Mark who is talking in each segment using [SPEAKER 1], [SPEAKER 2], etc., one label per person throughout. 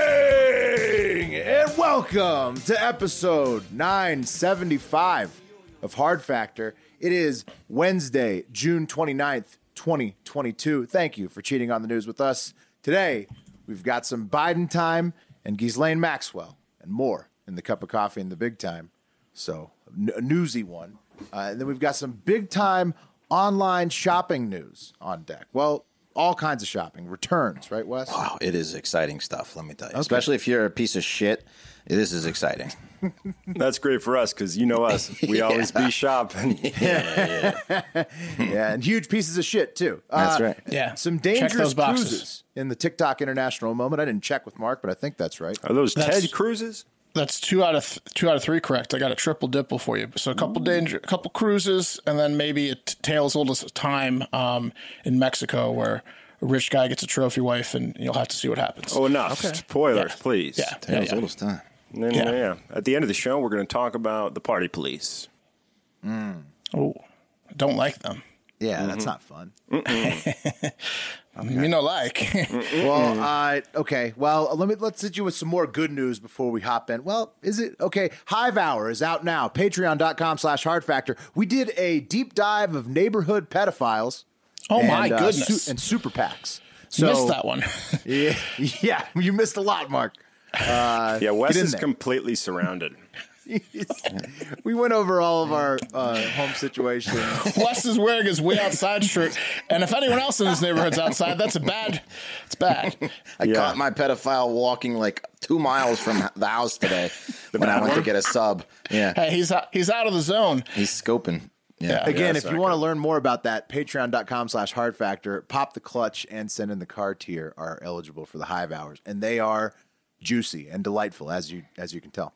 [SPEAKER 1] morning and welcome to episode 975 of hard factor it is wednesday june 29th 2022 thank you for cheating on the news with us today we've got some biden time and ghislaine maxwell and more in the cup of coffee and the big time so n- a newsy one uh, and then we've got some big time online shopping news on deck well all kinds of shopping returns right wes
[SPEAKER 2] Wow, it is exciting stuff, let me tell you. Especially if you're a piece of shit, this is exciting.
[SPEAKER 3] That's great for us because you know us. We always be shopping.
[SPEAKER 1] Yeah, and huge pieces of shit too.
[SPEAKER 2] That's
[SPEAKER 1] Uh,
[SPEAKER 2] right.
[SPEAKER 4] Yeah.
[SPEAKER 1] Some
[SPEAKER 4] Check
[SPEAKER 1] dangerous
[SPEAKER 4] those boxes.
[SPEAKER 1] cruises in the TikTok International moment. I didn't check with Mark, but I think that's
[SPEAKER 2] Oh.
[SPEAKER 1] right.
[SPEAKER 3] Are those
[SPEAKER 4] That's-
[SPEAKER 3] Ted Cruises?
[SPEAKER 4] That's two out of th- two out of three correct. I got a triple dipple for you. So a couple danger, a couple cruises, and then maybe a t- tale's oldest time um, in Mexico where a rich guy gets a trophy wife, and you'll have to see what happens.
[SPEAKER 3] Oh, enough. Spoilers, please.
[SPEAKER 4] yeah,
[SPEAKER 2] Yeah,
[SPEAKER 4] yeah,
[SPEAKER 2] it was
[SPEAKER 4] yeah.
[SPEAKER 2] old as time.
[SPEAKER 3] And then,
[SPEAKER 4] Yeah.
[SPEAKER 3] yeah. At the end of the show, we're going to talk about the party police.
[SPEAKER 4] Oh, I don't like them.
[SPEAKER 1] Yeah,
[SPEAKER 2] Mm-hmm.
[SPEAKER 1] that's not fun.
[SPEAKER 4] You know, like
[SPEAKER 1] Mm. Well, uh, okay. Well, let me let's hit you with some more good news before we hop in. Well, is it okay? Hive Hour is out now. Patreon.com slash hard factor. We did a deep dive of neighborhood pedophiles.
[SPEAKER 4] Oh, my
[SPEAKER 1] and, uh,
[SPEAKER 4] goodness.
[SPEAKER 1] su- and super PACs.
[SPEAKER 4] you
[SPEAKER 1] So
[SPEAKER 4] missed that one.
[SPEAKER 1] Yeah, yeah, you missed a lot, Mark.
[SPEAKER 3] yeah,
[SPEAKER 1] Uh,
[SPEAKER 3] Wes
[SPEAKER 1] get in
[SPEAKER 3] is
[SPEAKER 1] there.
[SPEAKER 3] completely surrounded.
[SPEAKER 1] we went over all of our uh, home situations.
[SPEAKER 4] Wes is wearing his way outside shirt, and if anyone else in his neighborhood's outside, that's a bad. It's bad.
[SPEAKER 2] I
[SPEAKER 3] Yeah.
[SPEAKER 2] caught my pedophile walking like two miles from the house today when I went to get a sub. Yeah,
[SPEAKER 4] Hey, he's out, he's out of the zone.
[SPEAKER 2] he's scoping. Yeah.
[SPEAKER 4] Yeah.
[SPEAKER 1] Again, if you want to learn more about that, patreon.com slash hard factor, pop the clutch and send in the car tier are eligible for the hive hours. And they are juicy and delightful, as you as you can tell.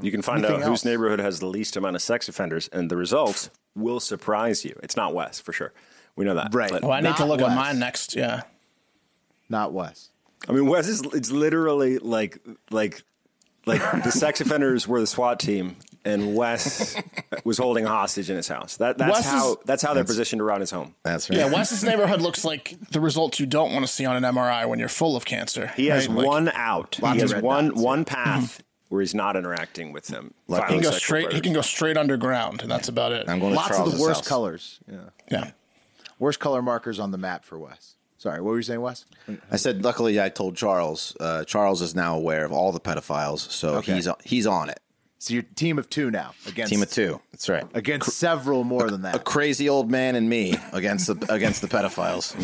[SPEAKER 3] You can find out
[SPEAKER 1] Anything
[SPEAKER 3] whose
[SPEAKER 1] else?
[SPEAKER 3] neighborhood has the least amount of sex offenders, and the results will surprise you. It's not Wes, for sure. We know that.
[SPEAKER 1] Right.
[SPEAKER 3] But-
[SPEAKER 4] Oh, I need to
[SPEAKER 1] Not
[SPEAKER 4] look
[SPEAKER 1] Wes.
[SPEAKER 4] at mine next. Yeah.
[SPEAKER 1] Not Wes.
[SPEAKER 3] I mean, Wes is it's literally like like like the sex offenders were the SWAT team, and Wes was holding a hostage in his house. That that's
[SPEAKER 4] Wes is-
[SPEAKER 3] how that's how they're positioned around his home.
[SPEAKER 2] That's right.
[SPEAKER 4] Yeah, Wes's neighborhood looks like the results you don't want to see on an MRI when you're full of cancer.
[SPEAKER 3] He has
[SPEAKER 4] right? Like,
[SPEAKER 3] one out. He
[SPEAKER 1] of
[SPEAKER 3] has
[SPEAKER 1] red
[SPEAKER 3] one one path where he's not interacting with them.
[SPEAKER 2] Like-
[SPEAKER 4] He can
[SPEAKER 3] Violent
[SPEAKER 4] go
[SPEAKER 3] sexual
[SPEAKER 4] straight. He
[SPEAKER 3] predators.
[SPEAKER 4] can go straight underground, and that's about it.
[SPEAKER 2] I'm going to
[SPEAKER 1] Lots of
[SPEAKER 2] Charles's
[SPEAKER 1] the worst
[SPEAKER 2] house.
[SPEAKER 1] colors. Yeah.
[SPEAKER 4] yeah.
[SPEAKER 1] Worst color markers on the map for Wes. Sorry, what were you saying, Wes?
[SPEAKER 2] I said, luckily, I told Charles. Uh, Charles is now aware of all the pedophiles, so he's he's on it.
[SPEAKER 1] So your team of two now against
[SPEAKER 2] Team of two. That's right.
[SPEAKER 1] against several more than that.
[SPEAKER 2] a crazy old man and me against the against the pedophiles.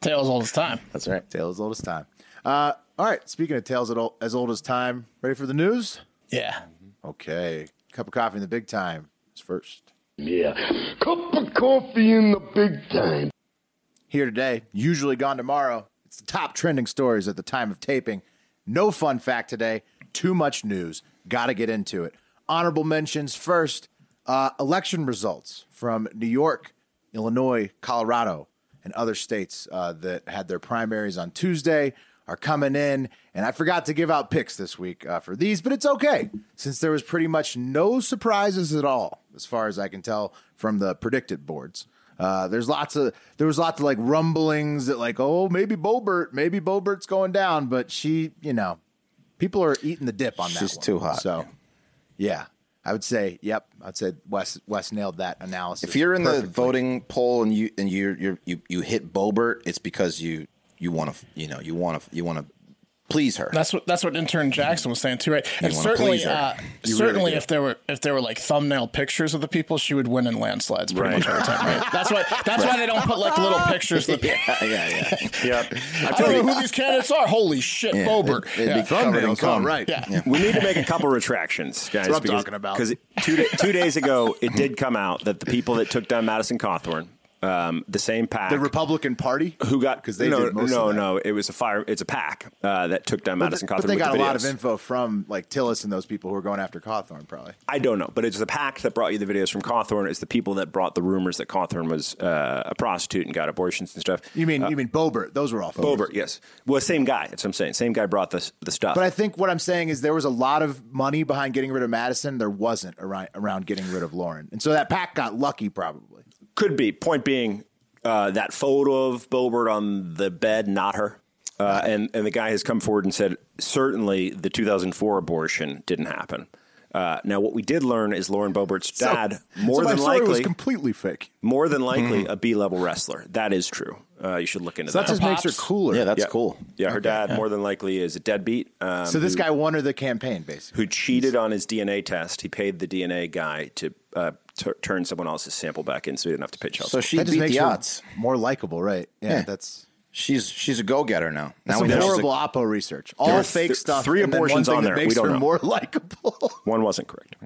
[SPEAKER 4] Tails all this time.
[SPEAKER 2] That's right.
[SPEAKER 1] Tale as old as time. Uh, all right. Speaking of tales at ol- as old as time, ready for the news?
[SPEAKER 4] Yeah.
[SPEAKER 1] Okay. Cup of coffee in the big time is first.
[SPEAKER 5] Yeah. Cup of coffee in the big time.
[SPEAKER 1] Here today, usually gone tomorrow. It's the top trending stories at the time of taping. No fun fact today. Too much news. Got to get into it. Honorable mentions first uh, election results from New York, Illinois, Colorado, and other states uh, that had their primaries on Tuesday are coming in. And I forgot to give out picks this week uh, for these, but it's okay since there was pretty much no surprises at all, as far as I can tell from the predicted boards. Uh, there's lots of there was lots of like rumblings that like oh maybe Bobert maybe Bobert's going down, but she you know people are eating the dip on that.
[SPEAKER 2] She's
[SPEAKER 1] one.
[SPEAKER 2] too hot.
[SPEAKER 1] So yeah, I would say yep. I'd say Wes Wes nailed that analysis.
[SPEAKER 2] If you're in the
[SPEAKER 1] perfectly.
[SPEAKER 2] voting poll and you and you you you you hit Bobert, it's because you you want to you know you want to you want to please her.
[SPEAKER 4] That's what that's what intern Jackson was saying too, right? And
[SPEAKER 2] wanna
[SPEAKER 4] certainly,
[SPEAKER 2] please her.
[SPEAKER 4] uh,
[SPEAKER 2] You
[SPEAKER 4] certainly,
[SPEAKER 2] really do.
[SPEAKER 4] if there were if there were like thumbnail pictures of the people, she would win in landslides pretty
[SPEAKER 3] Right.
[SPEAKER 4] much every time. Right? That's why that's why they don't put like little pictures. Of the,
[SPEAKER 2] yeah, yeah, yeah.
[SPEAKER 3] Yep.
[SPEAKER 4] I don't know who these candidates are. Holy shit,
[SPEAKER 2] Yeah,
[SPEAKER 4] Bobert.
[SPEAKER 2] it- it'd
[SPEAKER 4] yeah.
[SPEAKER 2] be covered in
[SPEAKER 1] Thumbnails, all
[SPEAKER 2] cum.
[SPEAKER 1] right.
[SPEAKER 4] Yeah.
[SPEAKER 3] We need to make a couple retractions, guys.
[SPEAKER 1] what I'm talking about.
[SPEAKER 3] Because 'cause two, da- two days ago, it did come out that the people that took down Madison Cawthorn, um, the same pack,
[SPEAKER 1] The Republican Party,
[SPEAKER 3] who got
[SPEAKER 1] because they
[SPEAKER 3] no,
[SPEAKER 1] did most
[SPEAKER 3] no,
[SPEAKER 1] of that.
[SPEAKER 3] no, it was a fire. It's a pack uh, that took down
[SPEAKER 1] But
[SPEAKER 3] Madison
[SPEAKER 1] they-
[SPEAKER 3] Cawthorn.
[SPEAKER 1] But they
[SPEAKER 3] with
[SPEAKER 1] got
[SPEAKER 3] the
[SPEAKER 1] a lot of
[SPEAKER 3] videos.
[SPEAKER 1] info from like Tillis and those people who are going after Cawthorn, probably.
[SPEAKER 3] I don't know, but it's the pack that brought you the videos from Cawthorn. It's the people that brought the rumors that Cawthorn was uh, a prostitute and got abortions and stuff.
[SPEAKER 1] You mean you mean Bobert? Those were all photos.
[SPEAKER 3] Uh, Bobert, yes. Well, same guy. That's what I'm saying. Same guy brought the the stuff.
[SPEAKER 1] But I think what I'm saying is there was a lot of money behind getting rid of Madison. There wasn't around, around getting rid of Lauren, and so that pack got lucky, probably.
[SPEAKER 3] Could be. Point being, uh, that photo of Bobert on the bed, not her. Uh, and, and the guy has come forward and said, certainly the 2004 abortion didn't happen. Uh, now, what we did learn is Lauren Bobert's dad, more
[SPEAKER 1] so my
[SPEAKER 3] than
[SPEAKER 1] story was
[SPEAKER 3] likely,
[SPEAKER 1] completely fake.
[SPEAKER 3] more than likely a B-level wrestler. That is true. Uh, you should look into
[SPEAKER 1] Mm-hmm. So that
[SPEAKER 3] that.
[SPEAKER 1] just makes her
[SPEAKER 4] pops.
[SPEAKER 1] cooler.
[SPEAKER 2] Yeah, that's
[SPEAKER 3] Yeah.
[SPEAKER 2] cool.
[SPEAKER 3] Yeah, her dad more than likely is a deadbeat. Um,
[SPEAKER 1] so this
[SPEAKER 3] who-
[SPEAKER 1] guy won her the campaign, basically.
[SPEAKER 3] who cheated on his DNA test, he paid the DNA guy to uh, tur turn someone else's sample back in, so he didn't have to pitch
[SPEAKER 2] So
[SPEAKER 3] Chelsea.
[SPEAKER 2] she
[SPEAKER 1] that just
[SPEAKER 2] beat
[SPEAKER 1] makes
[SPEAKER 2] the
[SPEAKER 1] her
[SPEAKER 2] odds.
[SPEAKER 1] more likable, right? Yeah,
[SPEAKER 2] Yeah.
[SPEAKER 1] that's
[SPEAKER 2] She's she's a go getter now. Now
[SPEAKER 1] some
[SPEAKER 2] we know she's a-
[SPEAKER 1] horrible oppo research. All
[SPEAKER 3] were
[SPEAKER 1] fake
[SPEAKER 3] th-
[SPEAKER 1] stuff.
[SPEAKER 3] three
[SPEAKER 1] and then one
[SPEAKER 3] abortions
[SPEAKER 1] thing
[SPEAKER 3] on
[SPEAKER 1] that
[SPEAKER 3] there.
[SPEAKER 1] Makes
[SPEAKER 3] We don't
[SPEAKER 1] her
[SPEAKER 3] know.
[SPEAKER 1] more likable.
[SPEAKER 3] One wasn't correct.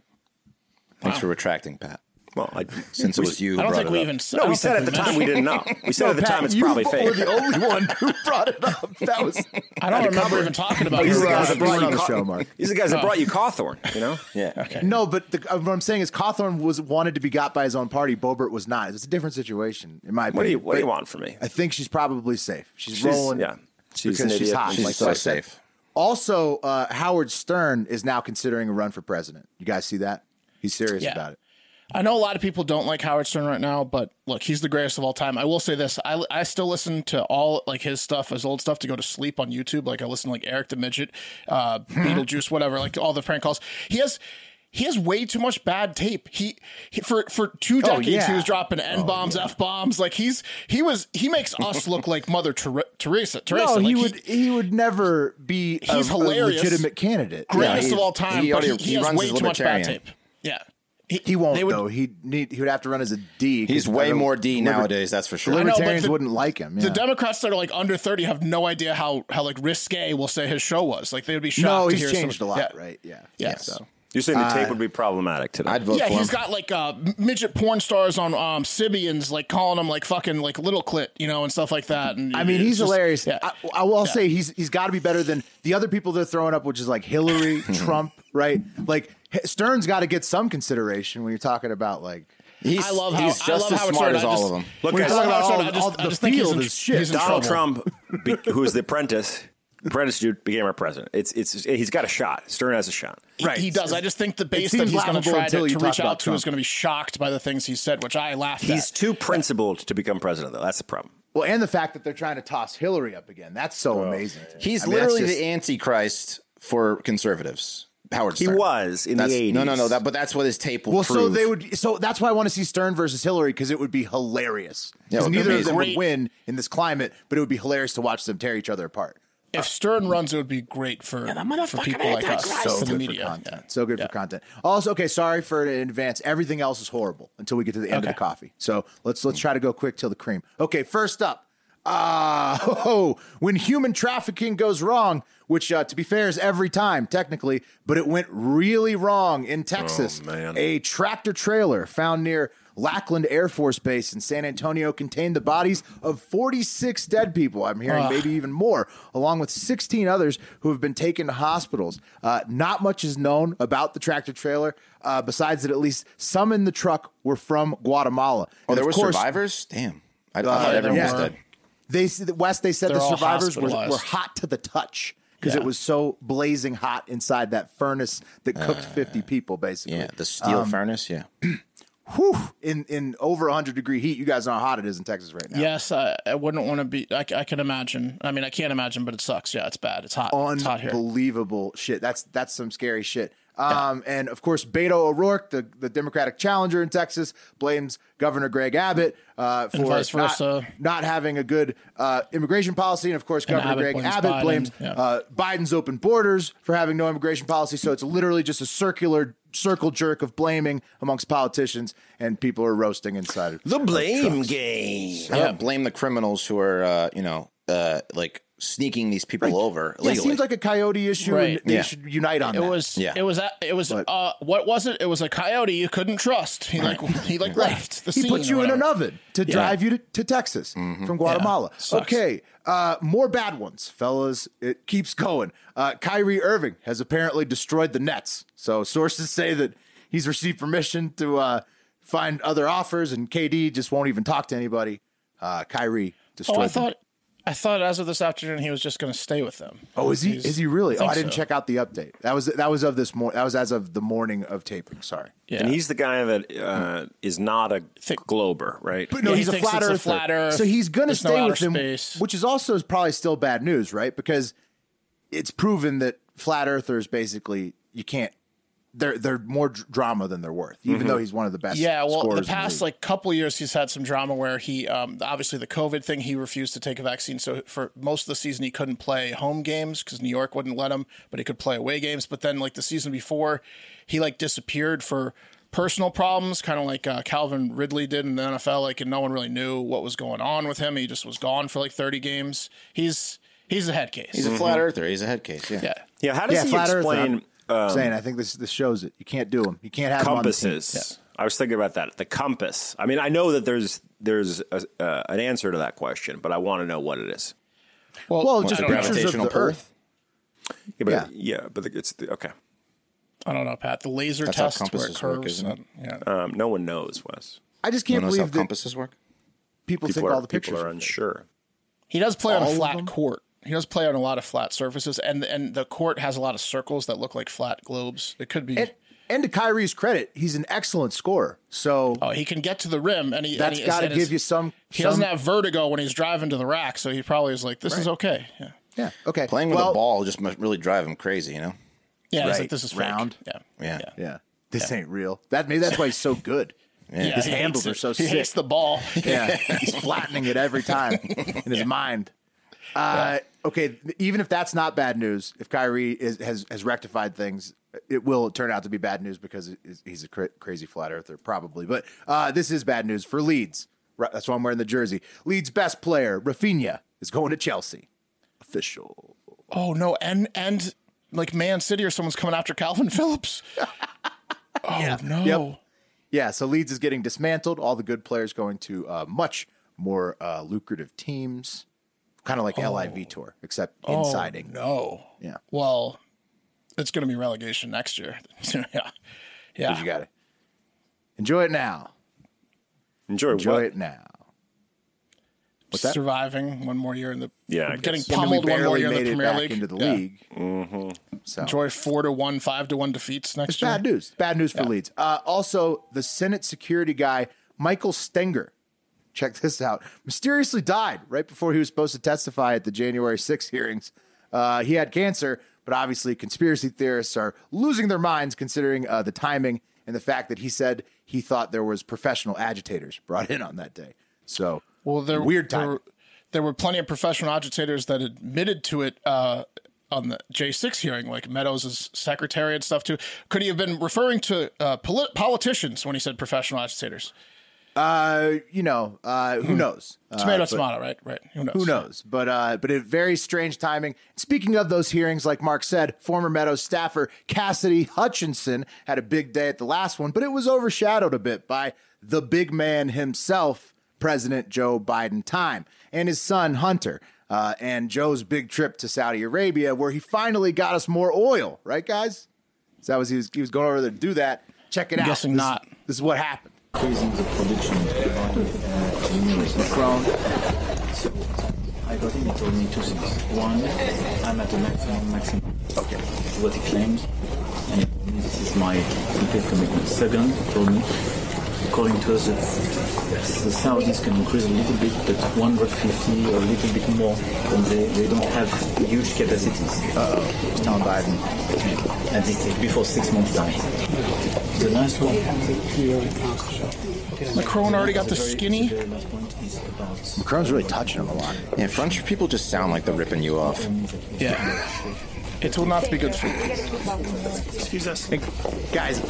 [SPEAKER 2] Thanks for retracting, Pat.
[SPEAKER 3] Well, I,
[SPEAKER 2] Since it was you, who
[SPEAKER 4] I don't
[SPEAKER 2] brought
[SPEAKER 4] think
[SPEAKER 2] it
[SPEAKER 4] we
[SPEAKER 2] up.
[SPEAKER 4] even.
[SPEAKER 3] no, we said at the time we didn't know. We said at the
[SPEAKER 1] Pat,
[SPEAKER 3] time it's
[SPEAKER 1] you
[SPEAKER 3] probably
[SPEAKER 1] Were
[SPEAKER 3] fake.
[SPEAKER 1] the only one who brought it up. That was.
[SPEAKER 4] I don't remember even talking about
[SPEAKER 3] These are
[SPEAKER 4] her.
[SPEAKER 3] the guys
[SPEAKER 1] right.
[SPEAKER 3] that
[SPEAKER 1] You were
[SPEAKER 3] brought you
[SPEAKER 1] on the
[SPEAKER 3] Caw-
[SPEAKER 1] show, Mark.
[SPEAKER 3] These are the guys that brought you Cawthorn. You know,
[SPEAKER 2] Yeah.
[SPEAKER 1] No, but the, uh, what I'm saying is Cawthorn was wanted to be got by his own party. Bobert was not. It's a different situation, in my opinion.
[SPEAKER 3] what do you what do you
[SPEAKER 1] But
[SPEAKER 3] want from me?
[SPEAKER 1] I think she's probably safe. She's,
[SPEAKER 3] She's-
[SPEAKER 1] rolling.
[SPEAKER 3] yeah. She's an
[SPEAKER 1] because she's
[SPEAKER 3] idiot.
[SPEAKER 1] hot.
[SPEAKER 2] She's
[SPEAKER 1] like
[SPEAKER 2] so
[SPEAKER 1] I said.
[SPEAKER 2] safe.
[SPEAKER 1] Also, uh, Howard Stern is now considering a run for president. You guys see that? He's serious
[SPEAKER 4] Yeah.
[SPEAKER 1] about it.
[SPEAKER 4] I know a lot of people don't like Howard Stern right now, but look, he's the greatest of all time. I will say this: I, I still listen to all like his stuff, his old stuff, to go to sleep on YouTube. Like I listen to like Eric the Midget, uh, Beetlejuice, whatever, like all the prank calls. He has he has way too much bad tape. He, he for for two decades he
[SPEAKER 1] Oh, yeah. Oh,
[SPEAKER 4] was dropping n bombs, f bombs. Like he's he was he makes us look like Mother Ter- Teresa. Teresa,
[SPEAKER 1] No,
[SPEAKER 4] like,
[SPEAKER 1] he would. He, would never be. a-
[SPEAKER 4] He's
[SPEAKER 1] a,
[SPEAKER 4] hilarious.
[SPEAKER 1] legitimate candidate.
[SPEAKER 4] greatest
[SPEAKER 2] he-
[SPEAKER 4] of all time.
[SPEAKER 2] he
[SPEAKER 4] but
[SPEAKER 2] already-
[SPEAKER 4] he, he
[SPEAKER 2] he
[SPEAKER 4] has
[SPEAKER 2] runs
[SPEAKER 4] way
[SPEAKER 2] as
[SPEAKER 4] too much bad
[SPEAKER 2] libertarian.
[SPEAKER 4] tape. Yeah,
[SPEAKER 1] He won't
[SPEAKER 4] They would-
[SPEAKER 1] though. He need. He would have to run as a D. 'cause
[SPEAKER 2] He's way
[SPEAKER 1] the
[SPEAKER 2] more D
[SPEAKER 1] liber-
[SPEAKER 2] nowadays, that's for sure.
[SPEAKER 4] know, but
[SPEAKER 1] Libertarians
[SPEAKER 4] the-
[SPEAKER 1] wouldn't like him.
[SPEAKER 4] The
[SPEAKER 1] yeah.
[SPEAKER 4] Democrats that are like under thirty have no idea how how like risque we'll say his show was. Like they would be shocked.
[SPEAKER 1] no,
[SPEAKER 4] to
[SPEAKER 1] he's
[SPEAKER 4] hear
[SPEAKER 1] changed
[SPEAKER 4] some-
[SPEAKER 1] a lot,
[SPEAKER 4] yeah.
[SPEAKER 1] right? Yeah.
[SPEAKER 4] Yeah.
[SPEAKER 1] So
[SPEAKER 3] You're saying the tape would be problematic today.
[SPEAKER 2] I'd vote
[SPEAKER 4] Yeah,
[SPEAKER 2] for
[SPEAKER 4] he's
[SPEAKER 2] him.
[SPEAKER 4] got like uh, midget porn stars on um, Sibians, like calling him like fucking like little clit, you know, and stuff like that. And
[SPEAKER 1] I mean,
[SPEAKER 4] it's
[SPEAKER 1] he's
[SPEAKER 4] just-
[SPEAKER 1] hilarious.
[SPEAKER 4] Yeah.
[SPEAKER 1] I, I will say he's he's got to be better than the other people they're throwing up, which is like Hillary,
[SPEAKER 4] Mhm.
[SPEAKER 1] Trump, right? Like H- Stern's got to get some consideration when you're talking about like
[SPEAKER 2] He's,
[SPEAKER 4] I love how
[SPEAKER 2] he's
[SPEAKER 4] I
[SPEAKER 2] just
[SPEAKER 4] love
[SPEAKER 2] as
[SPEAKER 4] how it's
[SPEAKER 2] smart
[SPEAKER 4] started.
[SPEAKER 2] as
[SPEAKER 4] I
[SPEAKER 2] all
[SPEAKER 4] just,
[SPEAKER 2] of them.
[SPEAKER 3] Look,
[SPEAKER 4] when
[SPEAKER 3] guys,
[SPEAKER 4] you talk
[SPEAKER 1] talking about
[SPEAKER 4] how it started,
[SPEAKER 1] all-
[SPEAKER 4] I just-
[SPEAKER 1] all
[SPEAKER 4] I
[SPEAKER 1] the
[SPEAKER 4] just think he's
[SPEAKER 1] field
[SPEAKER 4] in-
[SPEAKER 1] is shit.
[SPEAKER 4] he's in
[SPEAKER 3] Donald
[SPEAKER 4] trouble.
[SPEAKER 3] Trump, be, who was the apprentice, apprentice dude, became our president. It's it's he's got a shot. Stern has a shot.
[SPEAKER 4] He- He does. I just think the base that
[SPEAKER 1] seems
[SPEAKER 4] he's going to
[SPEAKER 1] laughable
[SPEAKER 4] try
[SPEAKER 1] until
[SPEAKER 4] to,
[SPEAKER 1] you
[SPEAKER 4] to
[SPEAKER 1] talk
[SPEAKER 4] reach
[SPEAKER 1] about
[SPEAKER 4] out to is
[SPEAKER 1] Trump.
[SPEAKER 4] going to be shocked by the things he said, which I laughed
[SPEAKER 3] He's
[SPEAKER 4] at.
[SPEAKER 3] too principled to become president, though. That's the problem.
[SPEAKER 1] well, and the fact that they're trying to toss Hillary up again. That's so amazing. to me.
[SPEAKER 2] He's
[SPEAKER 1] I mean, that's
[SPEAKER 2] literally
[SPEAKER 1] just-
[SPEAKER 2] the antichrist for conservatives. Howard
[SPEAKER 3] He
[SPEAKER 2] Stern.
[SPEAKER 3] was in
[SPEAKER 2] That's-
[SPEAKER 3] the 80s.
[SPEAKER 2] No, no, no. That, but that's what his tape will
[SPEAKER 1] Well,
[SPEAKER 2] prove.
[SPEAKER 1] so they would. So that's why I want to see Stern versus Hillary because it would be hilarious.
[SPEAKER 2] Yeah, it
[SPEAKER 1] Because
[SPEAKER 2] would be
[SPEAKER 1] neither of them would
[SPEAKER 4] amazing.
[SPEAKER 1] win in this climate, but it would be hilarious to watch them tear each other apart.
[SPEAKER 4] if Stern runs, it would be great for, for people like us
[SPEAKER 1] So
[SPEAKER 4] in the
[SPEAKER 1] good
[SPEAKER 4] media.
[SPEAKER 1] for content. So good for content. Also, okay, sorry for in advance. Everything else is horrible until we get to the end of
[SPEAKER 4] Okay.
[SPEAKER 1] the coffee. So let's let's try to go quick till the cream. Okay, first up. Uh, oh, when human trafficking goes wrong, which uh, to be fair is every time technically, but it went really wrong in Texas.
[SPEAKER 3] man.
[SPEAKER 1] A tractor trailer found near Lackland Air Force Base in San Antonio contained the bodies of 46 dead people. I'm hearing maybe even more, along with 16 others who have been taken to hospitals. Uh, not much is known about the tractor trailer, uh, besides that at least some in the truck were from Guatemala.
[SPEAKER 2] Oh,
[SPEAKER 1] And
[SPEAKER 2] there
[SPEAKER 1] of
[SPEAKER 2] were
[SPEAKER 1] course,
[SPEAKER 2] survivors? Damn. I, I thought
[SPEAKER 4] yeah,
[SPEAKER 2] everyone
[SPEAKER 4] there
[SPEAKER 2] was
[SPEAKER 4] were.
[SPEAKER 2] dead.
[SPEAKER 1] They the West. They said
[SPEAKER 4] They're
[SPEAKER 1] the
[SPEAKER 4] all
[SPEAKER 1] survivors were, were
[SPEAKER 4] hospitalized.
[SPEAKER 1] hot to the touch because
[SPEAKER 4] Yeah.
[SPEAKER 1] it was so blazing hot inside that furnace that cooked
[SPEAKER 4] Uh,
[SPEAKER 1] 50 people basically.
[SPEAKER 2] Yeah, the steel furnace. Yeah.
[SPEAKER 1] Whew, in in over 100 degree heat. You guys know how hot it is in Texas right now.
[SPEAKER 4] Yes, I, I wouldn't want to be. I, c- I can imagine. I mean, I can't imagine, but it sucks. Yeah, it's bad. It's hot. It's hot here.
[SPEAKER 1] Unbelievable shit. That's that's some scary shit. Um, And of course, Beto O'Rourke, the, the Democratic challenger in Texas, blames Governor Greg Abbott uh, for
[SPEAKER 4] vice
[SPEAKER 1] not-
[SPEAKER 4] versa.
[SPEAKER 1] Not, having a good uh, immigration policy. And of course, Governor
[SPEAKER 4] Abbott
[SPEAKER 1] Greg
[SPEAKER 4] blames
[SPEAKER 1] Abbott
[SPEAKER 4] Biden,
[SPEAKER 1] blames
[SPEAKER 4] yeah.
[SPEAKER 1] uh, Biden's open borders for having no immigration policy. So it's literally just a circular circle jerk of blaming amongst politicians, and people are roasting inside.
[SPEAKER 3] The blame game.
[SPEAKER 2] I don't blame the criminals who are, uh, you know, uh, like sneaking these people over
[SPEAKER 1] Yeah,
[SPEAKER 2] legally.
[SPEAKER 1] it seems like a coyote issue, and
[SPEAKER 4] Right.
[SPEAKER 1] they
[SPEAKER 2] Yeah.
[SPEAKER 1] should unite on
[SPEAKER 4] It
[SPEAKER 1] that.
[SPEAKER 4] was
[SPEAKER 2] Yeah.
[SPEAKER 4] it was a- it was uh what was it? It was a coyote you couldn't trust. He like he like left the
[SPEAKER 1] he
[SPEAKER 4] scene
[SPEAKER 1] put
[SPEAKER 4] or
[SPEAKER 1] you in an
[SPEAKER 4] whatever.
[SPEAKER 1] oven to drive you to, to Texas from Guatemala.
[SPEAKER 4] Yeah, sucks.
[SPEAKER 1] okay, uh, more bad ones, fellas. It keeps going. Uh, Kyrie Irving has apparently destroyed the Nets. So sources say that he's received permission to uh, find other offers, and KD just won't even talk to anybody. Uh, Kyrie destroyed.
[SPEAKER 4] Oh, I
[SPEAKER 1] them.
[SPEAKER 4] thought I thought as of this afternoon he was just going to stay with them.
[SPEAKER 1] Oh, is he? Is he really? Oh,
[SPEAKER 4] think
[SPEAKER 1] I didn't
[SPEAKER 4] so.
[SPEAKER 1] check out the update. That was that was of this morning. That was as of the morning of taping. Sorry.
[SPEAKER 4] Yeah.
[SPEAKER 3] And he's the guy that uh, is not a glober, right?
[SPEAKER 1] But no,
[SPEAKER 4] Yeah, he
[SPEAKER 1] he's a
[SPEAKER 4] thinks
[SPEAKER 1] flat,
[SPEAKER 4] it's a
[SPEAKER 1] earther.
[SPEAKER 4] flat earth.
[SPEAKER 1] So he's going to
[SPEAKER 4] There's no
[SPEAKER 1] stay
[SPEAKER 4] outer
[SPEAKER 1] with him,
[SPEAKER 4] space.
[SPEAKER 1] which is also probably still bad news, right? Because it's proven that flat earthers basically you can't. They're they're more dr- drama than they're worth, even though he's one of the best.
[SPEAKER 4] Mm-hmm. Yeah, well,
[SPEAKER 1] scorers
[SPEAKER 4] the
[SPEAKER 1] in
[SPEAKER 4] past
[SPEAKER 1] league.
[SPEAKER 4] like couple years, he's had some drama where he, um, obviously the COVID thing, he refused to take a vaccine. So for most of the season, he couldn't play home games because New York wouldn't let him, but he could play away games. But then, like the season before, he like disappeared for personal problems, kind of like uh, Calvin Ridley did in the NFL. Like, and no one really knew what was going on with him. He just was gone for like thirty games. He's he's a head case.
[SPEAKER 2] he's a flat earther. He's Mm-hmm. a head case. Yeah.
[SPEAKER 4] yeah.
[SPEAKER 3] yeah, how does
[SPEAKER 1] yeah,
[SPEAKER 3] he
[SPEAKER 1] flat
[SPEAKER 3] explain uh,
[SPEAKER 1] earth. I'm
[SPEAKER 4] um,
[SPEAKER 1] saying I think this this shows it. You can't do them. You can't have 'em on the team.
[SPEAKER 3] compasses? I was thinking about that. The compass. I mean, I know that there's there's a, uh, an answer to that question, but I want to know what it is.
[SPEAKER 1] Well, just
[SPEAKER 4] I don't know.
[SPEAKER 1] pictures of
[SPEAKER 2] Gravitational
[SPEAKER 1] the
[SPEAKER 2] pull.
[SPEAKER 1] Earth.
[SPEAKER 3] Yeah, but,
[SPEAKER 1] Yeah.
[SPEAKER 3] yeah, but it's the, okay.
[SPEAKER 4] I don't know, Pat. The laser
[SPEAKER 2] That's how
[SPEAKER 4] test where it
[SPEAKER 2] compasses work,
[SPEAKER 4] curves.
[SPEAKER 2] isn't it?
[SPEAKER 4] and- yeah.
[SPEAKER 3] Um, no one knows, Wes.
[SPEAKER 1] I just
[SPEAKER 2] You
[SPEAKER 1] can't
[SPEAKER 2] know how
[SPEAKER 1] believe that
[SPEAKER 2] compasses work?
[SPEAKER 1] people think
[SPEAKER 3] People are,
[SPEAKER 1] all the pictures.
[SPEAKER 3] people are
[SPEAKER 1] are fake.
[SPEAKER 3] unsure.
[SPEAKER 4] He does play on
[SPEAKER 1] All
[SPEAKER 4] a
[SPEAKER 1] of
[SPEAKER 4] flat
[SPEAKER 1] them?
[SPEAKER 4] court. He does play on a lot of flat surfaces, and and the court has a lot of circles that look like flat globes. It could be.
[SPEAKER 1] And, and to Kyrie's credit, he's an excellent scorer. So
[SPEAKER 4] oh, he can get to the rim, and he and
[SPEAKER 1] that's
[SPEAKER 4] he-
[SPEAKER 1] got to
[SPEAKER 4] and his-
[SPEAKER 1] give you some.
[SPEAKER 4] He
[SPEAKER 1] some-
[SPEAKER 4] doesn't have vertigo when he's driving to the rack, so he probably is like, "This is okay." Yeah,
[SPEAKER 1] Yeah. Okay.
[SPEAKER 2] Playing with
[SPEAKER 1] Well,
[SPEAKER 2] a ball just must really drive him crazy, you know?
[SPEAKER 4] yeah. He's
[SPEAKER 1] Right.
[SPEAKER 4] like, "This is fake."
[SPEAKER 1] Round.
[SPEAKER 4] Yeah,
[SPEAKER 2] Yeah.
[SPEAKER 1] Yeah. This ain't real. That maybe that's why he's so good.
[SPEAKER 4] yeah.
[SPEAKER 1] His
[SPEAKER 4] he
[SPEAKER 1] handles
[SPEAKER 4] hates
[SPEAKER 1] are so
[SPEAKER 4] it. He hates
[SPEAKER 1] sick.
[SPEAKER 4] the ball.
[SPEAKER 1] Yeah. he's flattening it every time in his mind. Uh, Okay. Even if that's not bad news, if Kyrie is, has has rectified things, it will turn out to be bad news because it is- he's a cra- crazy flat earther, probably. But uh, this is bad news for Leeds. Right, That's why I'm wearing the jersey. Leeds' best player, Rafinha, is going to Chelsea. Official.
[SPEAKER 4] oh no, and and like Man City or someone's coming after Calvin Phillips. Oh no.
[SPEAKER 1] Yep. Yeah, so Leeds is getting dismantled. All the good players going to uh, much more uh, lucrative teams, kind of like LIV Tour, except insiding.
[SPEAKER 4] Oh. No.
[SPEAKER 1] Yeah.
[SPEAKER 4] Well, it's going to be relegation next year. yeah. Yeah.
[SPEAKER 1] You got it. Enjoy it now.
[SPEAKER 3] Enjoy,
[SPEAKER 1] Enjoy
[SPEAKER 3] what?
[SPEAKER 1] it now. that?
[SPEAKER 4] surviving one more year in the
[SPEAKER 3] Yeah, I
[SPEAKER 4] getting
[SPEAKER 3] guess.
[SPEAKER 1] And then
[SPEAKER 4] pummeled one more year in
[SPEAKER 1] made
[SPEAKER 4] the
[SPEAKER 1] it
[SPEAKER 4] Premier
[SPEAKER 1] back
[SPEAKER 4] League
[SPEAKER 1] into the
[SPEAKER 4] Yeah.
[SPEAKER 1] league. So
[SPEAKER 4] Enjoy four to one, five to one defeats next
[SPEAKER 1] it's
[SPEAKER 4] year.
[SPEAKER 1] bad news. Bad news for Leeds. Uh, also, the Senate security guy Michael Stenger. Check this out. Mysteriously died right before he was supposed to testify at the January 6th hearings. Uh, he had cancer, but obviously, conspiracy theorists are losing their minds considering uh, the timing and the fact that he said he thought there was professional agitators brought in on that day. So,
[SPEAKER 4] Well, there
[SPEAKER 1] weird
[SPEAKER 4] there-
[SPEAKER 1] timing.
[SPEAKER 4] There, were plenty of professional agitators that admitted to it uh, on the J6 hearing, like Meadows' secretary and stuff too. Could he have been referring to uh, polit- politicians when he said professional agitators?
[SPEAKER 1] Uh, you know, uh,
[SPEAKER 4] Hmm.
[SPEAKER 1] who knows?
[SPEAKER 4] Tomato,
[SPEAKER 1] Uh, but-
[SPEAKER 4] tomato, right? Right. Who knows?
[SPEAKER 1] Who knows? But uh, but it very strange timing. Speaking of those hearings, like Mark said, former Meadows staffer Cassidy Hutchinson had a big day at the last one, but it was overshadowed a bit by the big man himself, President Joe Biden, time and his son Hunter. Uh, and Joe's big trip to Saudi Arabia, where he finally got us more oil, right, guys? So that was he was, he was going over there to do that. Check it out.
[SPEAKER 4] guessing
[SPEAKER 1] This-
[SPEAKER 4] not.
[SPEAKER 1] This is what happened.
[SPEAKER 6] Crazy the prediction uh, team with Macron. So I got him, he told me two things. One, I'm at the maximum, maximum. Okay. What he claims, and he told me this is my complete commitment. Second, he told me According to us, it's- the Saudis can increase a little bit, but 150 or a little bit more, and they, they don't have huge capacities.
[SPEAKER 7] He's telling Biden.
[SPEAKER 6] And this is before six months time. The last one.
[SPEAKER 4] Macron already got the
[SPEAKER 6] very-
[SPEAKER 4] skinny.
[SPEAKER 6] The very last point is about
[SPEAKER 1] Macron's really touching him a lot.
[SPEAKER 2] Yeah, French people just sound like they're ripping you off.
[SPEAKER 4] Yeah. It will not be good for you. Excuse us.
[SPEAKER 1] guys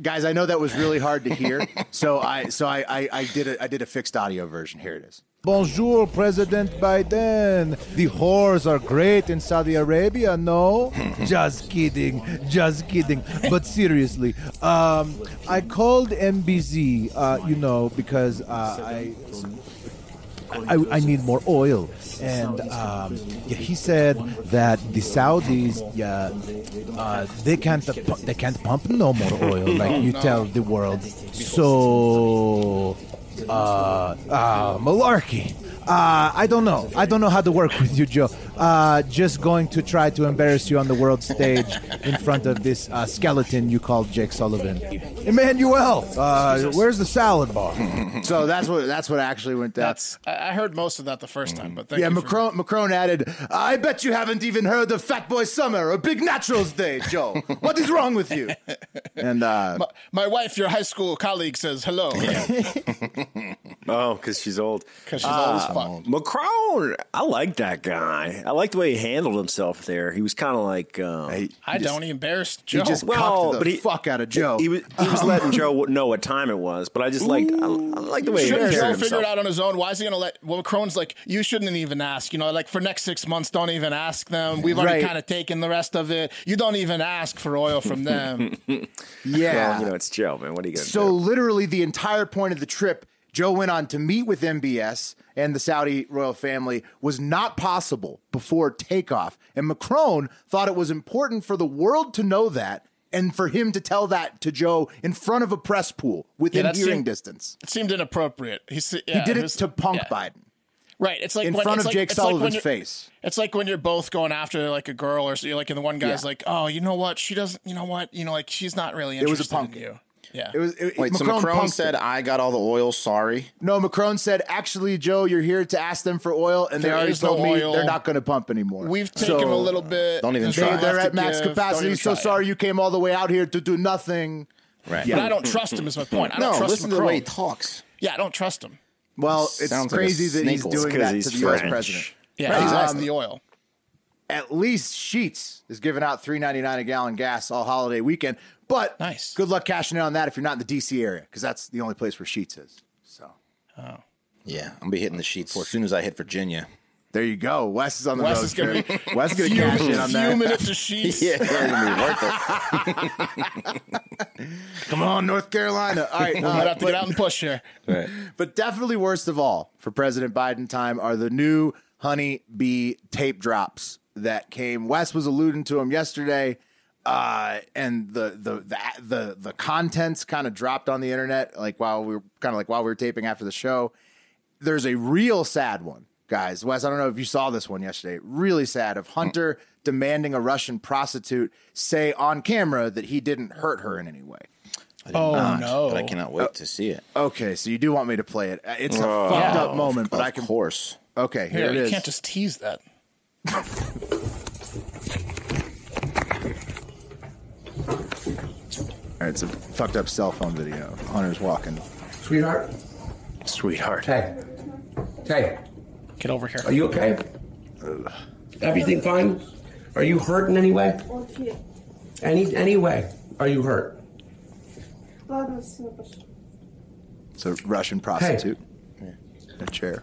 [SPEAKER 1] guys i know that was really hard to hear so i so I, I i did a i did a fixed audio version here it is bonjour president biden the whores are great in saudi arabia no just kidding just kidding but seriously um i called mbz uh you know because uh i I, I need more oil. And um, yeah, he said that the Saudis, yeah, uh, they can't pu- they can't pump no more oil like you tell the world. So, uh, uh, malarkey. Uh, I don't know. I don't know how to work with you, Joe. Uh, just going to try to embarrass you on the world stage in front of this uh, skeleton you call Jake Sullivan. Emmanuel, uh, where's the salad bar? so that's what that's what actually went down.
[SPEAKER 4] That's I I heard most of that the first time, but thank
[SPEAKER 1] Yeah,
[SPEAKER 4] you for-
[SPEAKER 1] Macron, Macron added, I bet you haven't even heard of Fat Boy Summer or Big Naturals Day, Joe. what is wrong with you? And uh,
[SPEAKER 4] My, my wife, your high school colleague, says hello.
[SPEAKER 3] Oh, because she's old. Uh,
[SPEAKER 4] Because she's always
[SPEAKER 1] Ah,
[SPEAKER 4] fucked.
[SPEAKER 3] Macron, I like that guy. I like the way he handled himself there. He was kind of like, um,
[SPEAKER 4] I don't embarrass
[SPEAKER 1] he
[SPEAKER 4] Joe.
[SPEAKER 1] just
[SPEAKER 3] well,
[SPEAKER 1] cocked the
[SPEAKER 3] but he-
[SPEAKER 1] fuck out of Joe.
[SPEAKER 3] he was he was letting Joe know what time it was. But I just liked, I, I like the way he
[SPEAKER 4] Shouldn't
[SPEAKER 3] carried
[SPEAKER 4] Joe
[SPEAKER 3] himself.
[SPEAKER 4] figure it out on his own? Why is he going to let? Well, Macron's like, you shouldn't even ask. You know, like for next six months, don't even ask them. We've already
[SPEAKER 1] Right.
[SPEAKER 4] kind of taken the rest of it. You don't even ask for oil from them.
[SPEAKER 1] yeah.
[SPEAKER 3] Well, you know, it's Joe, man. What are you gonna
[SPEAKER 1] so
[SPEAKER 3] do?
[SPEAKER 1] literally the entire point of the trip, Joe went on to meet with MBS and the Saudi royal family was not possible before takeoff. And Macron thought it was important for the world to know that and for him to tell that to Joe in front of a press pool within
[SPEAKER 4] that
[SPEAKER 1] hearing
[SPEAKER 4] seemed-
[SPEAKER 1] distance.
[SPEAKER 4] it seemed inappropriate. He, s- yeah,
[SPEAKER 1] he did it
[SPEAKER 4] was-
[SPEAKER 1] to punk
[SPEAKER 4] yeah.
[SPEAKER 1] Biden.
[SPEAKER 4] Right. It's like
[SPEAKER 1] in
[SPEAKER 4] when,
[SPEAKER 1] front
[SPEAKER 4] it's
[SPEAKER 1] of
[SPEAKER 4] like-
[SPEAKER 1] Jake
[SPEAKER 4] it's like when
[SPEAKER 1] Sullivan's
[SPEAKER 4] you're-
[SPEAKER 1] face.
[SPEAKER 4] It's like when you're both going after like a girl, or so you're like, and the one guy's
[SPEAKER 1] Yeah.
[SPEAKER 4] like, "Oh, you know what? She doesn't. You know what? You know, like she's not really
[SPEAKER 1] was a
[SPEAKER 4] interested
[SPEAKER 1] punk.
[SPEAKER 4] in you." Yeah.
[SPEAKER 1] It was it,
[SPEAKER 2] Wait, so Macron
[SPEAKER 1] punked
[SPEAKER 2] said,
[SPEAKER 1] it.
[SPEAKER 2] "I got all the oil. Sorry."
[SPEAKER 1] no. Macron said, actually, Joe, you're here to ask them for oil, and
[SPEAKER 4] There
[SPEAKER 1] they already
[SPEAKER 4] is no
[SPEAKER 1] told me
[SPEAKER 4] oil.
[SPEAKER 1] they're not going to pump anymore.
[SPEAKER 4] We've taken a little bit.
[SPEAKER 2] Don't even
[SPEAKER 4] There's
[SPEAKER 2] try.
[SPEAKER 1] They,
[SPEAKER 4] not
[SPEAKER 1] they're
[SPEAKER 4] enough
[SPEAKER 1] at
[SPEAKER 4] to
[SPEAKER 1] max
[SPEAKER 4] give. Don't
[SPEAKER 1] capacity.
[SPEAKER 4] even
[SPEAKER 1] So
[SPEAKER 4] try.
[SPEAKER 1] sorry you came all the way out here to do nothing.
[SPEAKER 2] Right.
[SPEAKER 4] But I don't trust him. Is my point. I don't
[SPEAKER 2] No,
[SPEAKER 4] trust
[SPEAKER 2] Oh, listen to
[SPEAKER 4] Macron.
[SPEAKER 2] the way he talks.
[SPEAKER 4] Yeah, I don't trust him.
[SPEAKER 1] Well, it's
[SPEAKER 2] Sounds like a
[SPEAKER 1] crazy that he's
[SPEAKER 2] snickle.
[SPEAKER 1] doing
[SPEAKER 3] 'Cause
[SPEAKER 1] that
[SPEAKER 3] he's
[SPEAKER 1] to the U.S.
[SPEAKER 3] French.
[SPEAKER 1] president.
[SPEAKER 4] Yeah,
[SPEAKER 1] Right.
[SPEAKER 4] he's
[SPEAKER 1] Um,
[SPEAKER 4] asking the oil.
[SPEAKER 1] At least Sheets is giving out three ninety nine a gallon gas all holiday weekend. But
[SPEAKER 4] Nice.
[SPEAKER 1] good luck cashing in on that if you're not in the D.C. area, because that's the only place where Sheets is. So
[SPEAKER 2] Yeah, I'm gonna be hitting the sheets as soon as I hit Virginia.
[SPEAKER 1] there you go. Wes is on the
[SPEAKER 4] Wes
[SPEAKER 1] road
[SPEAKER 4] is gonna
[SPEAKER 1] trip.
[SPEAKER 4] be
[SPEAKER 1] Wes is going to cash in on that.
[SPEAKER 4] Few minutes of sheets.
[SPEAKER 2] Yeah, it's gonna be worth it.
[SPEAKER 1] Come on, North Carolina. All right,
[SPEAKER 4] Might
[SPEAKER 1] uh,
[SPEAKER 4] have to get out and push here.
[SPEAKER 1] but definitely worst of all for President Biden time are the new honey bee tape drops that came. Wes was alluding to them yesterday, uh, and the the the the, the contents kind of dropped on the internet, like while we were kind of like while we were taping after the show. There's a real sad one, guys. Wes, I don't know if you saw this one yesterday. Really sad of Hunter demanding a Russian prostitute say on camera that he didn't hurt her in any way.
[SPEAKER 4] Oh no!
[SPEAKER 2] But I cannot wait to see it.
[SPEAKER 1] Okay, so you do want me to play it. Uh, It's a fucked up moment, but
[SPEAKER 2] Oh. of
[SPEAKER 1] I can.
[SPEAKER 2] course.
[SPEAKER 1] Okay, here
[SPEAKER 4] Here,
[SPEAKER 1] it
[SPEAKER 4] you
[SPEAKER 1] is.
[SPEAKER 4] can't just tease that.
[SPEAKER 1] All right, it's a fucked up cell phone video. Hunter's walking.
[SPEAKER 8] Sweetheart?
[SPEAKER 3] Sweetheart.
[SPEAKER 8] Hey. Hey,
[SPEAKER 4] Get over here.
[SPEAKER 8] are you okay? Everything fine? Are you hurt in any way? Any any way? Are you hurt?
[SPEAKER 9] Ладно, все, пошли.
[SPEAKER 1] It's a Russian prostitute. In a chair.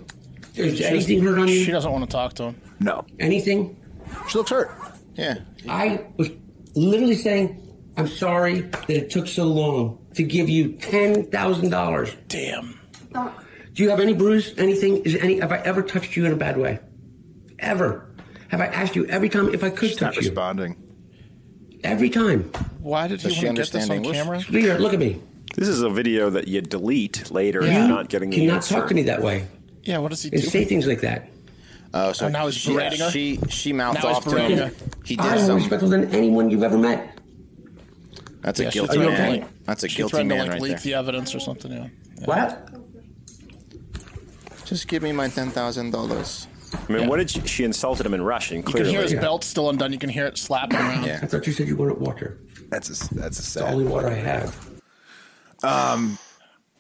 [SPEAKER 8] Is anything hurt on
[SPEAKER 4] She
[SPEAKER 8] you?
[SPEAKER 4] doesn't want to talk to him.
[SPEAKER 1] No.
[SPEAKER 8] Anything?
[SPEAKER 1] She looks hurt.
[SPEAKER 2] Yeah.
[SPEAKER 8] I was literally saying, I'm sorry that it took so long to give you ten thousand dollars.
[SPEAKER 4] Damn.
[SPEAKER 9] Так,
[SPEAKER 8] Do you have any bruise? Anything? Is any? Have I ever touched you in a bad way? Ever? Have I asked you every time if I could
[SPEAKER 1] Not
[SPEAKER 8] touch you?
[SPEAKER 1] responding.
[SPEAKER 8] Every time.
[SPEAKER 4] Why did
[SPEAKER 2] Does
[SPEAKER 4] he
[SPEAKER 2] she
[SPEAKER 4] want to get this
[SPEAKER 2] understand
[SPEAKER 4] on
[SPEAKER 2] English?
[SPEAKER 4] camera?
[SPEAKER 8] Sweetheart, look at me.
[SPEAKER 3] This is a video that you delete later if
[SPEAKER 4] Yeah.
[SPEAKER 3] you're not getting the
[SPEAKER 8] Cannot
[SPEAKER 3] answer.
[SPEAKER 8] talk to me that way
[SPEAKER 4] Yeah. What does he
[SPEAKER 8] and
[SPEAKER 4] do?
[SPEAKER 8] say things like that.
[SPEAKER 2] Oh, so
[SPEAKER 4] Oh, now he's
[SPEAKER 2] she,
[SPEAKER 4] berating her?
[SPEAKER 2] She she mouthed
[SPEAKER 4] Now he's
[SPEAKER 2] off to
[SPEAKER 4] berating
[SPEAKER 2] him.
[SPEAKER 4] her.
[SPEAKER 2] He
[SPEAKER 8] I'm
[SPEAKER 2] did
[SPEAKER 8] more
[SPEAKER 2] something.
[SPEAKER 8] respectful than anyone you've ever met.
[SPEAKER 2] That's a
[SPEAKER 4] Yeah, she
[SPEAKER 2] guilty
[SPEAKER 4] threatened to,
[SPEAKER 2] man.
[SPEAKER 4] like-
[SPEAKER 2] That's a
[SPEAKER 4] she
[SPEAKER 2] guilty
[SPEAKER 4] threatened to,
[SPEAKER 2] man
[SPEAKER 4] like,
[SPEAKER 2] right
[SPEAKER 4] leak
[SPEAKER 2] there.
[SPEAKER 4] the evidence or something. Yeah.
[SPEAKER 8] What?
[SPEAKER 7] Just give me my ten thousand dollars.
[SPEAKER 3] I mean, what did she, she insulted him in Russian?
[SPEAKER 4] You can
[SPEAKER 3] Clearly,
[SPEAKER 4] hear his belt still undone. You can hear it slapping around.
[SPEAKER 8] I thought you said you wanted water.
[SPEAKER 1] That's a that's a
[SPEAKER 8] It's the
[SPEAKER 1] sad.
[SPEAKER 8] only water I have.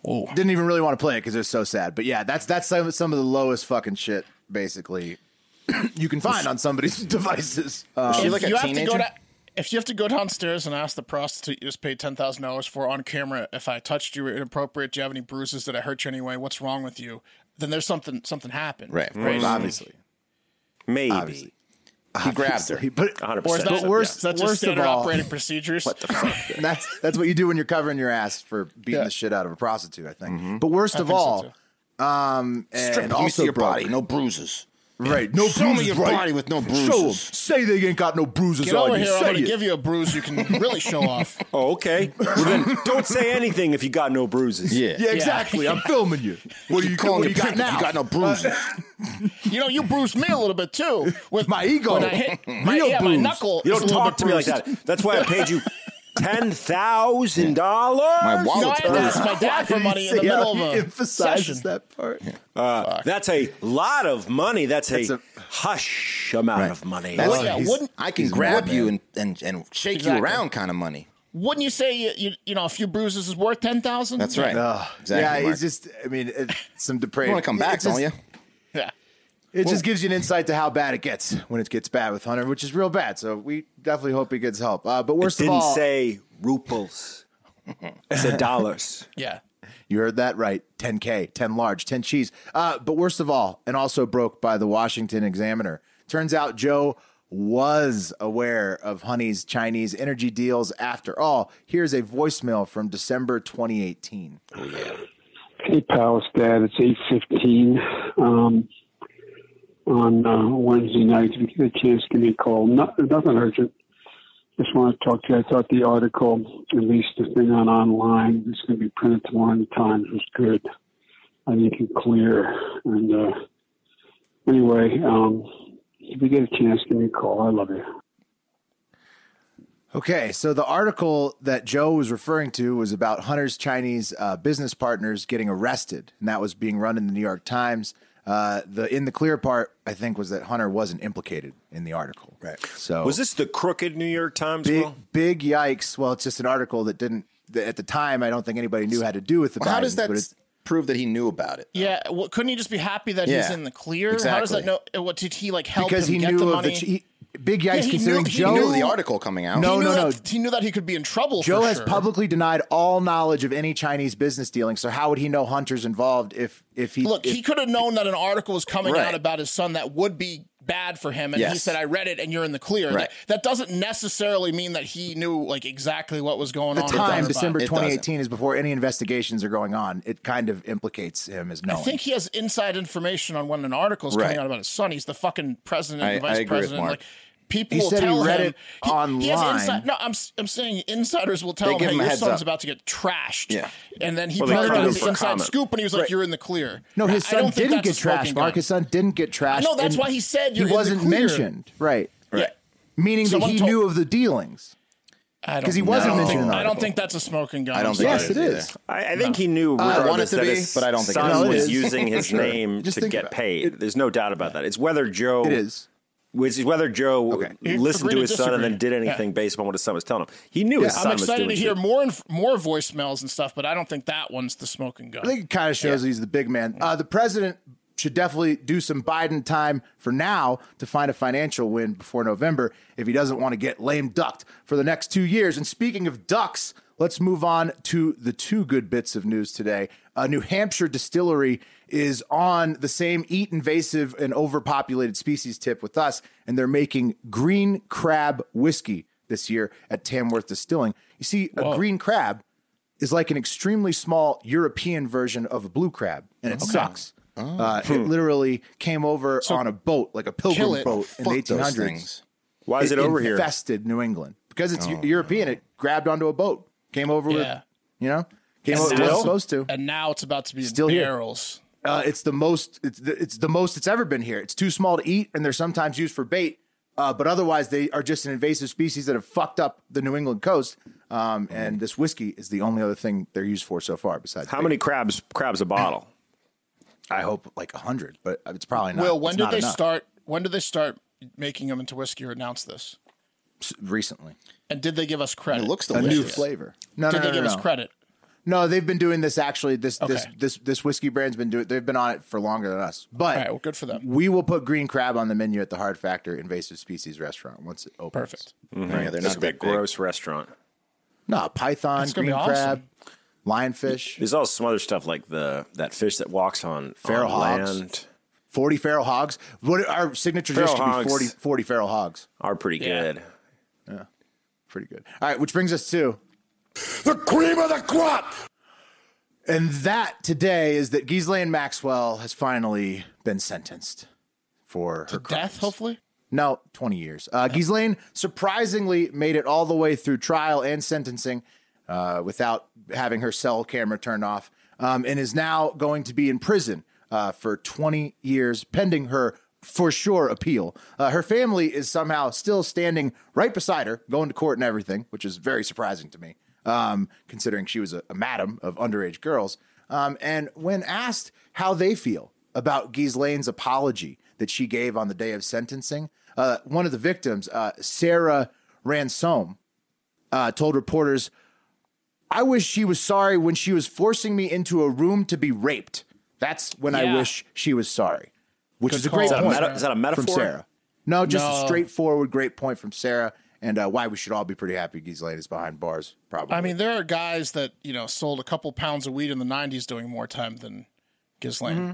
[SPEAKER 1] Didn't even really want to play it because it's so sad. But yeah, that's that's some some of the lowest fucking shit basically you can find on somebody's devices. Uh,
[SPEAKER 7] she
[SPEAKER 4] If
[SPEAKER 7] like a
[SPEAKER 4] you have to
[SPEAKER 7] teenager?
[SPEAKER 4] go to, if you have to go downstairs and ask the prostitute you just paid ten thousand dollars for on camera, if I touched you inappropriate, do you have any bruises? Did I hurt you anyway? What's wrong with you? Then there's something something happened.
[SPEAKER 2] Right, of course, obviously.
[SPEAKER 3] maybe
[SPEAKER 2] Obviously. He grabbed her.
[SPEAKER 1] but
[SPEAKER 3] 100.
[SPEAKER 4] Or is
[SPEAKER 3] percent
[SPEAKER 4] that,
[SPEAKER 1] worst-
[SPEAKER 4] is that just
[SPEAKER 1] worst of
[SPEAKER 4] standard
[SPEAKER 1] all-
[SPEAKER 4] operating procedures?
[SPEAKER 3] What the fuck?
[SPEAKER 1] And that's that's what you do when you're covering your ass for beating
[SPEAKER 4] Yeah.
[SPEAKER 1] the shit out of a prostitute. I think. But worst of
[SPEAKER 4] think so,
[SPEAKER 1] all, um, and
[SPEAKER 2] Strip, let me
[SPEAKER 1] also
[SPEAKER 2] see your
[SPEAKER 1] broke.
[SPEAKER 2] body. No bruises.
[SPEAKER 1] Right. No
[SPEAKER 2] Show me
[SPEAKER 1] bruises.
[SPEAKER 2] your
[SPEAKER 1] right.
[SPEAKER 2] body with no
[SPEAKER 1] Show 'em.
[SPEAKER 2] bruises.
[SPEAKER 1] Say they ain't got no bruises
[SPEAKER 4] Get
[SPEAKER 1] on
[SPEAKER 4] over
[SPEAKER 1] you.
[SPEAKER 4] here! I'm
[SPEAKER 1] Say
[SPEAKER 4] gonna
[SPEAKER 1] it.
[SPEAKER 4] give you a bruise you can really show off.
[SPEAKER 3] Oh, okay. Well, then don't say anything if you got no bruises.
[SPEAKER 1] yeah, exactly. I'm filming you. What do you, what do you got now? Uh,
[SPEAKER 2] You got no bruises.
[SPEAKER 4] You know, you bruised me a little bit too with
[SPEAKER 1] My ego.
[SPEAKER 4] When I hit my,
[SPEAKER 1] Real
[SPEAKER 4] yeah, my
[SPEAKER 1] bruise.
[SPEAKER 4] knuckle.
[SPEAKER 3] You
[SPEAKER 4] is
[SPEAKER 3] don't
[SPEAKER 4] a little
[SPEAKER 3] talk
[SPEAKER 4] bit
[SPEAKER 3] to me like
[SPEAKER 4] bruised.
[SPEAKER 3] that. That's why I paid you ten thousand dollars.
[SPEAKER 2] My
[SPEAKER 4] You know, I
[SPEAKER 2] wallet's
[SPEAKER 4] had to ask
[SPEAKER 2] bruised.
[SPEAKER 4] my dad for money in the
[SPEAKER 1] See how
[SPEAKER 4] middle
[SPEAKER 1] he
[SPEAKER 4] of a
[SPEAKER 1] emphasizes
[SPEAKER 4] session.
[SPEAKER 1] that part.
[SPEAKER 3] Uh, That's a lot of money. That's,
[SPEAKER 1] That's
[SPEAKER 3] a,
[SPEAKER 1] a-
[SPEAKER 3] hush amount of money.
[SPEAKER 2] That's-
[SPEAKER 4] Well, yeah,
[SPEAKER 2] he's-
[SPEAKER 4] wouldn't-
[SPEAKER 2] I can
[SPEAKER 1] he's
[SPEAKER 2] grab
[SPEAKER 1] mad,
[SPEAKER 2] you
[SPEAKER 1] man.
[SPEAKER 2] and, and, and shake
[SPEAKER 4] Exactly.
[SPEAKER 2] you around kind of money.
[SPEAKER 4] Wouldn't you say you, you, you know a few bruises is worth ten thousand?
[SPEAKER 2] That's right. exactly.
[SPEAKER 1] yeah,
[SPEAKER 2] Mark.
[SPEAKER 1] it's just. I mean, it, some depraved.
[SPEAKER 2] you want to come
[SPEAKER 1] it
[SPEAKER 2] back,
[SPEAKER 1] just-
[SPEAKER 2] don't you?
[SPEAKER 4] Yeah.
[SPEAKER 1] It just gives you an insight to how bad it gets when it gets bad with Hunter, which is real bad. So we definitely hope he gets help. Uh, but
[SPEAKER 3] It
[SPEAKER 1] worst of
[SPEAKER 3] didn't
[SPEAKER 1] all,
[SPEAKER 3] say ruples. It said dollars.
[SPEAKER 4] Yeah.
[SPEAKER 1] You heard that right. 10K, 10 large, 10 cheese. Uh, but worst of all, and also broke by the Washington Examiner. Turns out Joe was aware of Honey's Chinese energy deals after all. Here's a voicemail from December 2018.
[SPEAKER 10] Hey, pals, Dad. It's eight fifteen um, on uh, Wednesday night. If you get a chance, give me a call. Not, nothing urgent. Just want to talk to you. I thought the article, at least the thing on online, that's going to be printed tomorrow in the Times, was good. I think it's clear. And uh, anyway, um, if you get a chance, give me a call. I love you.
[SPEAKER 1] Okay, so the article that Joe was referring to was about Hunter's Chinese uh, business partners getting arrested, and that was being run in the New York Times. Uh, the in the clear part, I think, was that Hunter wasn't implicated in the article. Right. So
[SPEAKER 3] Was this the crooked New York Times?
[SPEAKER 1] big
[SPEAKER 3] Will?
[SPEAKER 1] big yikes. Well, it's just an article that didn't that at the time. I don't think anybody knew how to do with the.
[SPEAKER 2] Well, how does
[SPEAKER 1] Bidens,
[SPEAKER 2] that
[SPEAKER 1] but it's-
[SPEAKER 2] s- prove that he knew about it?
[SPEAKER 4] Yeah, well, couldn't you just be happy that he's
[SPEAKER 2] Yeah,
[SPEAKER 4] in the clear? How
[SPEAKER 2] exactly.
[SPEAKER 4] does that know? uh, What did he like help
[SPEAKER 1] because
[SPEAKER 4] him
[SPEAKER 1] he
[SPEAKER 4] get the
[SPEAKER 1] knew of the
[SPEAKER 4] money?
[SPEAKER 1] chi- he- big yikes.
[SPEAKER 4] he knew-
[SPEAKER 1] considering
[SPEAKER 4] he
[SPEAKER 1] Joe
[SPEAKER 2] He knew
[SPEAKER 4] Oh.
[SPEAKER 2] the article coming out.
[SPEAKER 1] No,
[SPEAKER 4] He
[SPEAKER 1] no,
[SPEAKER 4] knew
[SPEAKER 1] no.
[SPEAKER 4] that- He knew that he could be in trouble.
[SPEAKER 1] Joe
[SPEAKER 4] for
[SPEAKER 1] has
[SPEAKER 4] sure.
[SPEAKER 1] publicly denied all knowledge of any Chinese business dealing. So how would he know Hunter's involved if if he
[SPEAKER 4] Look,
[SPEAKER 1] if-
[SPEAKER 4] he could have known that an article was coming
[SPEAKER 2] Right.
[SPEAKER 4] out about his son that would be bad for him, and he
[SPEAKER 2] Yes.
[SPEAKER 4] said, "I read it, and you're in the clear." That-
[SPEAKER 2] Right.
[SPEAKER 4] That, doesn't necessarily mean that he knew like exactly what was going
[SPEAKER 1] the
[SPEAKER 4] on.
[SPEAKER 1] time
[SPEAKER 4] with that
[SPEAKER 1] December
[SPEAKER 4] body.
[SPEAKER 2] It doesn't.
[SPEAKER 1] 2018 is before any investigations are going on. It kind of implicates him as
[SPEAKER 4] I
[SPEAKER 1] knowing.
[SPEAKER 4] think he has inside information on when an article's
[SPEAKER 2] Oh, Right.
[SPEAKER 4] coming out about his son. He's the fucking president,
[SPEAKER 2] I-
[SPEAKER 4] and vice
[SPEAKER 2] I agree with
[SPEAKER 4] president.
[SPEAKER 2] Mark.
[SPEAKER 4] Like people
[SPEAKER 1] He
[SPEAKER 4] will
[SPEAKER 1] said he
[SPEAKER 4] tell
[SPEAKER 1] read
[SPEAKER 4] him
[SPEAKER 1] it online.
[SPEAKER 4] has inside, no, I'm s- I'm saying insiders will tell
[SPEAKER 2] They
[SPEAKER 4] him,
[SPEAKER 2] give
[SPEAKER 4] hey,
[SPEAKER 2] him a
[SPEAKER 4] your
[SPEAKER 2] heads up.
[SPEAKER 4] son's about to get trashed.
[SPEAKER 2] Yeah.
[SPEAKER 4] and then he
[SPEAKER 3] Well, they
[SPEAKER 4] probably
[SPEAKER 3] credit
[SPEAKER 4] got
[SPEAKER 3] him
[SPEAKER 4] the
[SPEAKER 3] for
[SPEAKER 4] inside
[SPEAKER 3] comment.
[SPEAKER 4] scoop, and he was like, "You're in the clear."
[SPEAKER 1] no, his
[SPEAKER 4] I
[SPEAKER 1] son
[SPEAKER 4] don't think
[SPEAKER 1] didn't
[SPEAKER 4] that's
[SPEAKER 1] get
[SPEAKER 4] a smoking
[SPEAKER 1] trashed. Mark,
[SPEAKER 4] gun.
[SPEAKER 1] his son didn't get trashed.
[SPEAKER 4] I know, that's
[SPEAKER 1] and
[SPEAKER 4] why he said you're in
[SPEAKER 1] he
[SPEAKER 4] the
[SPEAKER 1] wasn't
[SPEAKER 4] clear.
[SPEAKER 1] mentioned. Right.
[SPEAKER 4] Yeah. Right.
[SPEAKER 1] Meaning
[SPEAKER 4] Someone
[SPEAKER 1] that he
[SPEAKER 4] told-
[SPEAKER 1] knew of the dealings.
[SPEAKER 4] I don't
[SPEAKER 1] 'Cause he wasn't
[SPEAKER 4] know.
[SPEAKER 1] mentioned in the
[SPEAKER 4] I don't
[SPEAKER 1] article.
[SPEAKER 4] think that's a smoking gun.
[SPEAKER 2] I don't
[SPEAKER 4] I'm
[SPEAKER 2] think
[SPEAKER 4] sorry.
[SPEAKER 1] Yes, it
[SPEAKER 2] either.
[SPEAKER 1] is.
[SPEAKER 3] I, I think he
[SPEAKER 2] I
[SPEAKER 3] knew.
[SPEAKER 2] want it
[SPEAKER 3] regardless
[SPEAKER 2] to
[SPEAKER 3] that
[SPEAKER 2] be,
[SPEAKER 3] his
[SPEAKER 2] but I don't think it
[SPEAKER 3] son
[SPEAKER 1] is. No, it
[SPEAKER 3] was
[SPEAKER 1] is.
[SPEAKER 3] using his
[SPEAKER 1] Sure.
[SPEAKER 3] name
[SPEAKER 1] Just
[SPEAKER 3] to
[SPEAKER 1] think
[SPEAKER 3] get
[SPEAKER 1] about it.
[SPEAKER 3] paid. There's no doubt about that. It's whether Joe
[SPEAKER 1] It is.
[SPEAKER 3] Which is whether Joe listened
[SPEAKER 4] Agree
[SPEAKER 3] to
[SPEAKER 4] to
[SPEAKER 3] his son and then did
[SPEAKER 4] disagree.
[SPEAKER 3] anything based on what his son was telling him. He knew his son
[SPEAKER 4] I'm
[SPEAKER 3] was
[SPEAKER 4] excited
[SPEAKER 3] doing
[SPEAKER 4] to hear
[SPEAKER 3] shit.
[SPEAKER 4] more inf- more voicemails and stuff, but I don't think that one's the smoking gun.
[SPEAKER 1] I think it kind of shows he's the big man. Uh, the president should definitely do some Biden time for now to find a financial win before November if he doesn't want to get lame ducked for the next two years. And speaking of ducks, let's move on to the two good bits of news today. A New Hampshire distillery is on the same eat invasive and overpopulated species tip with us, and they're making green crab whiskey this year at Tamworth Distilling. You see, a green crab is like an extremely small European version of a blue crab, and it sucks.
[SPEAKER 2] Oh.
[SPEAKER 1] Uh,
[SPEAKER 3] Hmm.
[SPEAKER 1] It literally came over on a boat, like a
[SPEAKER 4] kill
[SPEAKER 1] pilgrim
[SPEAKER 4] it.
[SPEAKER 1] boat in
[SPEAKER 2] Fuck
[SPEAKER 1] the
[SPEAKER 2] those
[SPEAKER 1] 1800s.
[SPEAKER 2] things. Oh.
[SPEAKER 3] Why is it, over here?
[SPEAKER 1] infested New England because it's Eu- European. It grabbed onto a boat, came over with,
[SPEAKER 4] Yeah.
[SPEAKER 1] you know, came
[SPEAKER 4] And
[SPEAKER 1] over. It
[SPEAKER 4] now-
[SPEAKER 1] was supposed to.
[SPEAKER 4] And now it's about to be
[SPEAKER 1] Still
[SPEAKER 4] Still
[SPEAKER 1] here.
[SPEAKER 4] barrels.
[SPEAKER 1] Uh, it's the most. It's the, it's the most it's ever been here. It's too small to eat, and they're sometimes used for bait. Uh, but otherwise, they are just an invasive species that have fucked up the New England coast. Um,
[SPEAKER 2] Hmm.
[SPEAKER 1] and this whiskey is the only other thing they're used for so far. Besides,
[SPEAKER 3] How many crabs crabs a bottle?
[SPEAKER 1] I hope like hundred, but it's probably not.
[SPEAKER 4] Will, when
[SPEAKER 1] it's
[SPEAKER 4] did
[SPEAKER 1] not
[SPEAKER 4] they
[SPEAKER 1] enough.
[SPEAKER 4] start? When did they start making them into whiskey or announce this?
[SPEAKER 1] S- Recently,
[SPEAKER 4] And did they give us credit?
[SPEAKER 1] a new flavor. No,
[SPEAKER 4] did
[SPEAKER 1] no,
[SPEAKER 4] they
[SPEAKER 1] no,
[SPEAKER 4] give
[SPEAKER 1] no,
[SPEAKER 4] us
[SPEAKER 1] no.
[SPEAKER 4] credit?
[SPEAKER 1] No, they've been doing this actually. This this
[SPEAKER 4] Okay.
[SPEAKER 1] this this whiskey brand's been doing. They've been on it for longer than us. But
[SPEAKER 4] All right, well, good for them.
[SPEAKER 1] we will put green crab on the menu at the Hard Factor Invasive Species Restaurant once it opens.
[SPEAKER 4] Perfect.
[SPEAKER 2] Mm-hmm. Yeah, they're
[SPEAKER 3] This
[SPEAKER 2] not
[SPEAKER 3] would be a
[SPEAKER 2] that big.
[SPEAKER 3] gross restaurant.
[SPEAKER 1] No, python,
[SPEAKER 4] It's gonna
[SPEAKER 1] green
[SPEAKER 4] be awesome.
[SPEAKER 1] crab, lionfish,
[SPEAKER 3] There's also some other stuff like the that fish that walks on
[SPEAKER 1] Feral
[SPEAKER 3] on
[SPEAKER 1] hogs.
[SPEAKER 3] land
[SPEAKER 1] forty feral hogs. What our signature
[SPEAKER 3] Feral
[SPEAKER 1] dish should be
[SPEAKER 3] hogs.
[SPEAKER 1] 40, 40 feral hogs.
[SPEAKER 3] are pretty good.
[SPEAKER 1] Pretty good. All right, which brings us to
[SPEAKER 11] The cream of the crop!
[SPEAKER 1] And that today is that Ghislaine Maxwell has finally been sentenced for her crime.
[SPEAKER 4] Death, hopefully.
[SPEAKER 1] No, 20 years. Uh, Ghislaine surprisingly made it all the way through trial and sentencing uh, without having her cell camera turned off um, and is now going to be in prison uh, for 20 years pending her for sure appeal. Uh, her family is somehow still standing right beside her, going to court and everything, which is very surprising to me, um, considering she was a, a madam of underage girls. Um, and when asked how they feel about Ghislaine's apology that she gave on the day of sentencing, uh, one of the victims, uh, Sarah Ransom, uh, told reporters, I wish she was sorry when she was forcing me into a room to be raped. That's when I
[SPEAKER 4] Yeah.
[SPEAKER 1] wish she was sorry, which
[SPEAKER 4] Good
[SPEAKER 1] is a great
[SPEAKER 3] Is, that
[SPEAKER 4] call.
[SPEAKER 3] a
[SPEAKER 1] point
[SPEAKER 3] meta- is that a
[SPEAKER 1] from
[SPEAKER 3] metaphor?
[SPEAKER 1] Sarah. No, just a
[SPEAKER 4] No.
[SPEAKER 1] straightforward, great point from Sarah, and uh, why we should all be pretty happy Ghislaine is behind bars, probably.
[SPEAKER 4] I mean, there are guys that you know sold a couple pounds of weed in the '90s doing more time than Ghislaine.
[SPEAKER 1] Mm-hmm.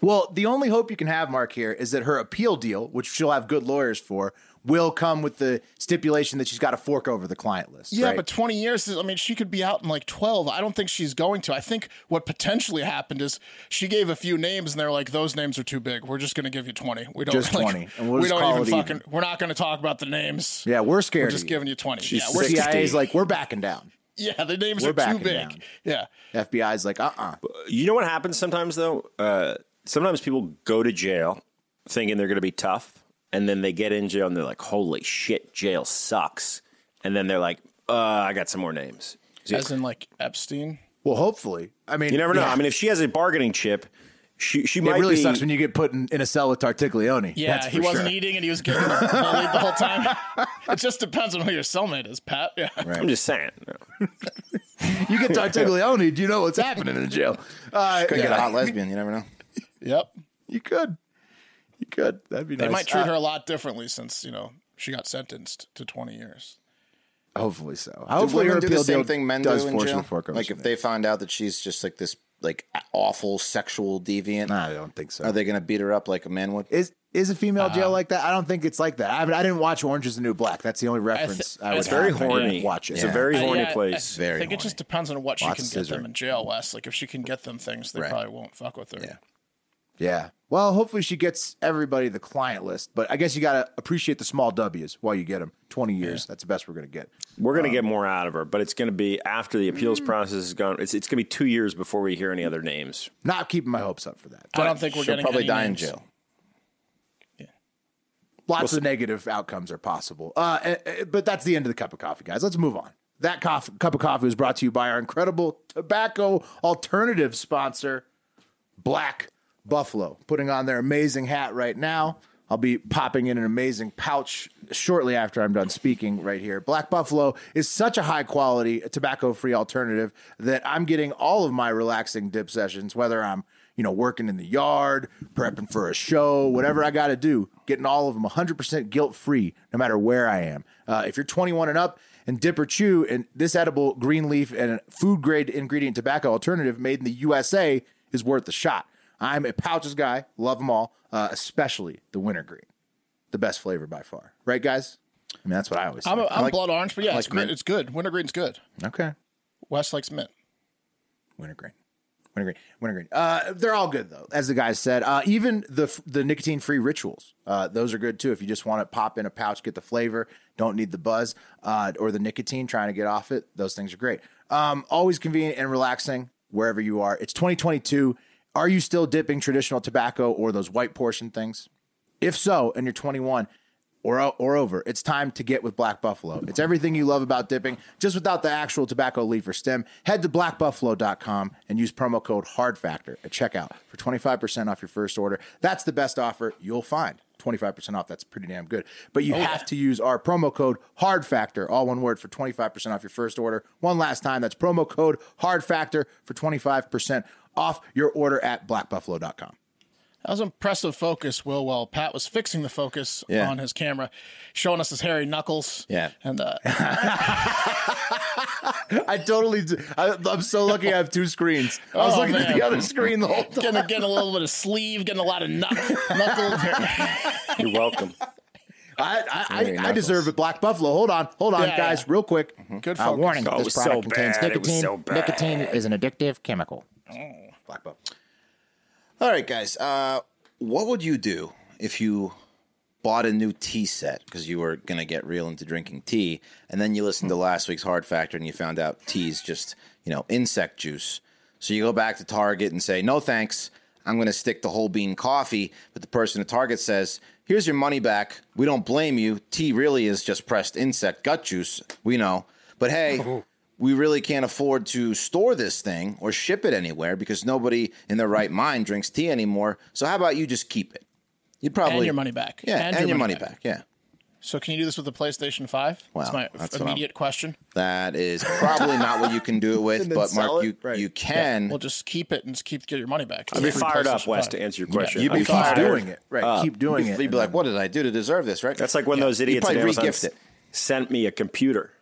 [SPEAKER 1] Well, the only hope you can have, Mark, here is that her appeal deal, which she'll have good lawyers for, will come with the stipulation that she's got to fork over the client list.
[SPEAKER 4] Yeah,
[SPEAKER 1] right?
[SPEAKER 4] but 20 years is, I mean, she could be out in like 12. I don't think she's going to. I think what potentially happened is she gave a few names and they're like, those names are too big. We're just going to give you 20. We don't,
[SPEAKER 1] Just
[SPEAKER 4] like,
[SPEAKER 1] 20, and we'll
[SPEAKER 4] we
[SPEAKER 1] just
[SPEAKER 4] don't
[SPEAKER 1] call
[SPEAKER 4] even
[SPEAKER 1] it
[SPEAKER 4] fucking,
[SPEAKER 1] even.
[SPEAKER 4] we're not going to talk about the names.
[SPEAKER 1] yeah, we're scared.
[SPEAKER 4] We're just
[SPEAKER 1] of you.
[SPEAKER 4] giving you 20.
[SPEAKER 3] She's
[SPEAKER 4] yeah, we're,
[SPEAKER 3] sick. 60.
[SPEAKER 1] CIA's like, we're backing down.
[SPEAKER 4] yeah, the names
[SPEAKER 1] We're
[SPEAKER 4] are too
[SPEAKER 1] backing
[SPEAKER 4] big.
[SPEAKER 1] down.
[SPEAKER 4] Yeah.
[SPEAKER 1] FBI's like, uh uh
[SPEAKER 3] You know what happens sometimes though? Uh, sometimes people go to jail thinking they're going to be tough, and then they get in jail and they're like, "Holy shit, jail sucks!" And then they're like, uh, "I got some more names." So
[SPEAKER 4] As in like Epstein.
[SPEAKER 1] Well, hopefully. I mean,
[SPEAKER 3] you never know.
[SPEAKER 1] yeah.
[SPEAKER 3] I mean, if she has a bargaining chip, she she
[SPEAKER 1] it
[SPEAKER 3] might
[SPEAKER 1] really
[SPEAKER 3] be,
[SPEAKER 1] sucks when you get put in, in a cell with Tartiglione.
[SPEAKER 4] Yeah,
[SPEAKER 1] That's
[SPEAKER 4] he
[SPEAKER 1] for
[SPEAKER 4] wasn't
[SPEAKER 1] sure.
[SPEAKER 4] eating and he was getting bullied the whole time. it just depends on who your cellmate is, Pat. Yeah.
[SPEAKER 3] I'm just saying.
[SPEAKER 1] You get Tartiglione, do you know what's happening in the jail? Uh,
[SPEAKER 2] Could get a hot lesbian. You never know.
[SPEAKER 4] Yep.
[SPEAKER 1] You could. You could. That'd be
[SPEAKER 4] They
[SPEAKER 1] nice.
[SPEAKER 4] might treat
[SPEAKER 1] Uh,
[SPEAKER 4] her a lot differently since, you know, she got sentenced to 20 years.
[SPEAKER 1] Hopefully so. Hopefully
[SPEAKER 2] do
[SPEAKER 1] her
[SPEAKER 2] women do
[SPEAKER 1] appeal
[SPEAKER 2] the same
[SPEAKER 1] deal
[SPEAKER 2] thing men
[SPEAKER 1] does
[SPEAKER 2] do in
[SPEAKER 1] force her
[SPEAKER 2] jail?
[SPEAKER 1] to fork over
[SPEAKER 2] Like
[SPEAKER 1] some
[SPEAKER 2] if
[SPEAKER 1] names.
[SPEAKER 2] they find out that she's just like this like awful sexual deviant,
[SPEAKER 1] Nah, I don't think so.
[SPEAKER 2] are they going to beat her up like a man would?
[SPEAKER 1] Is is a female jail like that? I don't think it's like that. I, mean, I didn't watch Orange Is the New Black. That's the only reference I, would
[SPEAKER 4] it's
[SPEAKER 1] have.
[SPEAKER 3] very
[SPEAKER 1] I didn't
[SPEAKER 3] horny.
[SPEAKER 1] Watch it.
[SPEAKER 3] It's a
[SPEAKER 2] Yeah.
[SPEAKER 3] very
[SPEAKER 4] Uh,
[SPEAKER 3] horny
[SPEAKER 4] yeah, I-
[SPEAKER 3] place.
[SPEAKER 4] I,
[SPEAKER 2] Very
[SPEAKER 4] think it
[SPEAKER 2] horny.
[SPEAKER 4] just depends on what she
[SPEAKER 1] Lots
[SPEAKER 4] can
[SPEAKER 1] of
[SPEAKER 4] get them
[SPEAKER 1] scissoring.
[SPEAKER 4] in jail, Wes. Like if she can get them things, they
[SPEAKER 2] Right.
[SPEAKER 4] probably won't fuck with her.
[SPEAKER 2] Yeah.
[SPEAKER 1] Yeah. Well, hopefully she gets everybody the client list, but I guess you got to appreciate the small W's while you get them. 20 years. That's the best we're going to get.
[SPEAKER 3] We're going to get more out of her, but it's going to be after the appeals process is gone. It's, it's going to be two years before we hear any other names.
[SPEAKER 1] Not keeping my hopes up for that.
[SPEAKER 4] I don't think we're
[SPEAKER 2] She'll
[SPEAKER 4] getting
[SPEAKER 2] probably
[SPEAKER 4] any
[SPEAKER 2] die in
[SPEAKER 4] names.
[SPEAKER 2] jail.
[SPEAKER 1] Lots of negative outcomes are possible. Uh, eh, eh, but that's the end of the cup of coffee, guys. Let's move on. That coff- cup of coffee was brought to you by our incredible tobacco alternative sponsor, Black Buffalo, putting on their amazing hat right now. I'll be popping in an amazing pouch shortly after I'm done speaking right here. Black Buffalo is such a high quality tobacco free alternative that I'm getting all of my relaxing dip sessions, whether I'm you know, working in the yard, prepping for a show, whatever I got to do, getting all of them 100% guilt free, no matter where I am. Uh, if you're 21 and up and dip or chew, and this edible green leaf and food grade ingredient tobacco alternative made in the USA is worth the shot. I'm a pouches guy, love them all, uh, especially the wintergreen, the best flavor by far. Right, guys? I mean, that's what I always say.
[SPEAKER 4] I'm, a, I'm blood orange, but yeah, it's,
[SPEAKER 2] like
[SPEAKER 4] great.
[SPEAKER 2] mint.
[SPEAKER 4] it's good. Wintergreen's good.
[SPEAKER 1] okay.
[SPEAKER 4] Wes likes mint.
[SPEAKER 1] Wintergreen. Wintergreen. Wintergreen. Uh, they're all good though, as the guys said. Uh, even the f- the nicotine free rituals, uh, those are good too. If you just want to pop in a pouch, get the flavor, don't need the buzz uh, or the nicotine, trying to get off it. Those things are great. Um, always convenient and relaxing wherever you are. It's 2022. Are you still dipping traditional tobacco or those white portion things? If so, and you're 21, or or over. It's time to get with Black Buffalo. It's everything you love about dipping, just without the actual tobacco leaf or stem. Head to blackbuffalo.com and use promo code HARDFACTOR at checkout for 25% off your first order. That's the best offer you'll find. 25% off. That's pretty damn good. But you have to use our promo code Hard Factor, all one word, for 25% off your first order. One last time, that's promo code Hard Factor for 25% off your order at blackbuffalo.com.
[SPEAKER 4] That was impressive focus, Will, while Pat was fixing the focus
[SPEAKER 1] Yeah.
[SPEAKER 4] on his camera, showing us his hairy knuckles.
[SPEAKER 2] Yeah.
[SPEAKER 4] And uh,
[SPEAKER 1] I totally. Do. I, I'm so lucky I have two screens. I was
[SPEAKER 4] oh,
[SPEAKER 1] looking at
[SPEAKER 4] man.
[SPEAKER 1] the other screen the whole time.
[SPEAKER 4] Getting, getting a little bit of sleeve, getting a lot of knuck, knuckles.
[SPEAKER 3] You're welcome.
[SPEAKER 1] I, I,
[SPEAKER 3] Hairy
[SPEAKER 1] I, I deserve it, Black Buffalo. Hold on, hold on,
[SPEAKER 4] Yeah,
[SPEAKER 1] guys, real quick.
[SPEAKER 4] Good
[SPEAKER 1] Uh,
[SPEAKER 4] focus.
[SPEAKER 1] warning:
[SPEAKER 3] Oh, it
[SPEAKER 1] This
[SPEAKER 3] was so
[SPEAKER 1] product contains
[SPEAKER 3] bad, it was
[SPEAKER 1] nicotine.
[SPEAKER 3] so bad.
[SPEAKER 1] Nicotine is an addictive chemical. Black Buffalo.
[SPEAKER 2] All right, guys. Uh, what would you do if you bought a new tea set because you were going to get real into drinking tea, and then you listened to
[SPEAKER 4] Mm.
[SPEAKER 2] last week's Hard Factor and you found out tea's just you know insect juice? So you go back to Target and say, "No thanks, I'm going to stick to whole bean coffee." But the person at Target says, "Here's your money back. We don't blame you. Tea really is just pressed insect gut juice. We know, but
[SPEAKER 4] Oh.
[SPEAKER 2] hey." we really can't afford to store this thing or ship it anywhere because nobody in their right mind drinks tea anymore. So how about you just keep it? You'd probably
[SPEAKER 4] and your money back.
[SPEAKER 2] Yeah, and, your, money back. Yeah,
[SPEAKER 4] So can you do this with the PlayStation 5?
[SPEAKER 2] Wow,
[SPEAKER 4] That's my
[SPEAKER 2] that's what I'm-
[SPEAKER 4] immediate question.
[SPEAKER 2] that is probably not what you can do it with.
[SPEAKER 1] And then
[SPEAKER 2] But
[SPEAKER 1] sell
[SPEAKER 2] Mark,
[SPEAKER 1] it?
[SPEAKER 2] you
[SPEAKER 1] Right.
[SPEAKER 2] you can.
[SPEAKER 4] We'll just keep it and just keep get your money back.
[SPEAKER 3] I'd be
[SPEAKER 4] Free
[SPEAKER 3] fired
[SPEAKER 4] PlayStation
[SPEAKER 3] up, Wes,
[SPEAKER 4] 5.
[SPEAKER 3] to answer your question.
[SPEAKER 1] You'd
[SPEAKER 3] I'd
[SPEAKER 1] be keep
[SPEAKER 3] fired.
[SPEAKER 1] doing it, right?
[SPEAKER 3] Uh,
[SPEAKER 1] keep doing
[SPEAKER 2] you'd
[SPEAKER 1] it.
[SPEAKER 2] be like, what did I do to deserve this? Right?
[SPEAKER 3] That's like when those
[SPEAKER 2] You'd
[SPEAKER 3] idiots at
[SPEAKER 2] probably
[SPEAKER 3] Amazon
[SPEAKER 2] re-gift it.
[SPEAKER 3] sent me a computer.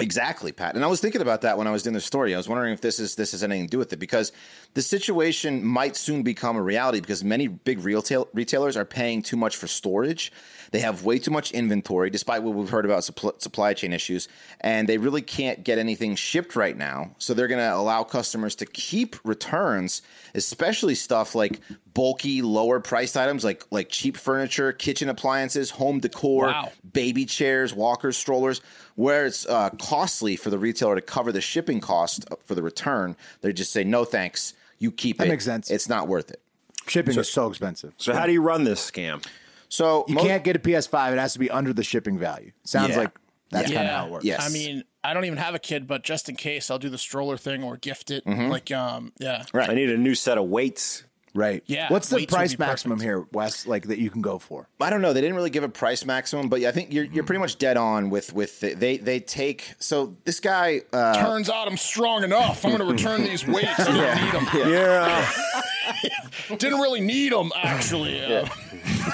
[SPEAKER 2] Exactly, Pat. And I was thinking about that when I was doing the story. I was wondering if this is this has anything to do with it because the situation might soon become a reality because many big retail retailers are paying too much for storage. They have way too much inventory, despite what we've heard about supp- supply chain issues, and they really can't get anything shipped right now. So they're going to allow customers to keep returns, especially stuff like bulky, lower priced items like like cheap furniture, kitchen appliances, home decor,
[SPEAKER 4] Wow.
[SPEAKER 2] baby chairs, walkers, strollers, where it's uh, costly for the retailer to cover the shipping cost for the return, they just say, no thanks, you keep
[SPEAKER 1] That
[SPEAKER 2] it.
[SPEAKER 1] makes sense.
[SPEAKER 2] It's not worth it.
[SPEAKER 1] Shipping is so expensive.
[SPEAKER 3] So how do you run this scam?
[SPEAKER 2] So
[SPEAKER 1] You
[SPEAKER 2] mo-
[SPEAKER 1] can't get a PS5. It has to be under the shipping value. Sounds
[SPEAKER 2] Yeah.
[SPEAKER 1] like that's
[SPEAKER 4] Yeah.
[SPEAKER 1] kind of how it works.
[SPEAKER 2] Yes.
[SPEAKER 4] I mean, I don't even have a kid, but just in case, I'll do the stroller thing or gift it.
[SPEAKER 2] Mm-hmm.
[SPEAKER 4] Like, um, yeah.
[SPEAKER 3] I need a new set of weights.
[SPEAKER 1] Right.
[SPEAKER 4] Yeah,
[SPEAKER 1] What's the
[SPEAKER 4] weights would
[SPEAKER 1] price
[SPEAKER 4] be
[SPEAKER 1] maximum
[SPEAKER 4] perfect.
[SPEAKER 1] here, Wes? Like that you can go for?
[SPEAKER 2] I don't know. They didn't really give a price maximum, but I think you're,
[SPEAKER 1] Mm-hmm.
[SPEAKER 2] you're pretty much dead on with with the, they they take. So this guy, uh,
[SPEAKER 4] Turns out I'm strong enough. I'm going to return these weights. I didn't need them.
[SPEAKER 3] Yeah.
[SPEAKER 4] Didn't really need them, actually. Uh,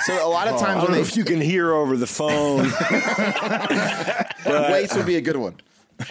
[SPEAKER 2] so a lot
[SPEAKER 1] Oh,
[SPEAKER 2] of times
[SPEAKER 3] I don't know
[SPEAKER 2] when
[SPEAKER 3] if you can hear over the phone.
[SPEAKER 2] they weights would be a good one.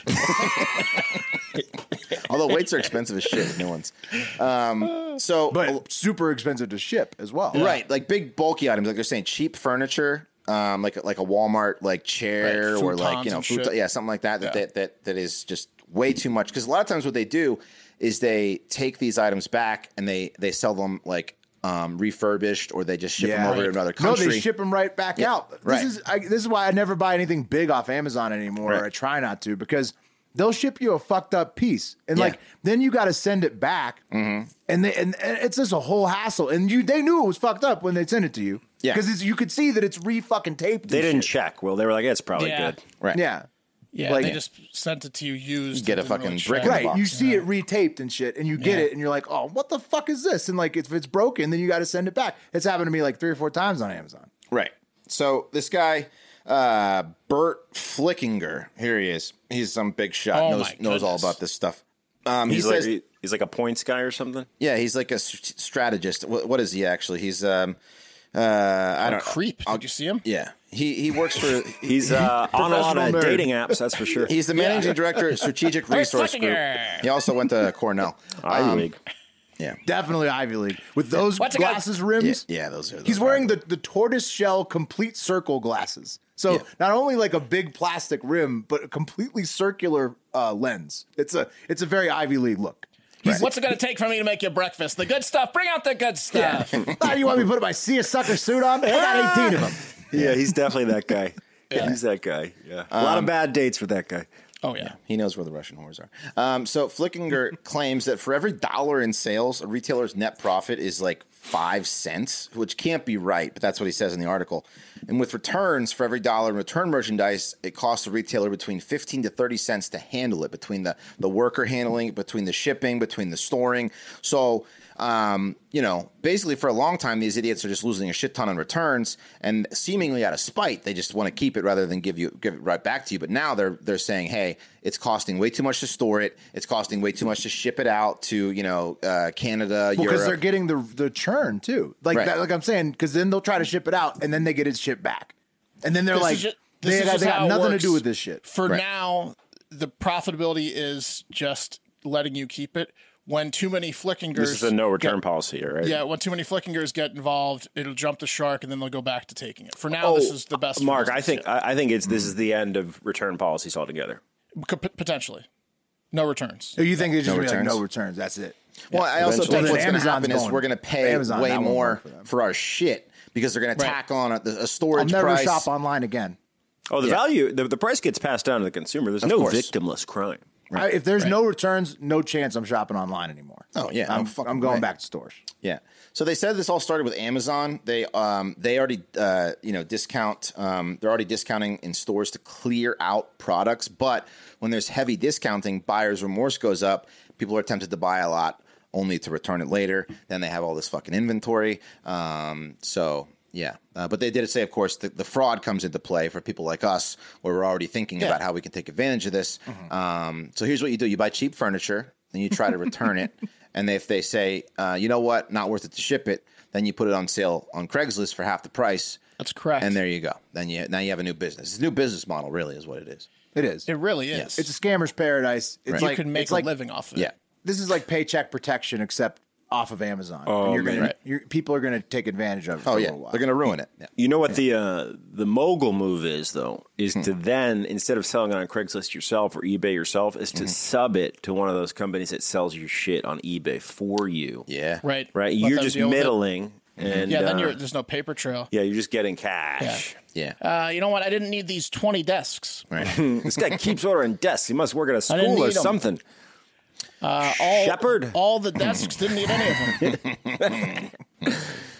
[SPEAKER 2] Although weights are expensive as shit, new ones. Um, so
[SPEAKER 1] But super expensive to ship as well.
[SPEAKER 2] Right, like big bulky items, like they're saying cheap furniture, um, like like a Walmart like chair
[SPEAKER 4] Right,
[SPEAKER 2] or like
[SPEAKER 4] futons
[SPEAKER 2] you know,
[SPEAKER 4] and shit.
[SPEAKER 2] futon- yeah, something like that. That,
[SPEAKER 4] Yeah.
[SPEAKER 2] that that that is just way too much. Because a lot of times what they do is they take these items back and they they sell them like um, refurbished or they just ship them over to another country.
[SPEAKER 1] No, they ship them right back
[SPEAKER 2] Yeah,
[SPEAKER 1] out. This
[SPEAKER 2] right.
[SPEAKER 1] is I, this is why I never buy anything big off Amazon anymore.
[SPEAKER 2] Right.
[SPEAKER 1] Or I try not to because they'll ship you a fucked up piece, and
[SPEAKER 2] Yeah. Mm-hmm.
[SPEAKER 1] like then you got to send it back, and they and, and it's just a whole hassle. And you they knew it was fucked up when they sent it to you,
[SPEAKER 2] Yeah.
[SPEAKER 1] because you could see that it's re fucking taped.
[SPEAKER 3] They
[SPEAKER 1] and
[SPEAKER 3] didn't
[SPEAKER 1] shit.
[SPEAKER 3] check. Well, they were like, it's probably
[SPEAKER 4] Yeah.
[SPEAKER 3] good.
[SPEAKER 2] right?
[SPEAKER 1] Yeah,
[SPEAKER 4] yeah,
[SPEAKER 1] Like-
[SPEAKER 4] they just sent it to you used.
[SPEAKER 2] Get a
[SPEAKER 4] Didn't really
[SPEAKER 2] fucking
[SPEAKER 4] check.
[SPEAKER 2] brick in the
[SPEAKER 1] right.
[SPEAKER 2] box.
[SPEAKER 1] You see it retaped and shit, and you get
[SPEAKER 4] Yeah.
[SPEAKER 1] it, and you're like, oh, what the fuck is this? And like if it's broken, then you got to send it back. It's happened to me like three or four times on Amazon.
[SPEAKER 2] Right. So this guy, uh, Bert Flickinger, here he is. He's some big shot.
[SPEAKER 4] Oh
[SPEAKER 2] knows
[SPEAKER 4] my
[SPEAKER 2] knows all
[SPEAKER 4] goodness.
[SPEAKER 2] about this stuff. Um, he
[SPEAKER 3] He's
[SPEAKER 2] says
[SPEAKER 3] like he's like a points guy or something.
[SPEAKER 2] Yeah, he's like a s- strategist. What, what is he actually? He's um, uh, I don't
[SPEAKER 4] Creep. Did you see him?
[SPEAKER 2] Yeah, he he works for.
[SPEAKER 3] He's uh, on a lot of
[SPEAKER 1] Professional nerd.
[SPEAKER 3] dating apps, that's for sure.
[SPEAKER 2] He's the managing director at Strategic Resource Group.
[SPEAKER 4] Fleckinger.
[SPEAKER 2] He also went to Cornell.
[SPEAKER 3] Ivy
[SPEAKER 2] Um,
[SPEAKER 3] League.
[SPEAKER 1] Definitely Ivy League with those
[SPEAKER 4] What's it got-
[SPEAKER 1] glasses
[SPEAKER 2] yeah,
[SPEAKER 1] rims.
[SPEAKER 2] yeah, those are. Those
[SPEAKER 1] He's wearing the, the tortoise shell complete circle glasses. So
[SPEAKER 2] Yeah.
[SPEAKER 1] not only like a big plastic rim, but a completely circular uh, lens. It's a it's a very Ivy League look. He's,
[SPEAKER 4] What's it going to take for me to make you breakfast? The good stuff. Bring out the good stuff.
[SPEAKER 1] Ah, you want me to put my see a sucker suit on? I got
[SPEAKER 4] Ah!
[SPEAKER 1] eighteen of them.
[SPEAKER 3] Yeah, he's definitely that guy. He's that guy. Yeah. a
[SPEAKER 4] Um,
[SPEAKER 3] lot of bad dates with that guy.
[SPEAKER 4] Oh yeah.
[SPEAKER 2] He knows where the Russian whores are. Um, so Flickinger claims that for every dollar in sales, a retailer's net profit is like five cents, which can't be right, but that's what he says in the article. And with returns, for every dollar in return merchandise, it costs the retailer between 15 to 30 cents to handle it, between the, the worker handling, it, between the shipping, between the storing. So, um, you know, basically for a long time, these idiots are just losing a shit ton on returns, and seemingly out of spite, they just want to keep it rather than give you give it right back to you. But now they're they're saying, hey, it's costing way too much to store it. It's costing way too much to ship it out to you know uh, Canada,
[SPEAKER 1] because
[SPEAKER 2] Europe.
[SPEAKER 1] they're getting the the churn too. Like
[SPEAKER 2] Right.
[SPEAKER 1] that, like I'm saying, because then they'll try to ship it out and then they get it shipped back, and then they're
[SPEAKER 4] This
[SPEAKER 1] like,
[SPEAKER 4] is ju- this
[SPEAKER 1] they,
[SPEAKER 4] is
[SPEAKER 1] got,
[SPEAKER 4] just
[SPEAKER 1] they
[SPEAKER 4] how
[SPEAKER 1] got
[SPEAKER 4] it
[SPEAKER 1] nothing to
[SPEAKER 4] works.
[SPEAKER 1] do with this shit.
[SPEAKER 4] For now, the profitability is just letting you keep it. When too many flickingers,
[SPEAKER 3] This is a no return
[SPEAKER 4] get-
[SPEAKER 3] policy here, right?
[SPEAKER 4] Yeah, when too many flickingers get involved, it'll jump the shark, and then they'll go back to taking it. For now, this
[SPEAKER 3] Oh,
[SPEAKER 4] is the best. for
[SPEAKER 3] Mark, I
[SPEAKER 4] business,
[SPEAKER 3] think I I think it's this is the end of return policies altogether.
[SPEAKER 4] yeah. Co- pot- potentially no returns.
[SPEAKER 1] So Oh, you think it's just
[SPEAKER 3] No
[SPEAKER 1] gonna be like
[SPEAKER 3] returns?
[SPEAKER 1] no returns? That's it.
[SPEAKER 2] Well, I
[SPEAKER 1] Eventually.
[SPEAKER 2] also think what's going to
[SPEAKER 1] Amazon's
[SPEAKER 2] happen is we're going to pay
[SPEAKER 1] Amazon,
[SPEAKER 2] way
[SPEAKER 1] that won't
[SPEAKER 2] more
[SPEAKER 1] work for
[SPEAKER 2] for, our shit because they're going to tack on a, a storage
[SPEAKER 1] I'll never
[SPEAKER 2] price.
[SPEAKER 1] shop online again.
[SPEAKER 3] Oh, the
[SPEAKER 2] Yeah.
[SPEAKER 3] value, the, the price gets passed down to the consumer. There's
[SPEAKER 2] Of
[SPEAKER 3] no
[SPEAKER 2] course.
[SPEAKER 3] victimless crime.
[SPEAKER 1] I, if there's no returns, no chance I'm shopping online anymore.
[SPEAKER 2] Oh, yeah, no
[SPEAKER 1] I'm,
[SPEAKER 2] fucking
[SPEAKER 1] I'm going
[SPEAKER 2] way.
[SPEAKER 1] back to stores.
[SPEAKER 2] Yeah. So they said this all started with Amazon. They um they already uh you know discount um they're already discounting in stores to clear out products, but when there's heavy discounting, buyer's remorse goes up. People are tempted to buy a lot only to return it later. Then they have all this fucking inventory. Um so yeah, uh, but they did say, of course, the, the fraud comes into play for people like us, where we're already thinking about how we can take advantage of this. Um, so here's what you do: you buy cheap furniture, then you try to return it, and if they say, uh, you know what, not worth it to ship it, then you put it on sale on Craigslist for half the price,
[SPEAKER 4] That's correct.
[SPEAKER 2] and there you go. Then you now you have a new business. It's a new business model, really, is what it is.
[SPEAKER 1] It is.
[SPEAKER 4] it really is.
[SPEAKER 1] It's a scammer's paradise. It's
[SPEAKER 2] Right.
[SPEAKER 4] you
[SPEAKER 1] like
[SPEAKER 4] can make
[SPEAKER 1] it's
[SPEAKER 4] a
[SPEAKER 1] like,
[SPEAKER 4] living off of
[SPEAKER 2] Yeah,
[SPEAKER 4] it.
[SPEAKER 1] This is like paycheck protection, except off of Amazon.
[SPEAKER 3] Oh,
[SPEAKER 1] And you're gonna,
[SPEAKER 3] man. Right.
[SPEAKER 1] you're, people are going to take advantage of it.
[SPEAKER 2] Oh
[SPEAKER 1] for a
[SPEAKER 2] yeah,
[SPEAKER 1] little while.
[SPEAKER 2] they're gonna ruin it. Yeah.
[SPEAKER 3] You know what the uh, the mogul move is though is
[SPEAKER 4] Hmm.
[SPEAKER 3] to then instead of selling it on Craigslist yourself or eBay yourself is to
[SPEAKER 4] Hmm.
[SPEAKER 3] sub it to one of those companies that sells your shit on eBay for you.
[SPEAKER 2] Yeah,
[SPEAKER 4] Right.
[SPEAKER 3] Right,
[SPEAKER 4] Let
[SPEAKER 3] you're
[SPEAKER 4] them
[SPEAKER 3] just
[SPEAKER 4] deal with it.
[SPEAKER 3] middling, and
[SPEAKER 4] Yeah. Then
[SPEAKER 3] uh,
[SPEAKER 4] you're, there's no paper trail.
[SPEAKER 3] yeah, you're just getting cash.
[SPEAKER 2] yeah.
[SPEAKER 4] Uh, you know what? I didn't need these 20 desks.
[SPEAKER 2] Right.
[SPEAKER 3] this guy keeps ordering desks. He must work at a
[SPEAKER 4] I didn't
[SPEAKER 3] school or
[SPEAKER 4] need 'em.
[SPEAKER 3] something.
[SPEAKER 4] Uh, all,
[SPEAKER 3] Shepherd.
[SPEAKER 4] All the desks didn't need any of them.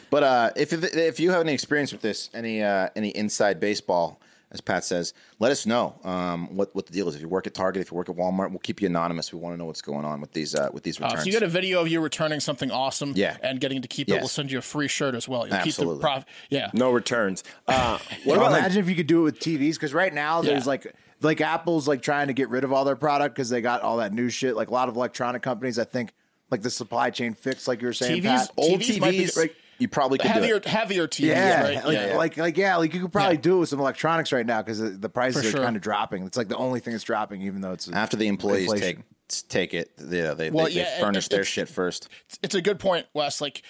[SPEAKER 2] But uh, if, if if you have any experience with this, any uh, any inside baseball, as Pat says, let us know um, what what the deal is. If you work at Target, if you work at Walmart, we'll keep you anonymous. We want to know what's going on with these uh, with these
[SPEAKER 4] Uh,
[SPEAKER 2] returns.
[SPEAKER 4] if you get a video of you returning something awesome
[SPEAKER 2] Yeah.
[SPEAKER 4] and getting to keep it,
[SPEAKER 2] Yes.
[SPEAKER 4] we'll send you a free shirt as well. You'll
[SPEAKER 2] Absolutely.
[SPEAKER 4] keep the prof- Yeah.
[SPEAKER 3] No returns. Uh,
[SPEAKER 1] Well,
[SPEAKER 3] what about like,
[SPEAKER 1] imagine if you could do it with TVs because right now there's
[SPEAKER 4] Yeah.
[SPEAKER 1] like like Apple's like trying to get rid of all their product because they got all that new shit. Like a lot of electronic companies, I think, like the supply chain fix, like you were saying,
[SPEAKER 4] TVs
[SPEAKER 1] Pat.
[SPEAKER 2] old
[SPEAKER 4] TVs
[SPEAKER 2] TVs,
[SPEAKER 4] might be- right.
[SPEAKER 2] you probably could do
[SPEAKER 4] Heavier,
[SPEAKER 2] it.
[SPEAKER 4] heavier TVs,
[SPEAKER 1] Yeah,
[SPEAKER 4] right?
[SPEAKER 1] like,
[SPEAKER 4] yeah.
[SPEAKER 1] like like yeah, like you could probably
[SPEAKER 4] Yeah.
[SPEAKER 1] do it with some electronics right now because the, the prices
[SPEAKER 4] For
[SPEAKER 1] are
[SPEAKER 4] sure.
[SPEAKER 1] kind of dropping. It's like the only thing that's dropping, even though it's
[SPEAKER 2] after the employees
[SPEAKER 1] inflation.
[SPEAKER 2] take take it. Yeah, they
[SPEAKER 4] Well,
[SPEAKER 2] they,
[SPEAKER 4] yeah,
[SPEAKER 2] they
[SPEAKER 4] and
[SPEAKER 2] furnish their
[SPEAKER 4] it's-
[SPEAKER 2] shit first.
[SPEAKER 4] it's a good point, Wes. Like,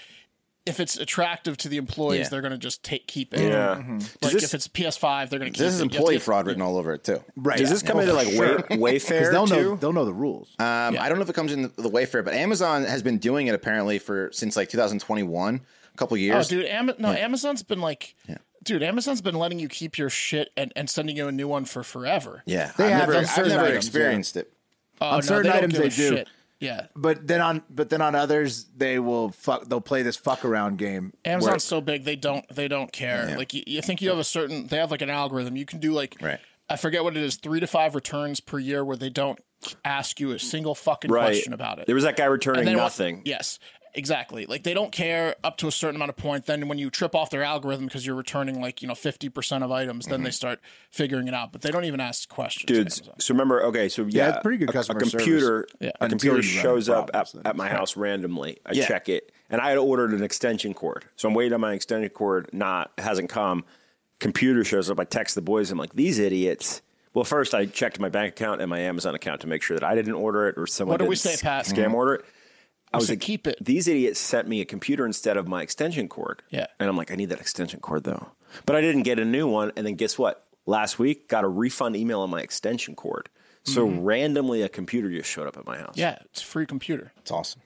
[SPEAKER 4] if it's attractive to the employees,
[SPEAKER 2] Yeah.
[SPEAKER 4] they're going to just take keep it.
[SPEAKER 3] Yeah. Mhm.
[SPEAKER 4] Like
[SPEAKER 3] this-
[SPEAKER 4] if it's PS5, they're going to keep it.
[SPEAKER 2] This is
[SPEAKER 4] You have to
[SPEAKER 2] employee
[SPEAKER 4] get-
[SPEAKER 2] fraud written all over it too.
[SPEAKER 1] right.
[SPEAKER 3] does this come into like Way, Wayfair
[SPEAKER 1] Because they'll
[SPEAKER 3] too?
[SPEAKER 1] know they'll know the rules.
[SPEAKER 3] Uh,
[SPEAKER 2] Um, I don't know if it comes in the, the Wayfair, but Amazon has been doing it apparently for since like 2021, a couple
[SPEAKER 4] Oh,
[SPEAKER 2] years.
[SPEAKER 4] dude, Ama- no, Amazon's been like, dude, Amazon's been letting you keep your shit and, and sending you a new one for forever.
[SPEAKER 2] Yeah,
[SPEAKER 1] They
[SPEAKER 2] I've
[SPEAKER 1] have
[SPEAKER 2] never,
[SPEAKER 1] on
[SPEAKER 2] I've
[SPEAKER 1] certain
[SPEAKER 2] never
[SPEAKER 1] items, yeah.
[SPEAKER 2] experienced it.
[SPEAKER 4] Oh,
[SPEAKER 1] On certain
[SPEAKER 4] don't
[SPEAKER 1] items,
[SPEAKER 4] give
[SPEAKER 1] they
[SPEAKER 4] a
[SPEAKER 1] do.
[SPEAKER 4] shit. Yeah,
[SPEAKER 1] but then on but then on others, they will fuck. They'll play this fuck around game. where-
[SPEAKER 4] Amazon's so big they don't they don't care. Like you, you think you have a certain they have like an algorithm you can do like
[SPEAKER 2] Right.
[SPEAKER 4] I forget what it is three to five returns per year where they don't ask you a single fucking
[SPEAKER 3] right.
[SPEAKER 4] question about it.
[SPEAKER 3] There was that guy returning
[SPEAKER 4] And then once-
[SPEAKER 3] nothing.
[SPEAKER 4] yes, exactly. Like they don't care up to a certain amount of point. Then when you trip off their algorithm because you're returning like you know fifty percent of items, then they start figuring it out. But they don't even ask questions.
[SPEAKER 3] dudes.
[SPEAKER 4] Amazon.
[SPEAKER 3] So remember, okay, so yeah,
[SPEAKER 1] it's pretty good
[SPEAKER 3] a-
[SPEAKER 1] customer
[SPEAKER 3] a, computer,
[SPEAKER 1] service
[SPEAKER 3] a
[SPEAKER 1] until
[SPEAKER 3] computer
[SPEAKER 1] you run
[SPEAKER 3] shows
[SPEAKER 1] into
[SPEAKER 3] up at,
[SPEAKER 1] problems, then
[SPEAKER 3] at my house randomly. I
[SPEAKER 2] Yeah.
[SPEAKER 3] check it, and I had ordered an extension cord, so I'm waiting on my extension cord. Not hasn't come. Computer shows up. I text the boys. I'm like, these idiots. Well, first I checked my bank account and my Amazon account to make sure that I didn't order it or someone
[SPEAKER 4] What did we
[SPEAKER 3] didn't
[SPEAKER 4] say, Pat?
[SPEAKER 3] scam
[SPEAKER 1] Mm-hmm.
[SPEAKER 3] order it. I was
[SPEAKER 4] said,
[SPEAKER 3] like,
[SPEAKER 4] "Keep it."
[SPEAKER 3] These idiots sent me a computer instead of my extension cord.
[SPEAKER 4] Yeah.
[SPEAKER 3] And I'm like, I need that extension cord though. But I didn't get a new one. And then guess what? Last week, got a refund email on my extension cord.
[SPEAKER 2] Hmm.
[SPEAKER 3] So randomly, a computer just showed up at my house.
[SPEAKER 4] Yeah, it's a free computer.
[SPEAKER 2] It's awesome.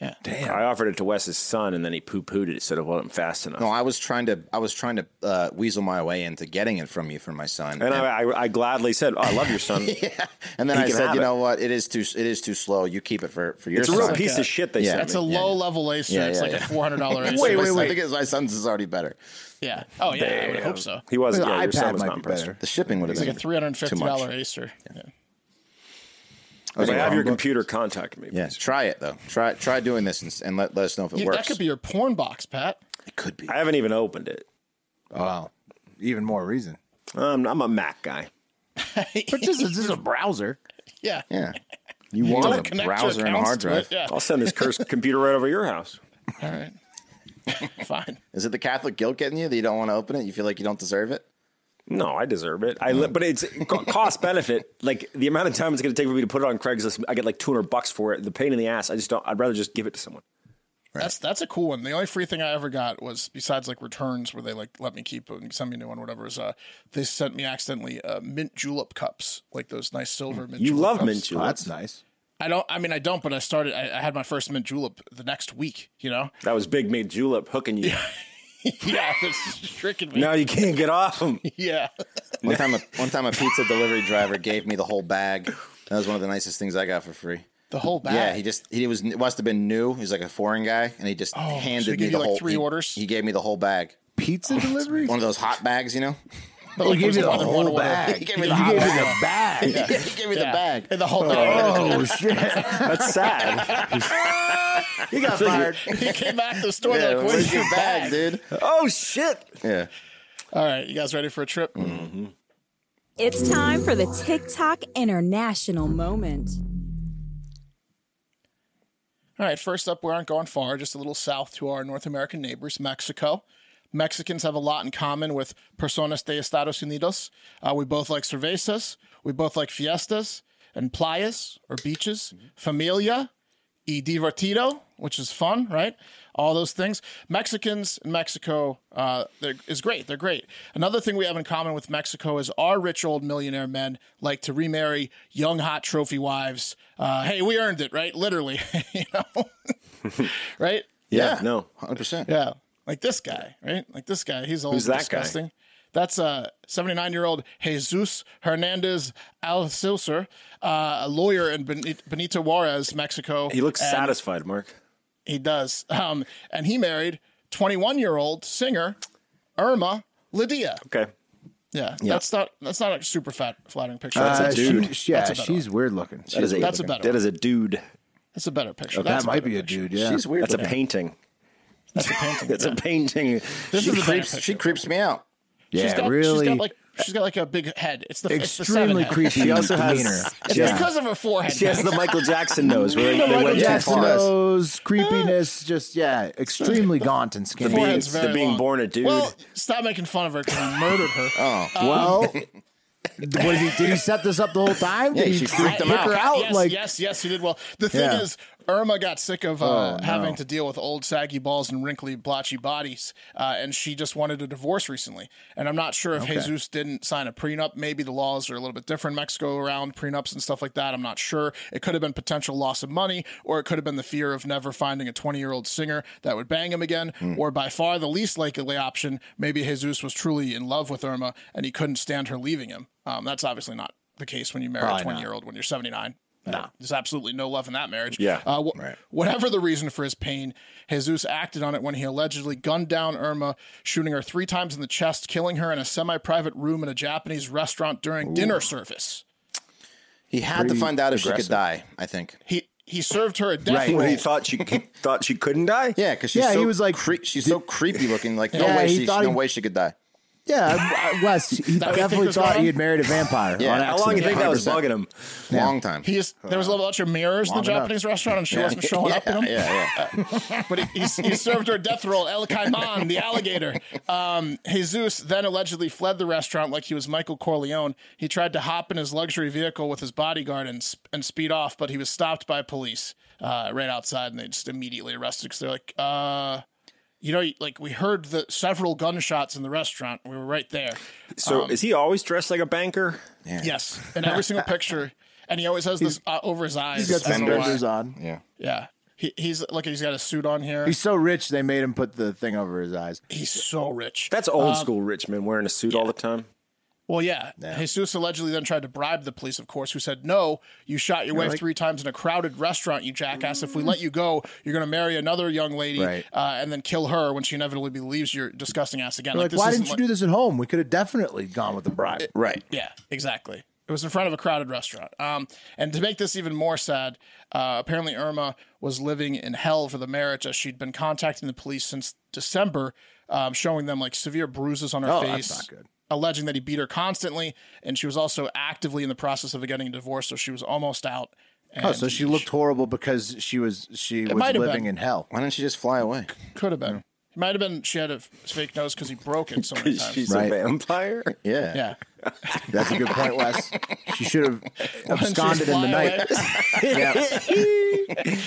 [SPEAKER 4] Yeah.
[SPEAKER 3] Damn. I offered it to Wes's son, and then he poo pooed it. Said it wasn't fast enough.
[SPEAKER 2] No, I was trying to I was trying to uh, weasel my way into getting it from you for my son.
[SPEAKER 3] And I, I, I gladly said, oh, "I love your son."
[SPEAKER 2] yeah. And then
[SPEAKER 3] He
[SPEAKER 2] I
[SPEAKER 3] can
[SPEAKER 2] said,
[SPEAKER 3] have
[SPEAKER 2] you
[SPEAKER 3] it.
[SPEAKER 2] know what? It is too it is too slow. You keep it for for your
[SPEAKER 3] It's a
[SPEAKER 2] son.
[SPEAKER 3] real piece of shit they
[SPEAKER 2] Yeah.
[SPEAKER 3] sent
[SPEAKER 4] That's a
[SPEAKER 3] me.
[SPEAKER 4] low level Acer.
[SPEAKER 2] Yeah,
[SPEAKER 4] it's
[SPEAKER 2] yeah,
[SPEAKER 4] like
[SPEAKER 2] yeah.
[SPEAKER 4] a four hundred dollar Acer.
[SPEAKER 2] wait, wait, wait. I think it's, my son's is already better.
[SPEAKER 4] Yeah. Oh yeah. I would hope so.
[SPEAKER 3] He was.
[SPEAKER 2] The
[SPEAKER 3] Yeah, your
[SPEAKER 2] iPad
[SPEAKER 3] son was
[SPEAKER 2] might be
[SPEAKER 3] not impressed.
[SPEAKER 2] The shipping would have
[SPEAKER 4] It's like
[SPEAKER 2] been
[SPEAKER 4] a three hundred and fifty
[SPEAKER 2] too much.
[SPEAKER 4] dollar Acer. Yeah.
[SPEAKER 2] I was
[SPEAKER 3] If I
[SPEAKER 2] like,
[SPEAKER 3] have your
[SPEAKER 2] Chromebook.
[SPEAKER 3] computer, contact me.
[SPEAKER 2] Yeah, try it though. Try try doing this and, and let, let us know if it
[SPEAKER 4] Yeah,
[SPEAKER 2] works.
[SPEAKER 4] that could be your porn box, Pat.
[SPEAKER 2] It could be.
[SPEAKER 3] I haven't even opened it.
[SPEAKER 1] Oh, Wow. Even more reason.
[SPEAKER 3] Um, I'm a Mac guy.
[SPEAKER 1] But this is, this is a browser.
[SPEAKER 4] Yeah.
[SPEAKER 2] Yeah. You want a
[SPEAKER 4] connect your
[SPEAKER 2] browser and a
[SPEAKER 4] accounts
[SPEAKER 2] hard
[SPEAKER 4] to
[SPEAKER 2] drive.
[SPEAKER 4] it, Yeah.
[SPEAKER 3] I'll send this cursed computer right over your house.
[SPEAKER 4] All right. Fine.
[SPEAKER 2] Is it the Catholic guilt getting you that you don't want to open it? You feel like you don't deserve it?
[SPEAKER 3] No, I deserve it. I li- but it's co- cost benefit. Like the amount of time it's going to take for me to put it on Craigslist, I get like two hundred bucks for it. The pain in the ass. I just don't. I'd rather just give it to someone.
[SPEAKER 4] That's that's a cool one. The only free thing I ever got was besides like returns where they like let me keep it and send me a new one or whatever is uh they sent me accidentally uh, mint julep cups, like those nice silver mint
[SPEAKER 3] You
[SPEAKER 4] julep
[SPEAKER 3] love
[SPEAKER 4] cups.
[SPEAKER 3] mint
[SPEAKER 1] Oh,
[SPEAKER 3] julep.
[SPEAKER 1] that's nice.
[SPEAKER 4] I don't I mean I don't, but I started I, I had my first mint julep the next week, you know?
[SPEAKER 3] That was big mint julep hooking you.
[SPEAKER 4] yeah, that's tricking me.
[SPEAKER 3] now you can't get off them.
[SPEAKER 4] Yeah.
[SPEAKER 2] One time, a, one time, a pizza delivery driver gave me the whole bag. That was one of the nicest things I got for free.
[SPEAKER 4] The whole bag.
[SPEAKER 2] Yeah, he just he was it must have been new. He's like a foreign guy, and he just handed
[SPEAKER 4] so
[SPEAKER 2] me
[SPEAKER 4] he gave
[SPEAKER 2] the
[SPEAKER 4] you, like,
[SPEAKER 2] whole
[SPEAKER 4] three
[SPEAKER 2] he-
[SPEAKER 4] orders?
[SPEAKER 2] He gave me the whole bag.
[SPEAKER 3] Oh,
[SPEAKER 1] Pizza delivery?
[SPEAKER 2] One of those hot bags, you know.
[SPEAKER 4] but like,
[SPEAKER 1] gave
[SPEAKER 4] it was
[SPEAKER 1] you the
[SPEAKER 4] another one
[SPEAKER 1] whole
[SPEAKER 4] order.
[SPEAKER 1] bag.
[SPEAKER 2] He gave me the
[SPEAKER 1] you
[SPEAKER 2] hot
[SPEAKER 1] gave me
[SPEAKER 2] bag.
[SPEAKER 1] the bag.
[SPEAKER 2] he gave me
[SPEAKER 4] Yeah.
[SPEAKER 2] the bag.
[SPEAKER 4] And the whole
[SPEAKER 1] Oh shit!
[SPEAKER 3] That's sad.
[SPEAKER 1] You got fired.
[SPEAKER 4] Oh, he came back to the store
[SPEAKER 2] Yeah,
[SPEAKER 4] like,
[SPEAKER 2] where's your
[SPEAKER 4] bag?
[SPEAKER 2] bag, dude?
[SPEAKER 3] oh shit.
[SPEAKER 2] Yeah.
[SPEAKER 4] All right, you guys ready for a trip?
[SPEAKER 12] It's time for the TikTok International Moment.
[SPEAKER 4] All right, first up, we aren't going far, just a little south to our North American neighbors, Mexico. Mexicans have a lot in common with personas de Estados Unidos. Uh, we both like cervezas, we both like fiestas and playas or beaches,
[SPEAKER 2] Mm-hmm.
[SPEAKER 4] familia, y divertido, which is fun, right? All those things. Mexicans in Mexico uh, they're- is great. They're great. Another thing we have in common with Mexico is our rich old millionaire men like to remarry young hot trophy wives. Uh, hey, we earned it, right? Literally, you know, right?
[SPEAKER 3] Yeah. No.
[SPEAKER 2] Hundred percent.
[SPEAKER 4] Yeah, like this guy, right? Like this guy. He's old,
[SPEAKER 3] Who's that guy?
[SPEAKER 4] disgusting. That's uh, 79 year old Jesus Hernandez Alcilcer, uh, a lawyer in Beni- Benito Juarez, Mexico.
[SPEAKER 3] He looks
[SPEAKER 4] And-
[SPEAKER 3] satisfied, Mark.
[SPEAKER 4] He does. Um, and he married 21 year old singer Irma Lydia.
[SPEAKER 3] Okay.
[SPEAKER 4] Yeah, that's not that's not a super fat flattering picture.
[SPEAKER 1] Uh,
[SPEAKER 4] that's, a,
[SPEAKER 3] dude.
[SPEAKER 1] she- yeah,
[SPEAKER 4] That's a better
[SPEAKER 1] she's weird looking.
[SPEAKER 3] That is a,
[SPEAKER 4] That's a better
[SPEAKER 3] That is a dude.
[SPEAKER 4] that's a better picture.
[SPEAKER 1] Oh, that
[SPEAKER 4] That's
[SPEAKER 1] might
[SPEAKER 4] better
[SPEAKER 1] be a
[SPEAKER 4] picture.
[SPEAKER 1] dude. Yeah,
[SPEAKER 2] She's weird.
[SPEAKER 3] That's a
[SPEAKER 2] looking.
[SPEAKER 3] painting.
[SPEAKER 4] That's a painting.
[SPEAKER 3] That's a painting.
[SPEAKER 4] This is a better
[SPEAKER 2] Creeps-
[SPEAKER 4] picture.
[SPEAKER 2] she creeps me out.
[SPEAKER 1] yeah,
[SPEAKER 4] she's got,
[SPEAKER 1] really.
[SPEAKER 4] She's got like she's got like a big head. It's the it's the seven
[SPEAKER 1] extremely
[SPEAKER 4] head.
[SPEAKER 1] creepy.
[SPEAKER 3] She also has-
[SPEAKER 1] demeanor.
[SPEAKER 4] It's
[SPEAKER 1] Yeah.
[SPEAKER 4] because of her forehead.
[SPEAKER 3] She has the Michael Jackson nose. Where
[SPEAKER 1] The
[SPEAKER 3] they, they
[SPEAKER 1] Michael
[SPEAKER 3] went too
[SPEAKER 1] Jackson
[SPEAKER 3] far.
[SPEAKER 1] nose, creepiness, just yeah, extremely gaunt and skinny.
[SPEAKER 3] being-
[SPEAKER 4] forehead's very
[SPEAKER 3] the being
[SPEAKER 4] long.
[SPEAKER 3] born a dude.
[SPEAKER 4] Well, stop making fun of her because I murdered her.
[SPEAKER 1] Oh. well, what is he? Did he set this up the whole time?
[SPEAKER 2] Yeah,
[SPEAKER 1] did
[SPEAKER 2] she
[SPEAKER 1] he
[SPEAKER 2] freaked
[SPEAKER 1] pick
[SPEAKER 2] him
[SPEAKER 1] her out?
[SPEAKER 4] yes,
[SPEAKER 1] like,
[SPEAKER 4] yes, yes, he did well. The thing
[SPEAKER 1] Yeah.
[SPEAKER 4] is, Irma got sick of uh,
[SPEAKER 1] no.
[SPEAKER 4] having to deal with old saggy balls and wrinkly blotchy bodies, uh, and she just wanted a divorce recently. And I'm not sure if Jesus didn't sign a prenup. Maybe the laws are a little bit different in Mexico around prenups and stuff like that. I'm not sure. It could have been potential loss of money, or it could have been the fear of never finding a 20 year old singer that would bang him again, or by far the least likely option, maybe Jesus was truly in love with Irma and he couldn't stand her leaving him. Um, that's obviously not the case when you marry a
[SPEAKER 1] Probably not.
[SPEAKER 4] 20 year old when you're 79. No. There's absolutely no love in that marriage.
[SPEAKER 3] Yeah,
[SPEAKER 4] Uh, wh- Whatever the reason for his pain, Jesus acted on it when he allegedly gunned down Irma, shooting her three times in the chest, killing her in a semi private room in a Japanese restaurant during dinner service.
[SPEAKER 2] He had to find out if she could die. I think.
[SPEAKER 4] He he served her a death
[SPEAKER 1] Right.
[SPEAKER 4] row.
[SPEAKER 3] What, he thought she he thought she couldn't die.
[SPEAKER 2] Yeah, because she's
[SPEAKER 1] Yeah,
[SPEAKER 2] so
[SPEAKER 1] he was like-
[SPEAKER 2] cre- she's so creepy looking. Like no
[SPEAKER 1] Yeah,
[SPEAKER 2] way
[SPEAKER 1] he
[SPEAKER 2] she
[SPEAKER 1] thought
[SPEAKER 2] no
[SPEAKER 1] he-
[SPEAKER 2] way she could die.
[SPEAKER 1] yeah, I- Wes, he
[SPEAKER 4] That we think
[SPEAKER 1] definitely
[SPEAKER 4] was
[SPEAKER 1] thought
[SPEAKER 4] wrong?
[SPEAKER 1] he had married a vampire.
[SPEAKER 2] Yeah.
[SPEAKER 1] on
[SPEAKER 3] How long do
[SPEAKER 1] accident.
[SPEAKER 3] you think that was
[SPEAKER 2] 100%.
[SPEAKER 3] bugging him?
[SPEAKER 2] Long time.
[SPEAKER 4] He is, there was a bunch of mirrors in the
[SPEAKER 1] enough.
[SPEAKER 4] Japanese restaurant, and she wasn't showing
[SPEAKER 2] yeah,
[SPEAKER 4] up in them.
[SPEAKER 2] yeah, yeah.
[SPEAKER 4] but he, he, he served her a death roll, El Caiman, the alligator. Um, Jesus then allegedly fled the restaurant like he was Michael Corleone. He tried to hop in his luxury vehicle with his bodyguard and, sp- and speed off, but he was stopped by police uh, right outside, and they just immediately arrested because they're like, uh, you know, like we heard the several gunshots in the restaurant. We were right there.
[SPEAKER 3] So
[SPEAKER 4] Um,
[SPEAKER 3] is he always dressed like a banker?
[SPEAKER 4] Yes, in every single picture, and he always has this uh, over his eyes.
[SPEAKER 1] He's got
[SPEAKER 4] I don't know why.
[SPEAKER 1] suspenders on.
[SPEAKER 2] yeah.
[SPEAKER 4] Yeah. He, he's like he's got a suit on here.
[SPEAKER 1] He's so rich they made him put the thing over his eyes.
[SPEAKER 4] He's so rich.
[SPEAKER 3] That's old
[SPEAKER 4] Um,
[SPEAKER 3] school rich man wearing a suit all the time.
[SPEAKER 4] Well, yeah.
[SPEAKER 3] Yeah.
[SPEAKER 4] Jesus allegedly then tried to bribe the police, of course, who said, No, you shot
[SPEAKER 3] You're
[SPEAKER 4] your wife
[SPEAKER 3] like-
[SPEAKER 4] three times in a crowded restaurant, you jackass. If we let you go, you're going to marry another young lady
[SPEAKER 1] Right.
[SPEAKER 4] uh, and then kill her when she inevitably leaves your disgusting ass again.
[SPEAKER 1] They're like, why
[SPEAKER 4] isn't
[SPEAKER 1] didn't you do this at home? We could have definitely gone with the bribe.
[SPEAKER 2] Right.
[SPEAKER 4] Yeah, exactly. It was in front of a crowded restaurant. Um, and to make this even more sad, uh, apparently Irma was living in hell for the marriage as she'd been contacting the police since December, um, showing them like severe bruises on her
[SPEAKER 1] Oh,
[SPEAKER 4] face.
[SPEAKER 1] that's not good.
[SPEAKER 4] Alleging that he beat her constantly, and she was also actively in the process of getting a divorce, so she was almost out. And
[SPEAKER 1] oh, so she looked horrible because she was she was
[SPEAKER 4] might have
[SPEAKER 1] living
[SPEAKER 4] been.
[SPEAKER 1] in hell.
[SPEAKER 2] Why didn't she just fly away?
[SPEAKER 4] could have been. It might have been she had a f- fake nose because he broke it so many times.
[SPEAKER 3] She's
[SPEAKER 1] Right.
[SPEAKER 3] a vampire.
[SPEAKER 2] Yeah.
[SPEAKER 4] Yeah.
[SPEAKER 1] That's a good point, Wes. She should have
[SPEAKER 4] Once she's
[SPEAKER 1] absconded in the
[SPEAKER 4] flying
[SPEAKER 1] night. yeah.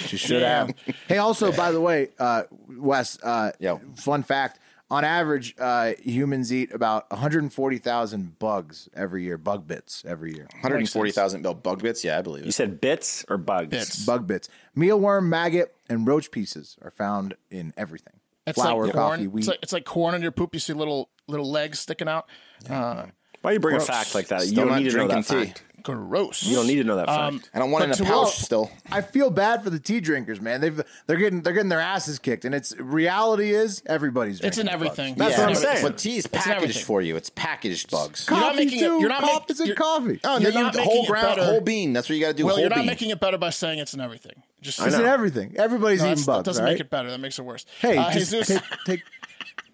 [SPEAKER 1] She should have. Hey, also, by the way, uh, Wes, uh, fun fact on average, uh, humans eat about 140,000 bugs every year, bug bits every year.
[SPEAKER 2] 140,000 bill bug bits? Yeah, I believe it.
[SPEAKER 3] You said bits or bugs? Bits.
[SPEAKER 1] Bug bits. Mealworm, maggot, and roach pieces are found in everything
[SPEAKER 4] It's
[SPEAKER 1] flour,
[SPEAKER 4] like
[SPEAKER 1] coffee,
[SPEAKER 4] corn.
[SPEAKER 1] wheat.
[SPEAKER 4] It's like, it's like corn on your poop. You see little little legs sticking out. Uh,
[SPEAKER 3] Why you bring
[SPEAKER 4] gross.
[SPEAKER 3] a fact like that? You
[SPEAKER 2] Still
[SPEAKER 3] don't
[SPEAKER 2] not
[SPEAKER 3] need to know that
[SPEAKER 2] drinking tea.
[SPEAKER 3] fact.
[SPEAKER 4] Gross.
[SPEAKER 3] You don't need to know that fact.
[SPEAKER 4] Um,
[SPEAKER 2] And I want it
[SPEAKER 4] but
[SPEAKER 2] in a
[SPEAKER 4] to
[SPEAKER 2] pouch
[SPEAKER 4] all-
[SPEAKER 2] still.
[SPEAKER 1] Oh, I feel bad for the tea drinkers, man. They've they're getting they're getting their asses kicked, and it's reality is everybody's.
[SPEAKER 4] It's in
[SPEAKER 1] drinking bugs.
[SPEAKER 4] everything.
[SPEAKER 2] That's
[SPEAKER 4] Yeah.
[SPEAKER 2] what I'm
[SPEAKER 4] But-
[SPEAKER 2] saying.
[SPEAKER 4] but
[SPEAKER 2] But tea is
[SPEAKER 4] it's in
[SPEAKER 2] packaged
[SPEAKER 4] everything.
[SPEAKER 2] for you. It's packaged bugs.
[SPEAKER 4] You're not
[SPEAKER 1] Coffee,
[SPEAKER 4] making it.
[SPEAKER 1] too.
[SPEAKER 4] You're not
[SPEAKER 1] Coffee
[SPEAKER 4] making
[SPEAKER 1] is in coffee.
[SPEAKER 2] Oh,
[SPEAKER 4] you're
[SPEAKER 2] no, you
[SPEAKER 4] not making
[SPEAKER 2] whole
[SPEAKER 4] it
[SPEAKER 2] ground,
[SPEAKER 4] better.
[SPEAKER 2] whole bean. That's what you got to do.
[SPEAKER 4] Well,
[SPEAKER 2] whole
[SPEAKER 4] you're not
[SPEAKER 2] bean.
[SPEAKER 4] making it better by saying it's in everything. Just
[SPEAKER 1] It's in
[SPEAKER 4] No,
[SPEAKER 1] everything. Everybody's
[SPEAKER 4] that's-
[SPEAKER 1] eating bugs.
[SPEAKER 4] That doesn't
[SPEAKER 1] all right?
[SPEAKER 4] make it better. That makes it worse.
[SPEAKER 1] Hey,
[SPEAKER 4] Uh,
[SPEAKER 1] just
[SPEAKER 4] Jesus,
[SPEAKER 1] take, take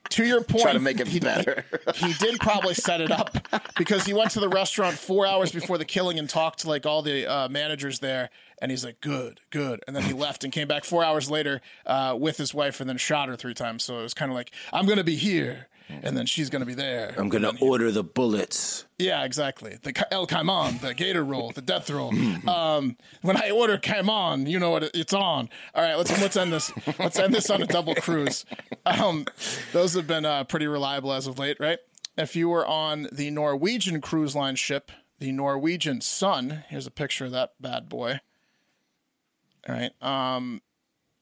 [SPEAKER 4] to your point,
[SPEAKER 2] Try to make it better.
[SPEAKER 4] he did probably set it up because he went to the restaurant four hours before the killing and talked to like all the uh, managers there, and he's like, "Good, good," and then he left and came back four hours later uh, with his wife and then shot her three times. So it was kind of like, "I'm gonna be here." And then she's gonna be there.
[SPEAKER 3] I'm gonna order the bullets.
[SPEAKER 4] Yeah, exactly. The ca- El Caimán, the Gator roll, the Death roll. Um, when I order Caimán, you know what it- it's on. All right, let's let's end this. Let's end this on a double cruise. Um, those have been uh, pretty reliable as of late, right? If you were on the Norwegian cruise line ship, the Norwegian Sun. Here's a picture of that bad boy. All right. Um,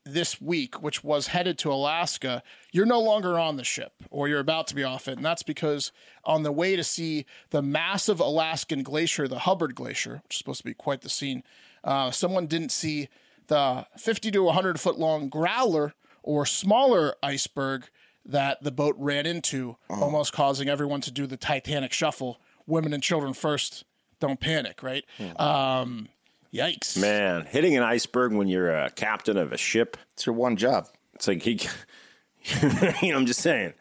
[SPEAKER 4] this week, which was headed to Alaska, you're no longer on the ship or you're about to be off it. And that's because on the way to see the massive Alaskan glacier, the Hubbard Glacier, which is supposed to be quite the scene, uh, someone didn't see the 50 to 100 foot long growler or smaller iceberg that the boat ran into, almost causing everyone to do the Titanic shuffle. Women and children first, don't panic, right? Um, yikes.
[SPEAKER 3] Man, hitting an iceberg when you're a captain of a ship. It's
[SPEAKER 2] your one job.
[SPEAKER 3] It's like he. you know, I'm just saying.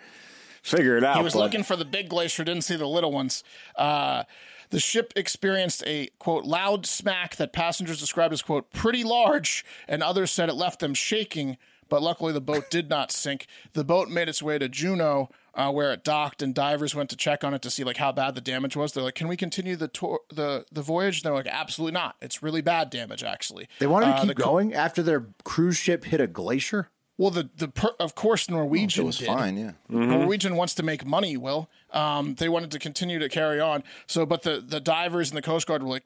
[SPEAKER 3] Figure it out.
[SPEAKER 4] He was
[SPEAKER 3] bud.
[SPEAKER 4] looking for the big glacier, didn't see the little ones. Uh, the ship experienced a quote loud smack that passengers described as quote pretty large, and others said it left them shaking. But luckily, the boat did not sink. The boat made its way to Juneau, uh, where it docked, and divers went to check on it to see like how bad the damage was. They're like, "Can we continue the tour, the the voyage?" And they're like, "Absolutely not. It's really bad damage, actually."
[SPEAKER 1] They wanted
[SPEAKER 4] Uh,
[SPEAKER 1] to
[SPEAKER 4] the
[SPEAKER 1] keep
[SPEAKER 4] cr-
[SPEAKER 1] going after their cruise ship hit a glacier.
[SPEAKER 4] Well, the the per- of course Norwegian
[SPEAKER 2] Oh, It was
[SPEAKER 4] did. Mm-hmm.
[SPEAKER 2] fine, yeah.
[SPEAKER 4] Norwegian wants to make money, Will. Um, they wanted to continue to carry on. So, but the, the divers and the Coast Guard were like,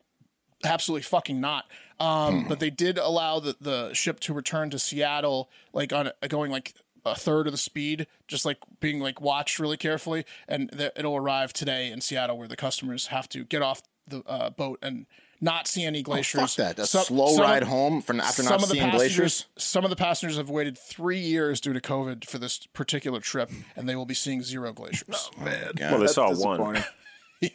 [SPEAKER 4] absolutely fucking not.
[SPEAKER 2] Hmm.
[SPEAKER 4] Um, but they did allow the, the ship to return to Seattle, like on a, going like a third of the speed, just like being like watched really carefully. And th- it'll arrive today in Seattle where the customers have to get off the uh, boat and not see any glaciers.
[SPEAKER 2] Oh, fuck that. A
[SPEAKER 4] Some-
[SPEAKER 2] slow
[SPEAKER 4] some of-
[SPEAKER 2] ride home from after not
[SPEAKER 4] some of the
[SPEAKER 2] seeing
[SPEAKER 4] passengers-
[SPEAKER 2] glaciers?
[SPEAKER 4] Some of the passengers have waited three years due to COVID for this particular trip, and they will be seeing zero glaciers.
[SPEAKER 1] Man,
[SPEAKER 3] Well, they saw one.
[SPEAKER 4] yeah,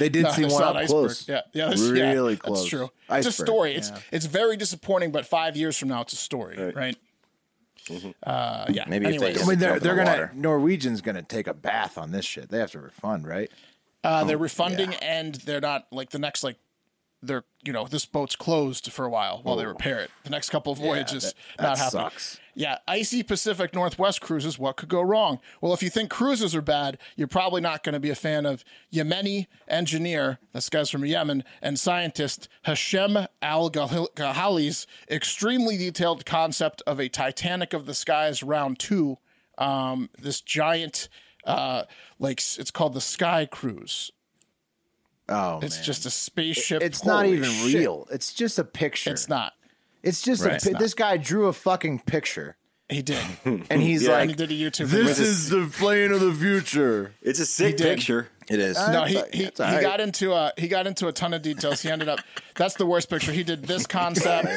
[SPEAKER 1] They did
[SPEAKER 4] No,
[SPEAKER 1] see
[SPEAKER 4] it's
[SPEAKER 1] one
[SPEAKER 4] not
[SPEAKER 1] up
[SPEAKER 4] iceberg.
[SPEAKER 1] close.
[SPEAKER 4] Yeah, yeah, that's, yeah,
[SPEAKER 1] really close.
[SPEAKER 4] That's true. It's a
[SPEAKER 1] Iceberg.
[SPEAKER 4] story. It's
[SPEAKER 1] Yeah.
[SPEAKER 4] it's very disappointing, but five years from now, it's a story, right? Uh, yeah.
[SPEAKER 2] Maybe if they
[SPEAKER 4] Anyways,
[SPEAKER 2] just-
[SPEAKER 1] I mean, they're
[SPEAKER 2] Jump in
[SPEAKER 1] they're
[SPEAKER 2] the
[SPEAKER 1] gonna
[SPEAKER 2] water.
[SPEAKER 1] Norwegian's gonna take a bath on this shit. They have to refund, right?
[SPEAKER 4] uh, they're refunding, and they're not like the next like. They're you know this boat's closed for a while while they repair it. The next couple of voyages
[SPEAKER 1] Oh. that-
[SPEAKER 4] not
[SPEAKER 1] that
[SPEAKER 4] happening.
[SPEAKER 1] sucks.
[SPEAKER 4] Yeah, icy Pacific Northwest cruises. What could go wrong? Well, if you think cruises are bad, you're probably not going to be a fan of Yemeni engineer. This guy's from Yemen and scientist Hashem Al Gahali's extremely detailed concept of a Titanic of the Skies Round Two. Um, this giant, uh, like s- it's called the Sky Cruise.
[SPEAKER 1] Oh,
[SPEAKER 4] It's just a spaceship.
[SPEAKER 1] it's not
[SPEAKER 4] Holy
[SPEAKER 1] even
[SPEAKER 4] shit.
[SPEAKER 1] real. It's just a picture.
[SPEAKER 4] It's not.
[SPEAKER 1] It's just a,
[SPEAKER 4] Right.
[SPEAKER 1] pi-
[SPEAKER 4] It's not.
[SPEAKER 1] this guy drew a fucking picture.
[SPEAKER 4] He did,
[SPEAKER 1] and he's
[SPEAKER 4] Yeah.
[SPEAKER 1] like,
[SPEAKER 4] And he did a YouTube
[SPEAKER 1] "This
[SPEAKER 4] video.
[SPEAKER 1] is the plane of the future."
[SPEAKER 3] It's a
[SPEAKER 4] sick He did. picture.
[SPEAKER 2] It is.
[SPEAKER 4] no, he, he, he got into a he got into a ton of details. He ended up that's the worst picture. He did this concept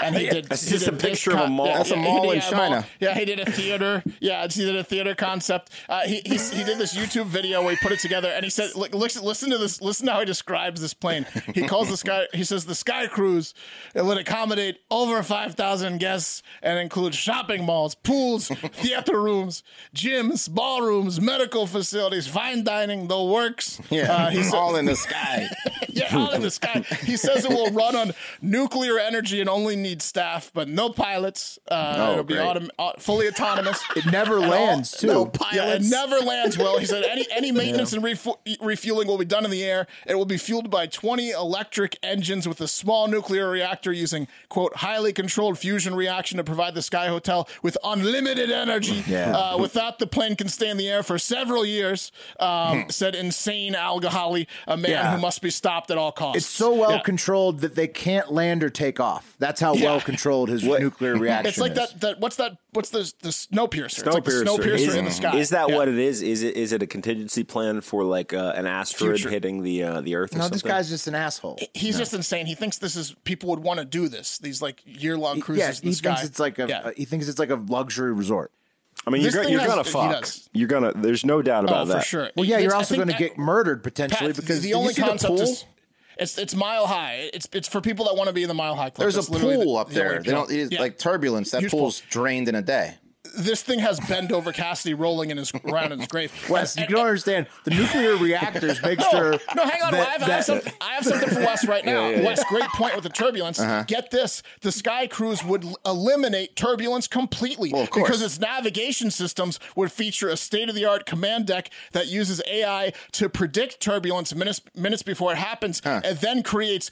[SPEAKER 4] and he did
[SPEAKER 3] That's
[SPEAKER 4] he
[SPEAKER 3] just
[SPEAKER 4] did
[SPEAKER 3] a
[SPEAKER 4] this
[SPEAKER 3] picture of a mall. That's a
[SPEAKER 4] he
[SPEAKER 3] mall
[SPEAKER 4] did-
[SPEAKER 3] in
[SPEAKER 4] yeah,
[SPEAKER 3] China.
[SPEAKER 4] Yeah, he did a theater. Yeah, he did a theater concept. Uh, he, he he did this YouTube video where he put it together and he said, "Look, look listen to this. Listen to how he describes this plane. He calls the sky. He says the Sky Cruise it would accommodate over five thousand guests and include shopping malls, pools, theater rooms, gyms, ballrooms, medical facilities, fine dining, the works."
[SPEAKER 7] Yeah,
[SPEAKER 4] Uh, he said-
[SPEAKER 7] all in the sky.
[SPEAKER 4] yeah, out of the sky. He says it will run on nuclear energy and only need staff, but no pilots. Uh,
[SPEAKER 1] Oh,
[SPEAKER 4] it'll be
[SPEAKER 1] great.
[SPEAKER 4] autom- au- fully autonomous.
[SPEAKER 1] It never lands too.
[SPEAKER 4] Yeah, it never lands well. He said any any maintenance and refu- refueling will be done in the air. It will be fueled by 20 electric engines with a small nuclear reactor using quote highly controlled fusion reaction to provide the Sky Hotel with unlimited energy.
[SPEAKER 1] Yeah.
[SPEAKER 4] Uh, without the plane can stay in the air for several years.
[SPEAKER 3] Hmm.
[SPEAKER 4] Um, said insane Al Ghali, a man
[SPEAKER 1] Yeah.
[SPEAKER 4] who must be stopped at all costs.
[SPEAKER 1] It's so well
[SPEAKER 4] Yeah.
[SPEAKER 1] controlled that they can't land or take off. That's how
[SPEAKER 4] Yeah.
[SPEAKER 1] well controlled his nuclear reaction
[SPEAKER 4] It's like
[SPEAKER 1] is.
[SPEAKER 4] that, that. What's that? What's the the snow piercer? it's like the
[SPEAKER 3] Snowpiercer.
[SPEAKER 4] snow piercer
[SPEAKER 3] is,
[SPEAKER 4] in the sky.
[SPEAKER 3] Is that
[SPEAKER 4] Yeah.
[SPEAKER 3] what it is? Is it is it a contingency plan for like uh, an asteroid
[SPEAKER 4] Future.
[SPEAKER 3] hitting the uh, the Earth? Or
[SPEAKER 1] No,
[SPEAKER 3] something?
[SPEAKER 1] this guy's just an asshole.
[SPEAKER 4] He's just insane. He thinks this is people would want to do this. These like year long cruises.
[SPEAKER 1] yeah,
[SPEAKER 4] in the
[SPEAKER 1] he
[SPEAKER 4] sky.
[SPEAKER 1] thinks it's like a
[SPEAKER 4] Yeah. Oh,
[SPEAKER 1] he thinks it's like a luxury resort.
[SPEAKER 3] I mean, you're,
[SPEAKER 4] This
[SPEAKER 3] go-
[SPEAKER 4] thing
[SPEAKER 3] you're
[SPEAKER 4] has-
[SPEAKER 3] gonna
[SPEAKER 4] he
[SPEAKER 3] fuck.
[SPEAKER 4] does.
[SPEAKER 3] You're gonna. There's no doubt about
[SPEAKER 4] Oh, for
[SPEAKER 3] that.
[SPEAKER 4] sure.
[SPEAKER 1] Well, yeah, you're
[SPEAKER 4] I
[SPEAKER 1] also
[SPEAKER 4] think
[SPEAKER 1] going to
[SPEAKER 4] that-
[SPEAKER 1] get murdered potentially
[SPEAKER 4] Pat,
[SPEAKER 1] because
[SPEAKER 4] the
[SPEAKER 1] did
[SPEAKER 4] only
[SPEAKER 1] you see
[SPEAKER 4] concept
[SPEAKER 1] the pool?
[SPEAKER 4] is it's it's mile high. It's it's for people that want to be in the mile high club.
[SPEAKER 2] There's
[SPEAKER 4] That's
[SPEAKER 2] a
[SPEAKER 4] literally the-
[SPEAKER 2] pool up
[SPEAKER 4] the
[SPEAKER 2] there.
[SPEAKER 4] only
[SPEAKER 2] They don't
[SPEAKER 4] pool.
[SPEAKER 2] it's
[SPEAKER 4] Yeah.
[SPEAKER 2] like turbulence. That
[SPEAKER 4] Huge
[SPEAKER 2] pool's drained in a day.
[SPEAKER 4] This thing has bend over Cassidy rolling in his around in his grave.
[SPEAKER 1] Wes, you don't understand. The nuclear reactors make sure.
[SPEAKER 4] No, hang on.
[SPEAKER 1] that-
[SPEAKER 4] I, have, I,
[SPEAKER 1] that-
[SPEAKER 4] have some, I have something for Wes right now.
[SPEAKER 1] Yeah, yeah, yeah.
[SPEAKER 4] Wes, great point with the turbulence.
[SPEAKER 1] Uh-huh.
[SPEAKER 4] Get this: the Sky Cruise would l- eliminate turbulence completely
[SPEAKER 2] course.
[SPEAKER 4] because its navigation systems would feature a state-of-the-art command deck that uses AI to predict turbulence minutes minutes before it happens, and then creates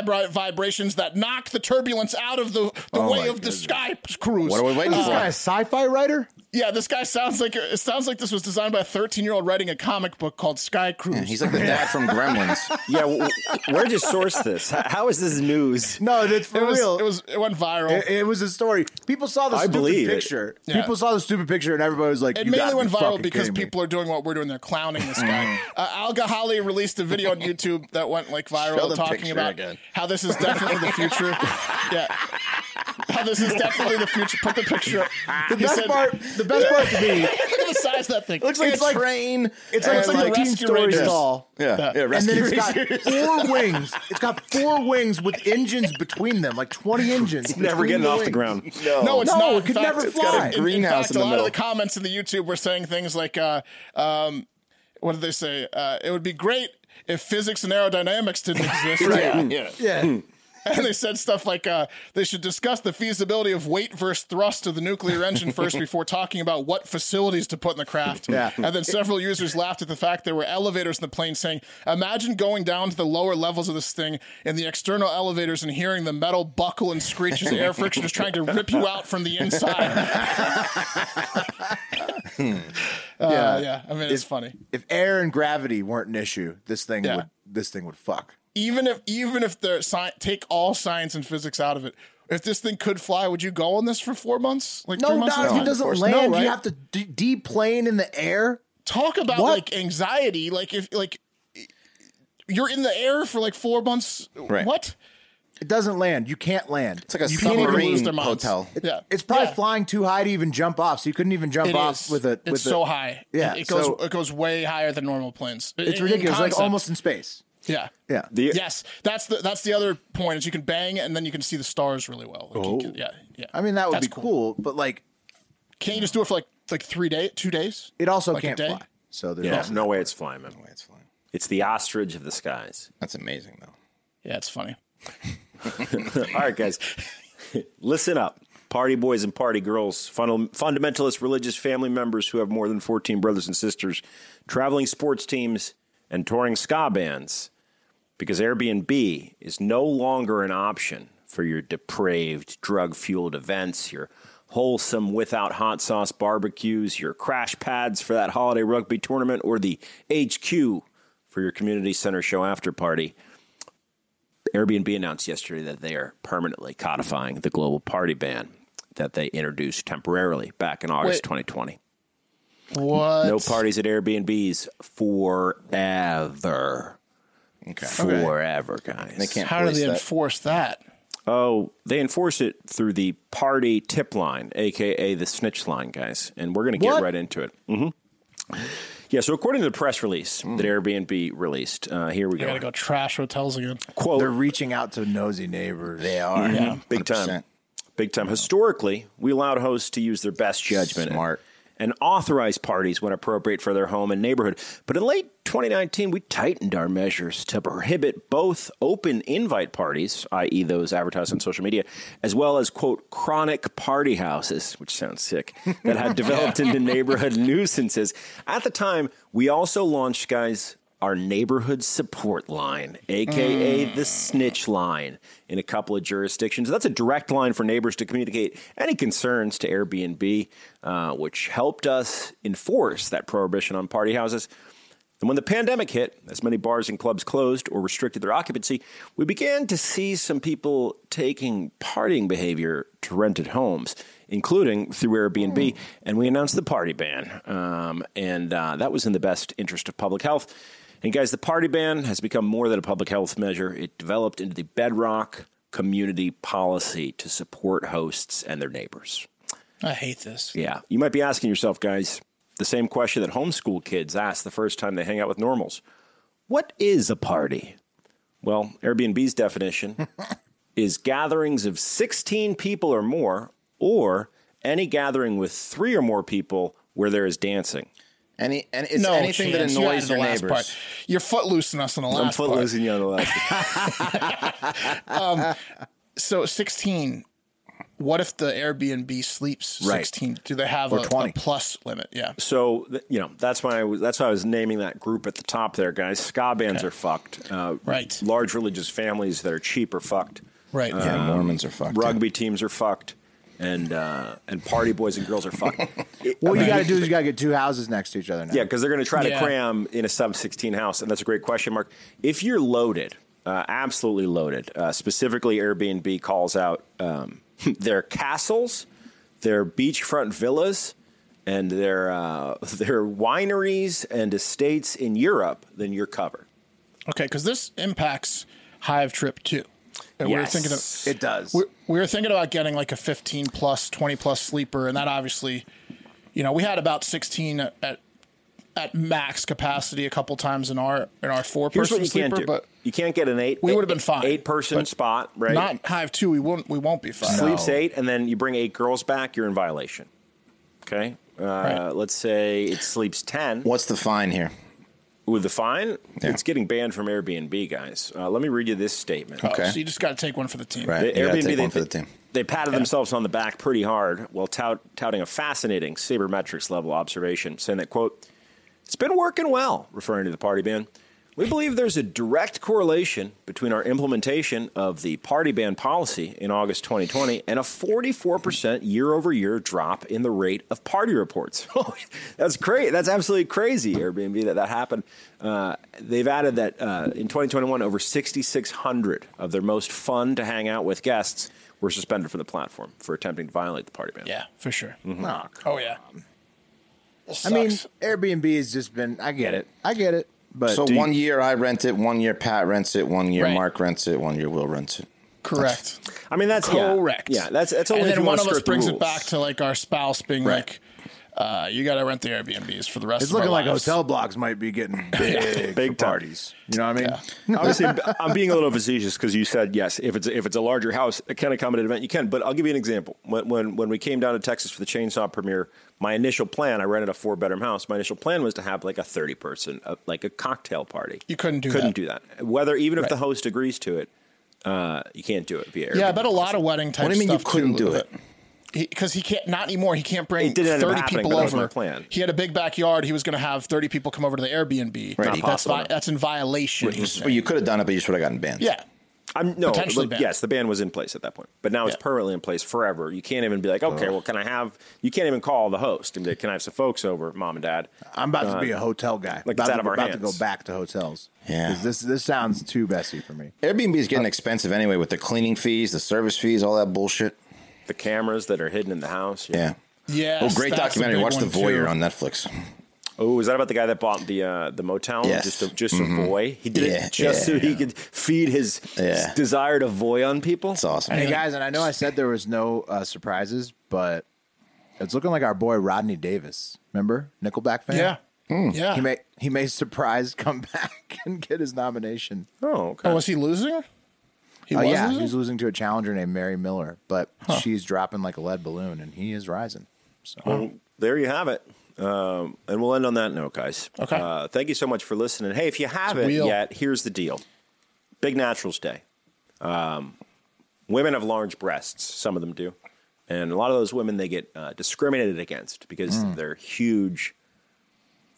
[SPEAKER 4] anti-vibrations that knock the turbulence out of the, the
[SPEAKER 2] Oh,
[SPEAKER 4] way
[SPEAKER 2] my
[SPEAKER 4] of the Sky Cruise. Uh,
[SPEAKER 2] What are we waiting
[SPEAKER 1] This
[SPEAKER 2] for?
[SPEAKER 1] guy a sci-fi writer?
[SPEAKER 4] Yeah, this guy sounds like it sounds like this was designed by a 13-year-old writing a comic book called Sky Cruise.
[SPEAKER 2] Yeah, he's like the dad from Gremlins.
[SPEAKER 3] Yeah, w- w- where did you source this? How, how is this news?
[SPEAKER 1] No, it's for
[SPEAKER 4] it was,
[SPEAKER 1] real.
[SPEAKER 4] It was it went viral.
[SPEAKER 1] It, it was a story. People saw the
[SPEAKER 3] I
[SPEAKER 1] stupid
[SPEAKER 3] believe it.
[SPEAKER 1] picture.
[SPEAKER 4] Yeah.
[SPEAKER 1] People saw the stupid picture, and everybody was like,
[SPEAKER 4] It
[SPEAKER 1] "You
[SPEAKER 4] mainly
[SPEAKER 1] gotta
[SPEAKER 4] went
[SPEAKER 1] be
[SPEAKER 4] viral
[SPEAKER 1] fucking
[SPEAKER 4] because
[SPEAKER 1] kidding me." Mm.
[SPEAKER 4] people are doing what we're doing. They're clowning this guy. uh, Al Gahali released a video on YouTube that went like
[SPEAKER 2] Show
[SPEAKER 4] viral
[SPEAKER 2] the
[SPEAKER 4] talking
[SPEAKER 2] picture
[SPEAKER 4] about
[SPEAKER 2] again.
[SPEAKER 4] how this is definitely the future. yeah. How this is definitely the future. Put the picture up.
[SPEAKER 1] The
[SPEAKER 4] He
[SPEAKER 1] best
[SPEAKER 4] said-
[SPEAKER 1] part. The best part to me.
[SPEAKER 4] Look at the size of that thing.
[SPEAKER 2] Looks like
[SPEAKER 1] It's
[SPEAKER 2] a
[SPEAKER 1] like-
[SPEAKER 2] train.
[SPEAKER 1] It's like,
[SPEAKER 4] It's
[SPEAKER 1] it's
[SPEAKER 4] like
[SPEAKER 1] like a
[SPEAKER 4] the
[SPEAKER 1] teen
[SPEAKER 4] Rescue
[SPEAKER 1] story
[SPEAKER 4] Rangers.
[SPEAKER 1] stall.
[SPEAKER 2] Yeah, yeah.
[SPEAKER 1] and then
[SPEAKER 2] Rescue
[SPEAKER 1] it's got
[SPEAKER 2] Rangers.
[SPEAKER 1] four wings. It's got four wings with engines between them, like twenty engines.
[SPEAKER 3] Never
[SPEAKER 1] between
[SPEAKER 3] getting
[SPEAKER 1] the
[SPEAKER 3] off the
[SPEAKER 1] wings.
[SPEAKER 3] ground.
[SPEAKER 4] No, it's
[SPEAKER 1] No,
[SPEAKER 4] not.
[SPEAKER 1] it
[SPEAKER 4] In
[SPEAKER 1] could
[SPEAKER 4] fact-
[SPEAKER 1] never
[SPEAKER 4] it's got a
[SPEAKER 1] fly.
[SPEAKER 2] greenhouse
[SPEAKER 4] fact,
[SPEAKER 2] in the
[SPEAKER 4] a lot
[SPEAKER 2] middle.
[SPEAKER 4] of the comments in the YouTube were saying things like, uh, um, "What did they say? Uh, it would be great if physics and aerodynamics didn't exist."
[SPEAKER 2] yeah.
[SPEAKER 1] Yeah,
[SPEAKER 4] and they said stuff like uh, they should discuss the feasibility of weight versus thrust of the nuclear engine first before talking about what facilities to put in the craft.
[SPEAKER 1] Yeah.
[SPEAKER 4] And then several users laughed at the fact there were elevators in the plane, saying, "Imagine going down to the lower levels of this thing in the external elevators and hearing the metal buckle and screech as air friction is trying to rip you out from the inside." Uh, yeah. I mean, it's, funny.
[SPEAKER 1] If air and gravity weren't an issue, this thing
[SPEAKER 4] Yeah.
[SPEAKER 1] would this thing would fuck.
[SPEAKER 4] Even if even if the sci- take all science and physics out of it. If this thing could fly, would you go on this for four months? Like
[SPEAKER 1] No,
[SPEAKER 4] three months
[SPEAKER 1] not
[SPEAKER 4] at a
[SPEAKER 1] if
[SPEAKER 4] time?
[SPEAKER 1] it doesn't
[SPEAKER 4] No,
[SPEAKER 1] land.
[SPEAKER 4] right?
[SPEAKER 1] You have to de- deplane in the air.
[SPEAKER 4] talk about
[SPEAKER 1] What?
[SPEAKER 4] like anxiety like if like you're in the air for like four months
[SPEAKER 2] Right.
[SPEAKER 4] what
[SPEAKER 1] It doesn't land. You can't land.
[SPEAKER 2] It's like a
[SPEAKER 1] you can't even
[SPEAKER 4] lose
[SPEAKER 2] submarine
[SPEAKER 4] their minds.
[SPEAKER 2] hotel.
[SPEAKER 1] It-
[SPEAKER 4] Yeah.
[SPEAKER 1] It's probably
[SPEAKER 4] Yeah.
[SPEAKER 1] flying too high to even jump off. So you couldn't even jump
[SPEAKER 4] It
[SPEAKER 1] off
[SPEAKER 4] is.
[SPEAKER 1] with a.
[SPEAKER 4] it's
[SPEAKER 1] with
[SPEAKER 4] so
[SPEAKER 1] a,
[SPEAKER 4] high
[SPEAKER 1] Yeah,
[SPEAKER 4] it goes
[SPEAKER 1] so-
[SPEAKER 4] it goes way higher than normal planes I-
[SPEAKER 1] It's
[SPEAKER 4] in
[SPEAKER 1] ridiculous. Like
[SPEAKER 4] concept.
[SPEAKER 1] almost in space.
[SPEAKER 4] yeah
[SPEAKER 1] Yeah.
[SPEAKER 3] The,
[SPEAKER 4] yes that's the that's the other point is you can bang and then you can see the stars really well Like, you
[SPEAKER 3] Oh.
[SPEAKER 4] can- yeah yeah
[SPEAKER 1] I mean, that would
[SPEAKER 4] That's
[SPEAKER 1] be cool, but like,
[SPEAKER 4] can't you just do it for like like three days two days
[SPEAKER 1] it also
[SPEAKER 4] Like a
[SPEAKER 1] can't
[SPEAKER 4] day?
[SPEAKER 1] fly. So there's
[SPEAKER 3] yeah,
[SPEAKER 1] also-
[SPEAKER 3] no way it's flying, man.
[SPEAKER 2] It's fine.
[SPEAKER 3] It's the ostrich of the skies.
[SPEAKER 2] That's amazing though.
[SPEAKER 4] yeah it's funny
[SPEAKER 3] All right, guys, listen up. Party boys and party girls, fundal- fundamentalist religious family members who have more than 14 brothers and sisters, traveling sports teams, and touring ska bands, because Airbnb is no longer an option for your depraved, drug fueled events, your wholesome without hot sauce barbecues, your crash pads for that holiday rugby tournament, or the HQ for your community center show after party. Airbnb announced yesterday that they are permanently codifying the global party ban that they introduced temporarily back in August
[SPEAKER 4] Wait.
[SPEAKER 3] 2020.
[SPEAKER 4] What?
[SPEAKER 3] No parties at Airbnbs forever. Forever, guys.
[SPEAKER 4] How do they enforce that?
[SPEAKER 3] Oh, they enforce it through the party tip line, aka the snitch line, guys. And we're going to get
[SPEAKER 4] What?
[SPEAKER 3] right into it. hmm Yeah. So, according to the press release that Airbnb released, uh, here we
[SPEAKER 4] I gotta
[SPEAKER 3] go.
[SPEAKER 4] go trash hotels again.
[SPEAKER 3] Quote:
[SPEAKER 1] They're reaching out to nosy neighbors. They are.
[SPEAKER 3] Mhm. Big time. Big time. Historically, we allowed hosts to use their best judgment Smart. and authorize parties when appropriate for their home and neighborhood. But in late 2019, we tightened our measures to prohibit both open invite parties, i.e., those advertised on social media, as well as, quote, chronic party houses, which sounds sick, that had developed into neighborhood nuisances. At the time, we also launched, guys, our neighborhood support line, aka the snitch line, in a couple of jurisdictions. That's a direct line for neighbors to communicate any concerns to Airbnb, uh, which helped us enforce that prohibition on party houses. And when the pandemic hit, as many bars and clubs closed or restricted their occupancy, we began to see some people taking partying behavior to rented homes, including through Airbnb. And we announced the party ban. Um, and uh, that was in the best interest of public health. And guys, the party ban has become more than a public health measure, it developed into the bedrock community policy to support hosts and their neighbors.
[SPEAKER 4] I hate this.
[SPEAKER 3] Yeah. You might be asking yourself, guys, the same question that homeschool kids ask the first time they hang out with normals What is a party? Well, Airbnb's definition is gatherings of 16 people or more, or any gathering with three or more people where there is dancing.
[SPEAKER 2] Any, and
[SPEAKER 4] no chance. You added the last Part. You're footloosing us on the
[SPEAKER 3] I'm
[SPEAKER 4] last
[SPEAKER 3] foot
[SPEAKER 4] part.
[SPEAKER 3] losing you on the last.
[SPEAKER 4] Um, so 16. What if the Airbnb sleeps
[SPEAKER 3] Right.
[SPEAKER 4] 16? Do they have
[SPEAKER 3] Or
[SPEAKER 4] a, a
[SPEAKER 3] 20.
[SPEAKER 4] plus limit? Yeah.
[SPEAKER 3] So th- you know that's why I was, that's why I was naming that group at the top there, guys. Ska bands
[SPEAKER 4] Okay.
[SPEAKER 3] are fucked. Uh,
[SPEAKER 4] Right.
[SPEAKER 3] Large religious families that are cheap are fucked. Um,
[SPEAKER 4] Right. Yeah,
[SPEAKER 2] Mormons are fucked.
[SPEAKER 3] Rugby teams are fucked, and uh, and party boys and girls are fucked.
[SPEAKER 1] What you got to do is you got to get two houses next to each other now.
[SPEAKER 3] Yeah, because they're going to try
[SPEAKER 1] Yeah.
[SPEAKER 3] to cram in a sub 16 house. And that's a great question, Mark. If you're loaded, uh, absolutely loaded, uh, specifically Airbnb calls out um, their castles, their beachfront villas, and their, uh, their wineries and estates in Europe, then you're covered.
[SPEAKER 4] Okay, because this impacts Hive Trip too. And we were
[SPEAKER 3] Yes,
[SPEAKER 4] thinking of
[SPEAKER 3] it does.
[SPEAKER 4] We, we were thinking about getting like a 15 plus, 20 plus sleeper, and that obviously, you know, we had about 16 at at, at max capacity a couple times in our in our four
[SPEAKER 3] Here's what
[SPEAKER 4] person
[SPEAKER 3] you can't do.
[SPEAKER 4] sleeper, but
[SPEAKER 3] you can't get an eight.
[SPEAKER 4] we would have been fine.
[SPEAKER 3] Eight person
[SPEAKER 4] But
[SPEAKER 3] spot, right?
[SPEAKER 4] Not Hive two. We won't. We won't be fine.
[SPEAKER 3] Sleeps eight, and then you bring eight girls back, you're in violation. Okay. Uh, Let's say it sleeps 10.
[SPEAKER 2] What's the fine here?
[SPEAKER 3] With the fine,
[SPEAKER 2] Yeah.
[SPEAKER 3] it's getting banned from Airbnb, guys. Uh, let me read you this statement.
[SPEAKER 4] Oh, So you just got to take one for the team.
[SPEAKER 2] Right.
[SPEAKER 3] The
[SPEAKER 2] you gotta
[SPEAKER 3] Airbnb,
[SPEAKER 2] take
[SPEAKER 3] they-
[SPEAKER 2] one for the team.
[SPEAKER 3] They patted themselves on the back pretty hard while tout, touting a fascinating sabermetrics level observation, saying that, quote, it's been working well, referring to the party ban. We believe there's a direct correlation between our implementation of the party ban policy in August 2020 and a 44% year over year drop in the rate of party reports. Oh, That's great. That's absolutely crazy, Airbnb, that that happened. Uh, they've added that uh, in 2021, over 6,600 of their most fun to hang out with guests were suspended from the platform for attempting to violate the party ban.
[SPEAKER 4] Yeah, for sure.
[SPEAKER 3] Mhm.
[SPEAKER 1] Oh,
[SPEAKER 4] Oh yeah.
[SPEAKER 1] I mean, Airbnb has just been. I get it. I get it. But
[SPEAKER 2] so one year I rent it, one year Pat rents it, one year
[SPEAKER 1] Right.
[SPEAKER 2] Mark rents it, one year Will rents it.
[SPEAKER 4] Correct.
[SPEAKER 3] I mean, that's yeah.
[SPEAKER 4] correct.
[SPEAKER 3] Yeah, that's- that's only
[SPEAKER 4] And
[SPEAKER 3] if
[SPEAKER 4] then
[SPEAKER 3] you
[SPEAKER 4] one
[SPEAKER 3] wanna
[SPEAKER 4] of us
[SPEAKER 3] skirt the
[SPEAKER 4] brings it
[SPEAKER 3] rules.
[SPEAKER 4] back to like our spouse being like, uh, "You got to rent the Airbnbs for the rest."
[SPEAKER 1] it's
[SPEAKER 4] of
[SPEAKER 1] looking
[SPEAKER 4] our
[SPEAKER 1] like
[SPEAKER 4] lives.
[SPEAKER 1] hotel blocks might be getting big, for
[SPEAKER 3] time.
[SPEAKER 1] parties. You know what I mean?
[SPEAKER 3] Obviously, I'm being a little facetious because you said yes. If it's if it's a larger house, it can accommodate an event. You can, but I'll give you an example. When when when we came down to Texas for the Chainsaw premiere, my initial plan, I rented a four bedroom house. My initial plan was to have like a 30 person, uh, like a cocktail party.
[SPEAKER 4] You couldn't do
[SPEAKER 3] couldn't
[SPEAKER 4] that.
[SPEAKER 3] do that. Whether even if
[SPEAKER 4] Right.
[SPEAKER 3] the host agrees to it, uh, you can't do it via.
[SPEAKER 4] Yeah, I
[SPEAKER 3] Airbnb.
[SPEAKER 4] bet a lot of wedding type.
[SPEAKER 3] What do you mean you
[SPEAKER 4] stuff
[SPEAKER 3] couldn't
[SPEAKER 4] too,
[SPEAKER 3] do it?
[SPEAKER 4] Because he, can't not anymore. He can't bring
[SPEAKER 3] It didn't end up
[SPEAKER 4] thirty
[SPEAKER 3] happening,
[SPEAKER 4] people
[SPEAKER 3] but that
[SPEAKER 4] over.
[SPEAKER 3] was my plan.
[SPEAKER 4] He had a big backyard. He was going to have thirty people come over to the Airbnb.
[SPEAKER 2] Right,
[SPEAKER 4] that's
[SPEAKER 2] possible.
[SPEAKER 4] vi- that's in violation.
[SPEAKER 2] Well, you could have done it, but you should have gotten banned.
[SPEAKER 4] Yeah,
[SPEAKER 3] I'm no,
[SPEAKER 4] Potentially
[SPEAKER 3] but
[SPEAKER 4] banned.
[SPEAKER 3] yes, the ban was in place at that point, but now it's permanently in place forever. You can't even be like, okay,
[SPEAKER 1] Ugh.
[SPEAKER 3] well, can I have? You can't even call the host and be like, can I have some folks over, mom and dad?
[SPEAKER 1] I'm about to
[SPEAKER 3] Uh,
[SPEAKER 1] be a hotel guy.
[SPEAKER 3] Like
[SPEAKER 1] about
[SPEAKER 3] it's out
[SPEAKER 1] to,
[SPEAKER 3] of our
[SPEAKER 1] about
[SPEAKER 3] hands.
[SPEAKER 1] to go back to hotels.
[SPEAKER 2] Yeah.
[SPEAKER 1] 'Cause this this sounds too messy for me.
[SPEAKER 2] Airbnb is getting expensive anyway with the cleaning fees, the service fees, all that bullshit.
[SPEAKER 3] The cameras that are hidden in the house.
[SPEAKER 2] Yeah.
[SPEAKER 4] Yes,
[SPEAKER 2] Oh, great
[SPEAKER 4] that's the
[SPEAKER 2] documentary.
[SPEAKER 4] big
[SPEAKER 2] Watch The
[SPEAKER 4] one,
[SPEAKER 2] Voyeur
[SPEAKER 4] too.
[SPEAKER 2] on Netflix.
[SPEAKER 3] Oh, is that about the guy that bought the uh, the motel?
[SPEAKER 2] Yes.
[SPEAKER 3] Just a, just
[SPEAKER 2] Mhm.
[SPEAKER 3] a boy. He did
[SPEAKER 2] Yeah,
[SPEAKER 3] it just
[SPEAKER 2] yeah.
[SPEAKER 3] so he could feed his
[SPEAKER 2] Yeah.
[SPEAKER 3] desire to voy on people. It's
[SPEAKER 2] awesome.
[SPEAKER 1] Hey guys, and I know I said there was no uh, surprises, but it's looking like our boy Rodney Davis. Remember Nickelback fan?
[SPEAKER 4] Yeah. Yeah.
[SPEAKER 1] He may he may surprise come back and get his nomination.
[SPEAKER 3] Oh, okay.
[SPEAKER 4] Oh, was he losing? He
[SPEAKER 3] Oh,
[SPEAKER 1] Uh,
[SPEAKER 4] was
[SPEAKER 1] yeah,
[SPEAKER 4] losing?
[SPEAKER 1] he was losing to a challenger named Mary Miller, but she's dropping like a lead balloon, and he is rising. So
[SPEAKER 3] Well, there you have it. Um, and we'll end on that note, guys.
[SPEAKER 1] Okay.
[SPEAKER 3] Uh, thank you so much for listening. Hey, if you haven't
[SPEAKER 4] wheel.
[SPEAKER 3] yet, here's the deal Big Naturals Day. Um, women have large breasts, some of them do. And a lot of those women, they get uh, discriminated against because
[SPEAKER 1] Mm.
[SPEAKER 3] they're huge,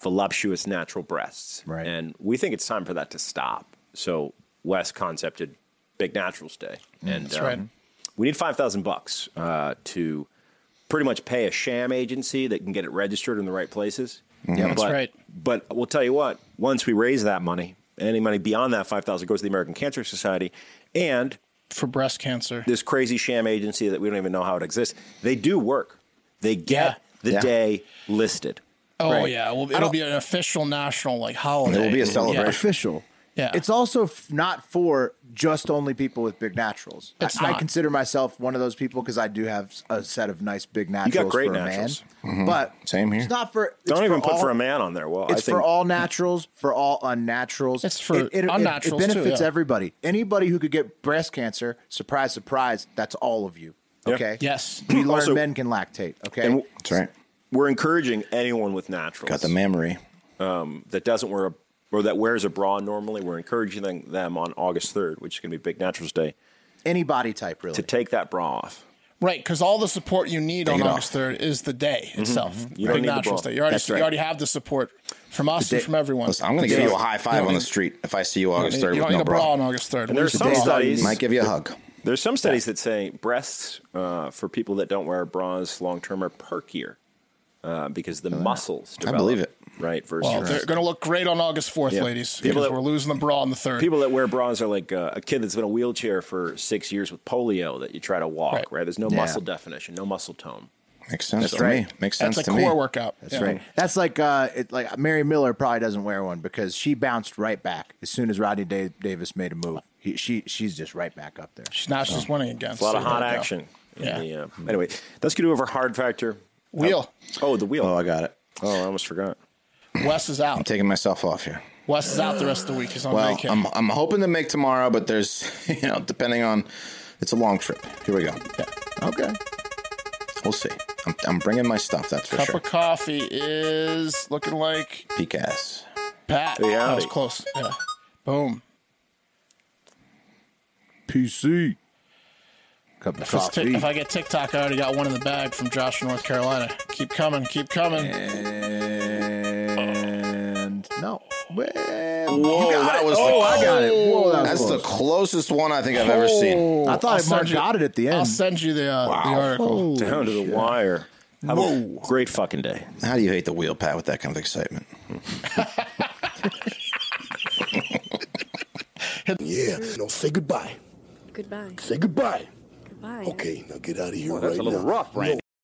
[SPEAKER 3] voluptuous, natural breasts. Right. And we think it's time for that to stop. So Wes concepted Big Naturals Day.
[SPEAKER 4] Mm,
[SPEAKER 3] and um,
[SPEAKER 4] that's right.
[SPEAKER 3] we need 5,000 bucks uh, to pretty much pay a sham agency that can get it registered in the right places.
[SPEAKER 4] Mhm. Yeah, that's
[SPEAKER 3] but,
[SPEAKER 4] right.
[SPEAKER 3] But we'll tell you what, once we raise that money, any money beyond that 5,000 goes to the American Cancer Society and
[SPEAKER 4] for breast cancer.
[SPEAKER 3] this crazy sham agency that we don't even know how it exists. They do work. They get the
[SPEAKER 4] Yeah.
[SPEAKER 3] day listed.
[SPEAKER 4] Oh
[SPEAKER 3] Right.
[SPEAKER 4] yeah, well,
[SPEAKER 3] I
[SPEAKER 4] it'll
[SPEAKER 3] don't-
[SPEAKER 4] be an official national like holiday. Yeah.
[SPEAKER 1] Official. Yeah. It's also f- not for just only people with big naturals. I-
[SPEAKER 4] It's
[SPEAKER 1] I,
[SPEAKER 4] not.
[SPEAKER 1] consider myself one of those people because I do have s- a set of nice big naturals
[SPEAKER 3] great
[SPEAKER 1] for a
[SPEAKER 3] naturals.
[SPEAKER 1] man. Mm-hmm.
[SPEAKER 2] Mhm.
[SPEAKER 1] But
[SPEAKER 2] Same here.
[SPEAKER 1] it's not for. it's
[SPEAKER 3] don't even
[SPEAKER 1] for
[SPEAKER 3] put
[SPEAKER 1] all-
[SPEAKER 3] for a man on there. Well, I
[SPEAKER 1] it's
[SPEAKER 3] think
[SPEAKER 1] for all naturals, for all unnaturals. It's
[SPEAKER 4] for unnaturals, too,
[SPEAKER 1] It, benefits
[SPEAKER 4] yeah.
[SPEAKER 1] everybody. Anybody who could get breast cancer, surprise, surprise, that's all of you.
[SPEAKER 3] Yeah.
[SPEAKER 1] Okay.
[SPEAKER 4] Yes.
[SPEAKER 1] We learn
[SPEAKER 3] Also-
[SPEAKER 1] men can lactate. Okay.
[SPEAKER 3] And w-
[SPEAKER 2] That's right.
[SPEAKER 3] We're encouraging anyone with naturals
[SPEAKER 2] Got the memory.
[SPEAKER 3] um, that doesn't wear a or that wears a bra normally. We're encouraging them- them on August third, which is going to be Big Naturals Day,
[SPEAKER 1] Any body type, really.
[SPEAKER 3] to take that bra off.
[SPEAKER 4] Right, because all the support you need
[SPEAKER 3] Take
[SPEAKER 4] on
[SPEAKER 3] it off.
[SPEAKER 4] August third is the day
[SPEAKER 3] Mhm.
[SPEAKER 4] itself.
[SPEAKER 3] You don't
[SPEAKER 4] Big
[SPEAKER 3] need the
[SPEAKER 4] Naturals
[SPEAKER 3] ball.
[SPEAKER 4] Day. You already,
[SPEAKER 2] That's right.
[SPEAKER 4] you already have the support from us and from everyone.
[SPEAKER 2] Listen, I'm going to give you a high five on the street if I see you August
[SPEAKER 4] You don't
[SPEAKER 2] 3rd with
[SPEAKER 4] need
[SPEAKER 2] no
[SPEAKER 4] a bra
[SPEAKER 2] bra.
[SPEAKER 4] on August third.
[SPEAKER 3] And there's some studies
[SPEAKER 2] Might give you a hug.
[SPEAKER 3] There's some studies that say breasts uh, for people that don't wear bras long term are perkier uh, because the muscles.
[SPEAKER 2] Oh, I
[SPEAKER 3] Develop,
[SPEAKER 2] believe it.
[SPEAKER 3] Right versus
[SPEAKER 4] Well, they're going to look great on August fourth,
[SPEAKER 3] Yeah.
[SPEAKER 4] ladies.
[SPEAKER 3] People
[SPEAKER 4] Because
[SPEAKER 3] that-
[SPEAKER 4] we're losing the bra on the third.
[SPEAKER 3] People that wear bras are like uh, a kid that's been in a wheelchair for six years with polio that you try to walk, right? There's no
[SPEAKER 1] Yeah.
[SPEAKER 3] muscle definition, no muscle tone.
[SPEAKER 2] Makes sense
[SPEAKER 1] That's
[SPEAKER 2] to
[SPEAKER 1] right.
[SPEAKER 2] me. Makes
[SPEAKER 4] That's
[SPEAKER 2] sense
[SPEAKER 4] a
[SPEAKER 2] to
[SPEAKER 4] core
[SPEAKER 2] me.
[SPEAKER 4] workout.
[SPEAKER 1] That's
[SPEAKER 4] Yeah.
[SPEAKER 1] right. That's like uh, it, like Mary Miller probably doesn't wear one because she bounced right back as soon as Rodney Da- Davis made a move. He, she she's just right back up there.
[SPEAKER 4] She's now she's winning again.
[SPEAKER 3] It's a lot of
[SPEAKER 4] so
[SPEAKER 3] hot
[SPEAKER 4] there you go.
[SPEAKER 3] action. in
[SPEAKER 4] Yeah.
[SPEAKER 3] the, uh, anyway, let's get over hard factor.
[SPEAKER 4] Wheel.
[SPEAKER 3] Oh, the wheel.
[SPEAKER 2] Oh, I got it.
[SPEAKER 3] Oh, I almost forgot.
[SPEAKER 4] Wes is
[SPEAKER 2] I'm
[SPEAKER 4] out.
[SPEAKER 2] taking myself off here.
[SPEAKER 4] Wes is out the rest of the week. He's on
[SPEAKER 2] Well,
[SPEAKER 4] vacation.
[SPEAKER 2] I'm, I'm hoping to make tomorrow, but there's, you know, depending on, it's a long trip. Here we go.
[SPEAKER 1] Okay.
[SPEAKER 2] We'll see. I'm, I'm bringing my stuff, that's for
[SPEAKER 4] Cup
[SPEAKER 2] sure.
[SPEAKER 4] of coffee is looking like
[SPEAKER 2] Peak ass.
[SPEAKER 4] Pat.
[SPEAKER 2] Hey,
[SPEAKER 4] that was
[SPEAKER 2] howdy.
[SPEAKER 4] close. Yeah. Boom.
[SPEAKER 1] PC. Cup of
[SPEAKER 4] If, it's
[SPEAKER 1] coffee.
[SPEAKER 4] tic- if I get TikTok, I already got one in the bag from Josh in North Carolina. Keep coming, keep coming.
[SPEAKER 1] and no.
[SPEAKER 2] Whoa, that was
[SPEAKER 1] oh,
[SPEAKER 2] the,
[SPEAKER 1] I got it. Whoa, that was
[SPEAKER 2] that's the
[SPEAKER 1] close.
[SPEAKER 2] closest one I think I've ever seen.
[SPEAKER 1] I thought it marked got it at the
[SPEAKER 4] I'll
[SPEAKER 1] end.
[SPEAKER 4] send you the, uh, the article.
[SPEAKER 3] Down to the wire. Have a great fucking day.
[SPEAKER 2] How do you hate the wheel, Pat, with that kind of excitement?
[SPEAKER 11] Yeah. No, say goodbye.
[SPEAKER 9] Goodbye.
[SPEAKER 11] Say goodbye.
[SPEAKER 9] Goodbye.
[SPEAKER 11] Okay, now get out of here
[SPEAKER 9] Well,
[SPEAKER 11] right
[SPEAKER 9] that's a little
[SPEAKER 11] now.
[SPEAKER 9] rough,
[SPEAKER 11] No,
[SPEAKER 9] Randy.